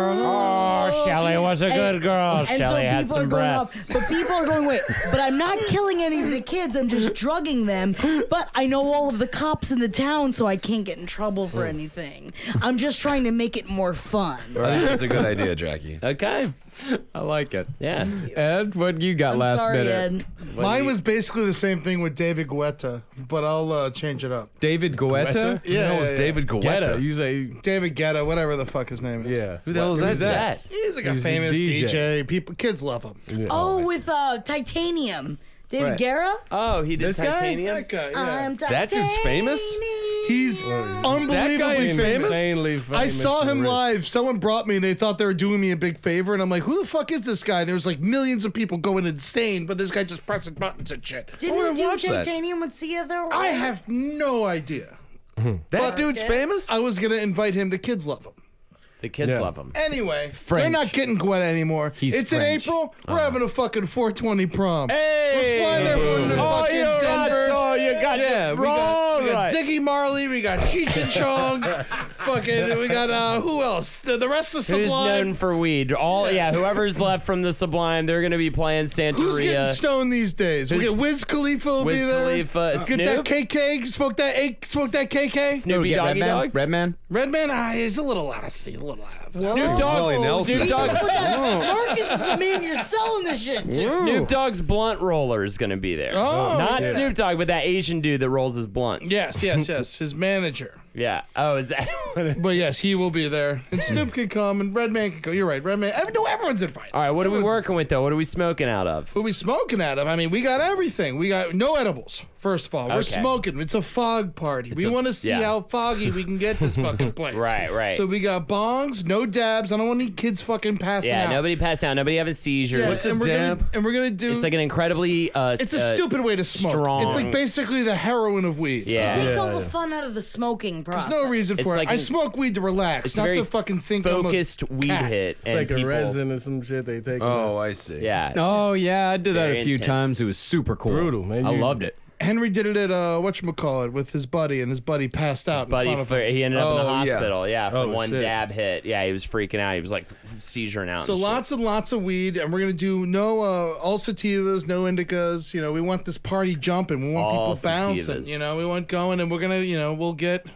[SPEAKER 11] Oh,
[SPEAKER 3] Shelley was a good girl.
[SPEAKER 11] And so
[SPEAKER 3] Shelley had
[SPEAKER 11] people
[SPEAKER 3] some
[SPEAKER 11] are going up,
[SPEAKER 3] breasts.
[SPEAKER 11] but people are going wait. But I'm not killing any of the kids. I'm just drugging them. But I know all of the cops in the town, so I can't get in trouble for anything. I'm just trying to make it more fun.
[SPEAKER 9] I think that's a good idea, Jackie.
[SPEAKER 10] Uh,
[SPEAKER 3] okay.
[SPEAKER 7] I like it.
[SPEAKER 3] Yeah.
[SPEAKER 7] Ed, what you got
[SPEAKER 11] I'm
[SPEAKER 7] last
[SPEAKER 11] sorry,
[SPEAKER 7] minute?
[SPEAKER 11] Ed.
[SPEAKER 8] Mine was basically the same thing with David Guetta, but I'll uh, change it up.
[SPEAKER 7] David Guetta?
[SPEAKER 8] Yeah,
[SPEAKER 9] That was David
[SPEAKER 1] Guetta.
[SPEAKER 9] Guetta.
[SPEAKER 1] You say,
[SPEAKER 8] David Guetta, whatever the fuck his name is.
[SPEAKER 1] yeah.
[SPEAKER 9] Who the hell is
[SPEAKER 3] Who's that?
[SPEAKER 8] He's like a
[SPEAKER 1] He's a
[SPEAKER 8] famous
[SPEAKER 1] DJ.
[SPEAKER 8] DJ. People, kids love him.
[SPEAKER 11] Oh, with uh, titanium. David
[SPEAKER 7] Right.
[SPEAKER 11] Guerra?
[SPEAKER 3] Oh, he did
[SPEAKER 7] This guy?
[SPEAKER 3] titanium.
[SPEAKER 8] That guy, yeah.
[SPEAKER 11] I'm titanium.
[SPEAKER 9] That dude's famous?
[SPEAKER 8] He's unbelievably famous.
[SPEAKER 1] Insanely famous.
[SPEAKER 8] I saw him
[SPEAKER 1] live.
[SPEAKER 8] live. Someone brought me and they thought they were doing me a big favor. And I'm like, who the fuck is this guy? There's like millions of people going insane, but this guy just pressing buttons and shit.
[SPEAKER 11] Didn't
[SPEAKER 9] wanna
[SPEAKER 11] he do
[SPEAKER 9] watch that.
[SPEAKER 11] titanium with Sia though?
[SPEAKER 8] I have no idea.
[SPEAKER 9] That dude's famous.
[SPEAKER 8] I was going to invite him. The kids love him.
[SPEAKER 3] The kids
[SPEAKER 1] Yeah.
[SPEAKER 3] love him.
[SPEAKER 8] Anyway,
[SPEAKER 7] French.
[SPEAKER 8] they're not getting Gwetta anymore.
[SPEAKER 7] He's
[SPEAKER 8] it's in
[SPEAKER 7] French.
[SPEAKER 8] April. We're having a fucking 420 prom.
[SPEAKER 3] Uh-huh. Hey!
[SPEAKER 8] We're flying everyone to
[SPEAKER 3] Oh,
[SPEAKER 8] fucking
[SPEAKER 3] you're right,
[SPEAKER 8] Denver.
[SPEAKER 3] son. You got
[SPEAKER 8] yeah,
[SPEAKER 3] it
[SPEAKER 8] Uh, we got, we got
[SPEAKER 3] right.
[SPEAKER 8] Ziggy Marley. We got Cheech and Chong. fucking, we got uh, who else? The, the rest of
[SPEAKER 3] Who's
[SPEAKER 8] Sublime.
[SPEAKER 3] known for weed? All yeah. Whoever's left from the Sublime, they're gonna be playing
[SPEAKER 8] Who's getting
[SPEAKER 3] Santeria.
[SPEAKER 8] stoned these days? We
[SPEAKER 3] Who's-
[SPEAKER 8] got Wiz Khalifa will
[SPEAKER 3] Wiz
[SPEAKER 8] be there.
[SPEAKER 3] Khalifa,
[SPEAKER 8] Get
[SPEAKER 3] Snoop?
[SPEAKER 8] that KK. Smoke that. A- Smoke that KK.
[SPEAKER 7] Who,
[SPEAKER 3] Snoopy
[SPEAKER 7] get
[SPEAKER 3] Doggy
[SPEAKER 7] Redman?
[SPEAKER 3] Dog.
[SPEAKER 7] Redman?
[SPEAKER 8] Redman, ah, he's a little out of state. A little out of.
[SPEAKER 3] Snoop
[SPEAKER 9] Willie
[SPEAKER 3] Dogg's
[SPEAKER 9] Nelson.
[SPEAKER 3] Snoop Dogg's
[SPEAKER 11] Marcus is the man you're selling this shit to.
[SPEAKER 3] Snoop Dogg's blunt roller is gonna be there.
[SPEAKER 8] Oh,
[SPEAKER 3] Not
[SPEAKER 8] yeah.
[SPEAKER 3] Snoop Dogg, but that Asian dude that rolls his blunts.
[SPEAKER 8] Yes, yes, yes. His manager.
[SPEAKER 3] Yeah. Oh, is that? All
[SPEAKER 8] But yes, he will be there. And Snoop can come, and Redman can come. You're right, Redman. ev- No, everyone's invited.
[SPEAKER 3] right. What are we working with though? What are we smoking out of?
[SPEAKER 8] What we smoking out of? I mean, we got everything. We got no edibles. First of all, we're
[SPEAKER 3] Okay.
[SPEAKER 8] smoking. It's a fog party. we
[SPEAKER 3] a-
[SPEAKER 8] want to see
[SPEAKER 3] yeah.
[SPEAKER 8] how foggy we can get this fucking place.
[SPEAKER 3] Right, right.
[SPEAKER 8] So we got bongs, no dabs. I don't want any kids fucking passing
[SPEAKER 3] Yeah.
[SPEAKER 8] out.
[SPEAKER 3] Nobody pass out. Nobody having seizures.
[SPEAKER 8] Yes,
[SPEAKER 9] a
[SPEAKER 8] and we're
[SPEAKER 9] dab?
[SPEAKER 8] Gonna, and we're gonna do.
[SPEAKER 3] It's like an incredibly. Uh,
[SPEAKER 8] it's
[SPEAKER 3] uh,
[SPEAKER 8] a stupid way to smoke.
[SPEAKER 3] strong-
[SPEAKER 8] It's like basically the heroin of weed.
[SPEAKER 11] It
[SPEAKER 3] Yeah.
[SPEAKER 11] takes all the fun out of the smoking process.
[SPEAKER 8] There's no reason
[SPEAKER 3] It's
[SPEAKER 8] for
[SPEAKER 3] like
[SPEAKER 8] it. I
[SPEAKER 3] an-
[SPEAKER 8] smoke weed to relax,
[SPEAKER 3] It's
[SPEAKER 8] not
[SPEAKER 3] very
[SPEAKER 8] to fucking think
[SPEAKER 3] focused
[SPEAKER 8] I'm a
[SPEAKER 3] weed
[SPEAKER 8] cat.
[SPEAKER 3] hit.
[SPEAKER 1] It's
[SPEAKER 3] and
[SPEAKER 1] like a
[SPEAKER 3] people-
[SPEAKER 1] resin or some shit they take.
[SPEAKER 9] Oh, I see.
[SPEAKER 3] Yeah. it's-
[SPEAKER 7] Oh yeah, I did that
[SPEAKER 3] Very
[SPEAKER 7] a few
[SPEAKER 3] intense.
[SPEAKER 7] times. It was super cool.
[SPEAKER 1] Brutal, man.
[SPEAKER 7] I
[SPEAKER 1] You-
[SPEAKER 7] loved it.
[SPEAKER 8] Henry did it at uh, whatchamacallit with his buddy, and his buddy passed out. in
[SPEAKER 3] Buddy,
[SPEAKER 8] front of
[SPEAKER 3] for,
[SPEAKER 8] him.
[SPEAKER 3] he ended up in the
[SPEAKER 9] Oh, yeah.
[SPEAKER 3] hospital. Yeah, from
[SPEAKER 1] Oh,
[SPEAKER 3] one
[SPEAKER 1] shit.
[SPEAKER 3] dab hit. Yeah, he was freaking out. He was like seizuring out.
[SPEAKER 8] So
[SPEAKER 3] and shit.
[SPEAKER 8] lots and lots of weed, and we're gonna do no uh, all sativas, no indicas. You know, we want this party jumping. We want
[SPEAKER 3] All
[SPEAKER 8] people bouncing.
[SPEAKER 3] sativas.
[SPEAKER 8] You know, we want going, and we're gonna, you know, we'll get.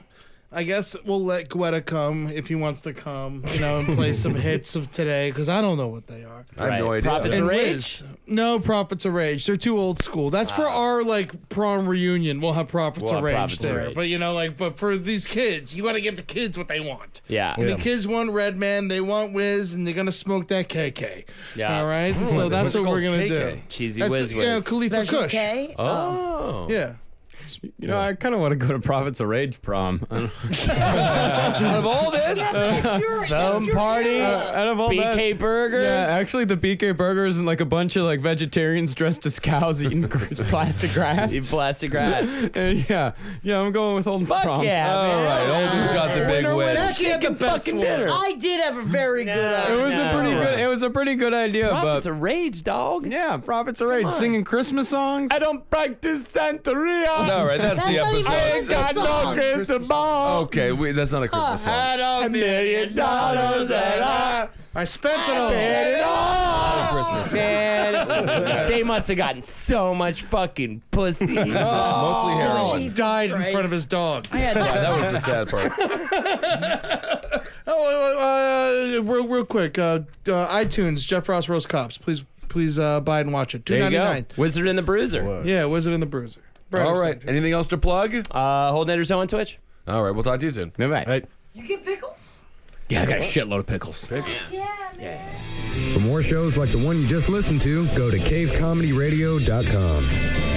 [SPEAKER 8] I guess we'll let Guetta come if he wants to come. You know, and play some hits of today because I don't know what they are.
[SPEAKER 9] I have no
[SPEAKER 3] Right.
[SPEAKER 9] idea.
[SPEAKER 3] Profits
[SPEAKER 8] And
[SPEAKER 3] are rich.
[SPEAKER 8] Liz. No, Prophets of Rage. They're too old school. That's for our like prom reunion. We'll have
[SPEAKER 3] Ah.
[SPEAKER 8] Prophets
[SPEAKER 3] We'll
[SPEAKER 8] of
[SPEAKER 3] have
[SPEAKER 8] Rage
[SPEAKER 3] Prophets of
[SPEAKER 8] there.
[SPEAKER 3] Rage.
[SPEAKER 8] But you know, like, but for these kids, you got to give the kids what they want.
[SPEAKER 3] Yeah.
[SPEAKER 8] And The kids want Redman. They want Wiz, and they're gonna smoke that KK.
[SPEAKER 3] Yeah.
[SPEAKER 8] All right. so
[SPEAKER 9] What's
[SPEAKER 8] that's
[SPEAKER 9] it
[SPEAKER 8] what we're
[SPEAKER 9] called?
[SPEAKER 8] gonna
[SPEAKER 9] KK?
[SPEAKER 8] do.
[SPEAKER 3] Cheesy
[SPEAKER 8] That's
[SPEAKER 3] whiz whiz.
[SPEAKER 8] yeah, Khalifa
[SPEAKER 11] Special
[SPEAKER 8] Kush.
[SPEAKER 11] K?
[SPEAKER 9] Oh.
[SPEAKER 8] Yeah.
[SPEAKER 7] You know, I kind of want to go to Prophets of Rage prom. out of all this,
[SPEAKER 11] um, Film
[SPEAKER 7] party,
[SPEAKER 8] Uh,
[SPEAKER 7] out of all that,
[SPEAKER 10] BK Burgers.
[SPEAKER 7] Yeah, actually, the BK burgers and like a bunch of like vegetarians dressed as cows eating gr- plastic grass.
[SPEAKER 10] You plastic grass.
[SPEAKER 7] Uh, yeah, yeah, I'm going with Old Fuck Prom.
[SPEAKER 10] yeah,
[SPEAKER 7] All
[SPEAKER 10] man.
[SPEAKER 7] right,
[SPEAKER 9] Oldie's got the big win.
[SPEAKER 10] chicken fucking dinner.
[SPEAKER 11] I did have a very good
[SPEAKER 7] It
[SPEAKER 11] idea.
[SPEAKER 7] was a pretty good. It was a pretty good idea,
[SPEAKER 10] Profits
[SPEAKER 7] but
[SPEAKER 10] a rage, dog.
[SPEAKER 7] yeah, profits are right. Singing Christmas songs.
[SPEAKER 10] don't practice Santeria.
[SPEAKER 9] All right, that's the
[SPEAKER 11] That's how you
[SPEAKER 9] episode.
[SPEAKER 11] know it's a
[SPEAKER 7] got no
[SPEAKER 11] song.
[SPEAKER 7] Christmas ball.
[SPEAKER 9] Okay, we, that's not a Christmas song.
[SPEAKER 11] Ah.
[SPEAKER 10] Had a million dollars and I
[SPEAKER 8] I spent it all.
[SPEAKER 10] did it all.
[SPEAKER 9] Christmas.
[SPEAKER 10] Man, they must have gotten so much fucking pussy. Oh,
[SPEAKER 9] Mostly heroin.
[SPEAKER 8] He died in
[SPEAKER 11] Christ.
[SPEAKER 8] front of his dog.
[SPEAKER 11] I had
[SPEAKER 9] Yeah, that was the sad part.
[SPEAKER 8] Oh, uh, uh, real, real quick. Uh, uh, iTunes, Jeff Ross Rose Cops. Please, please uh, buy it and watch it. Two
[SPEAKER 10] there you
[SPEAKER 8] ninety
[SPEAKER 10] go.
[SPEAKER 8] nine.
[SPEAKER 10] Wizard and the Bruiser.
[SPEAKER 8] Yeah, Wizard and the Bruiser.
[SPEAKER 9] All right, anything else to plug?
[SPEAKER 10] Uh, Hold Nighters on Twitch.
[SPEAKER 9] All right, we'll talk to you soon.
[SPEAKER 7] All right.
[SPEAKER 11] You get pickles?
[SPEAKER 7] Yeah, I got a shitload of pickles.
[SPEAKER 11] Yeah, man.
[SPEAKER 15] For more shows like the one you just listened to, go to cavecomedyradio.com.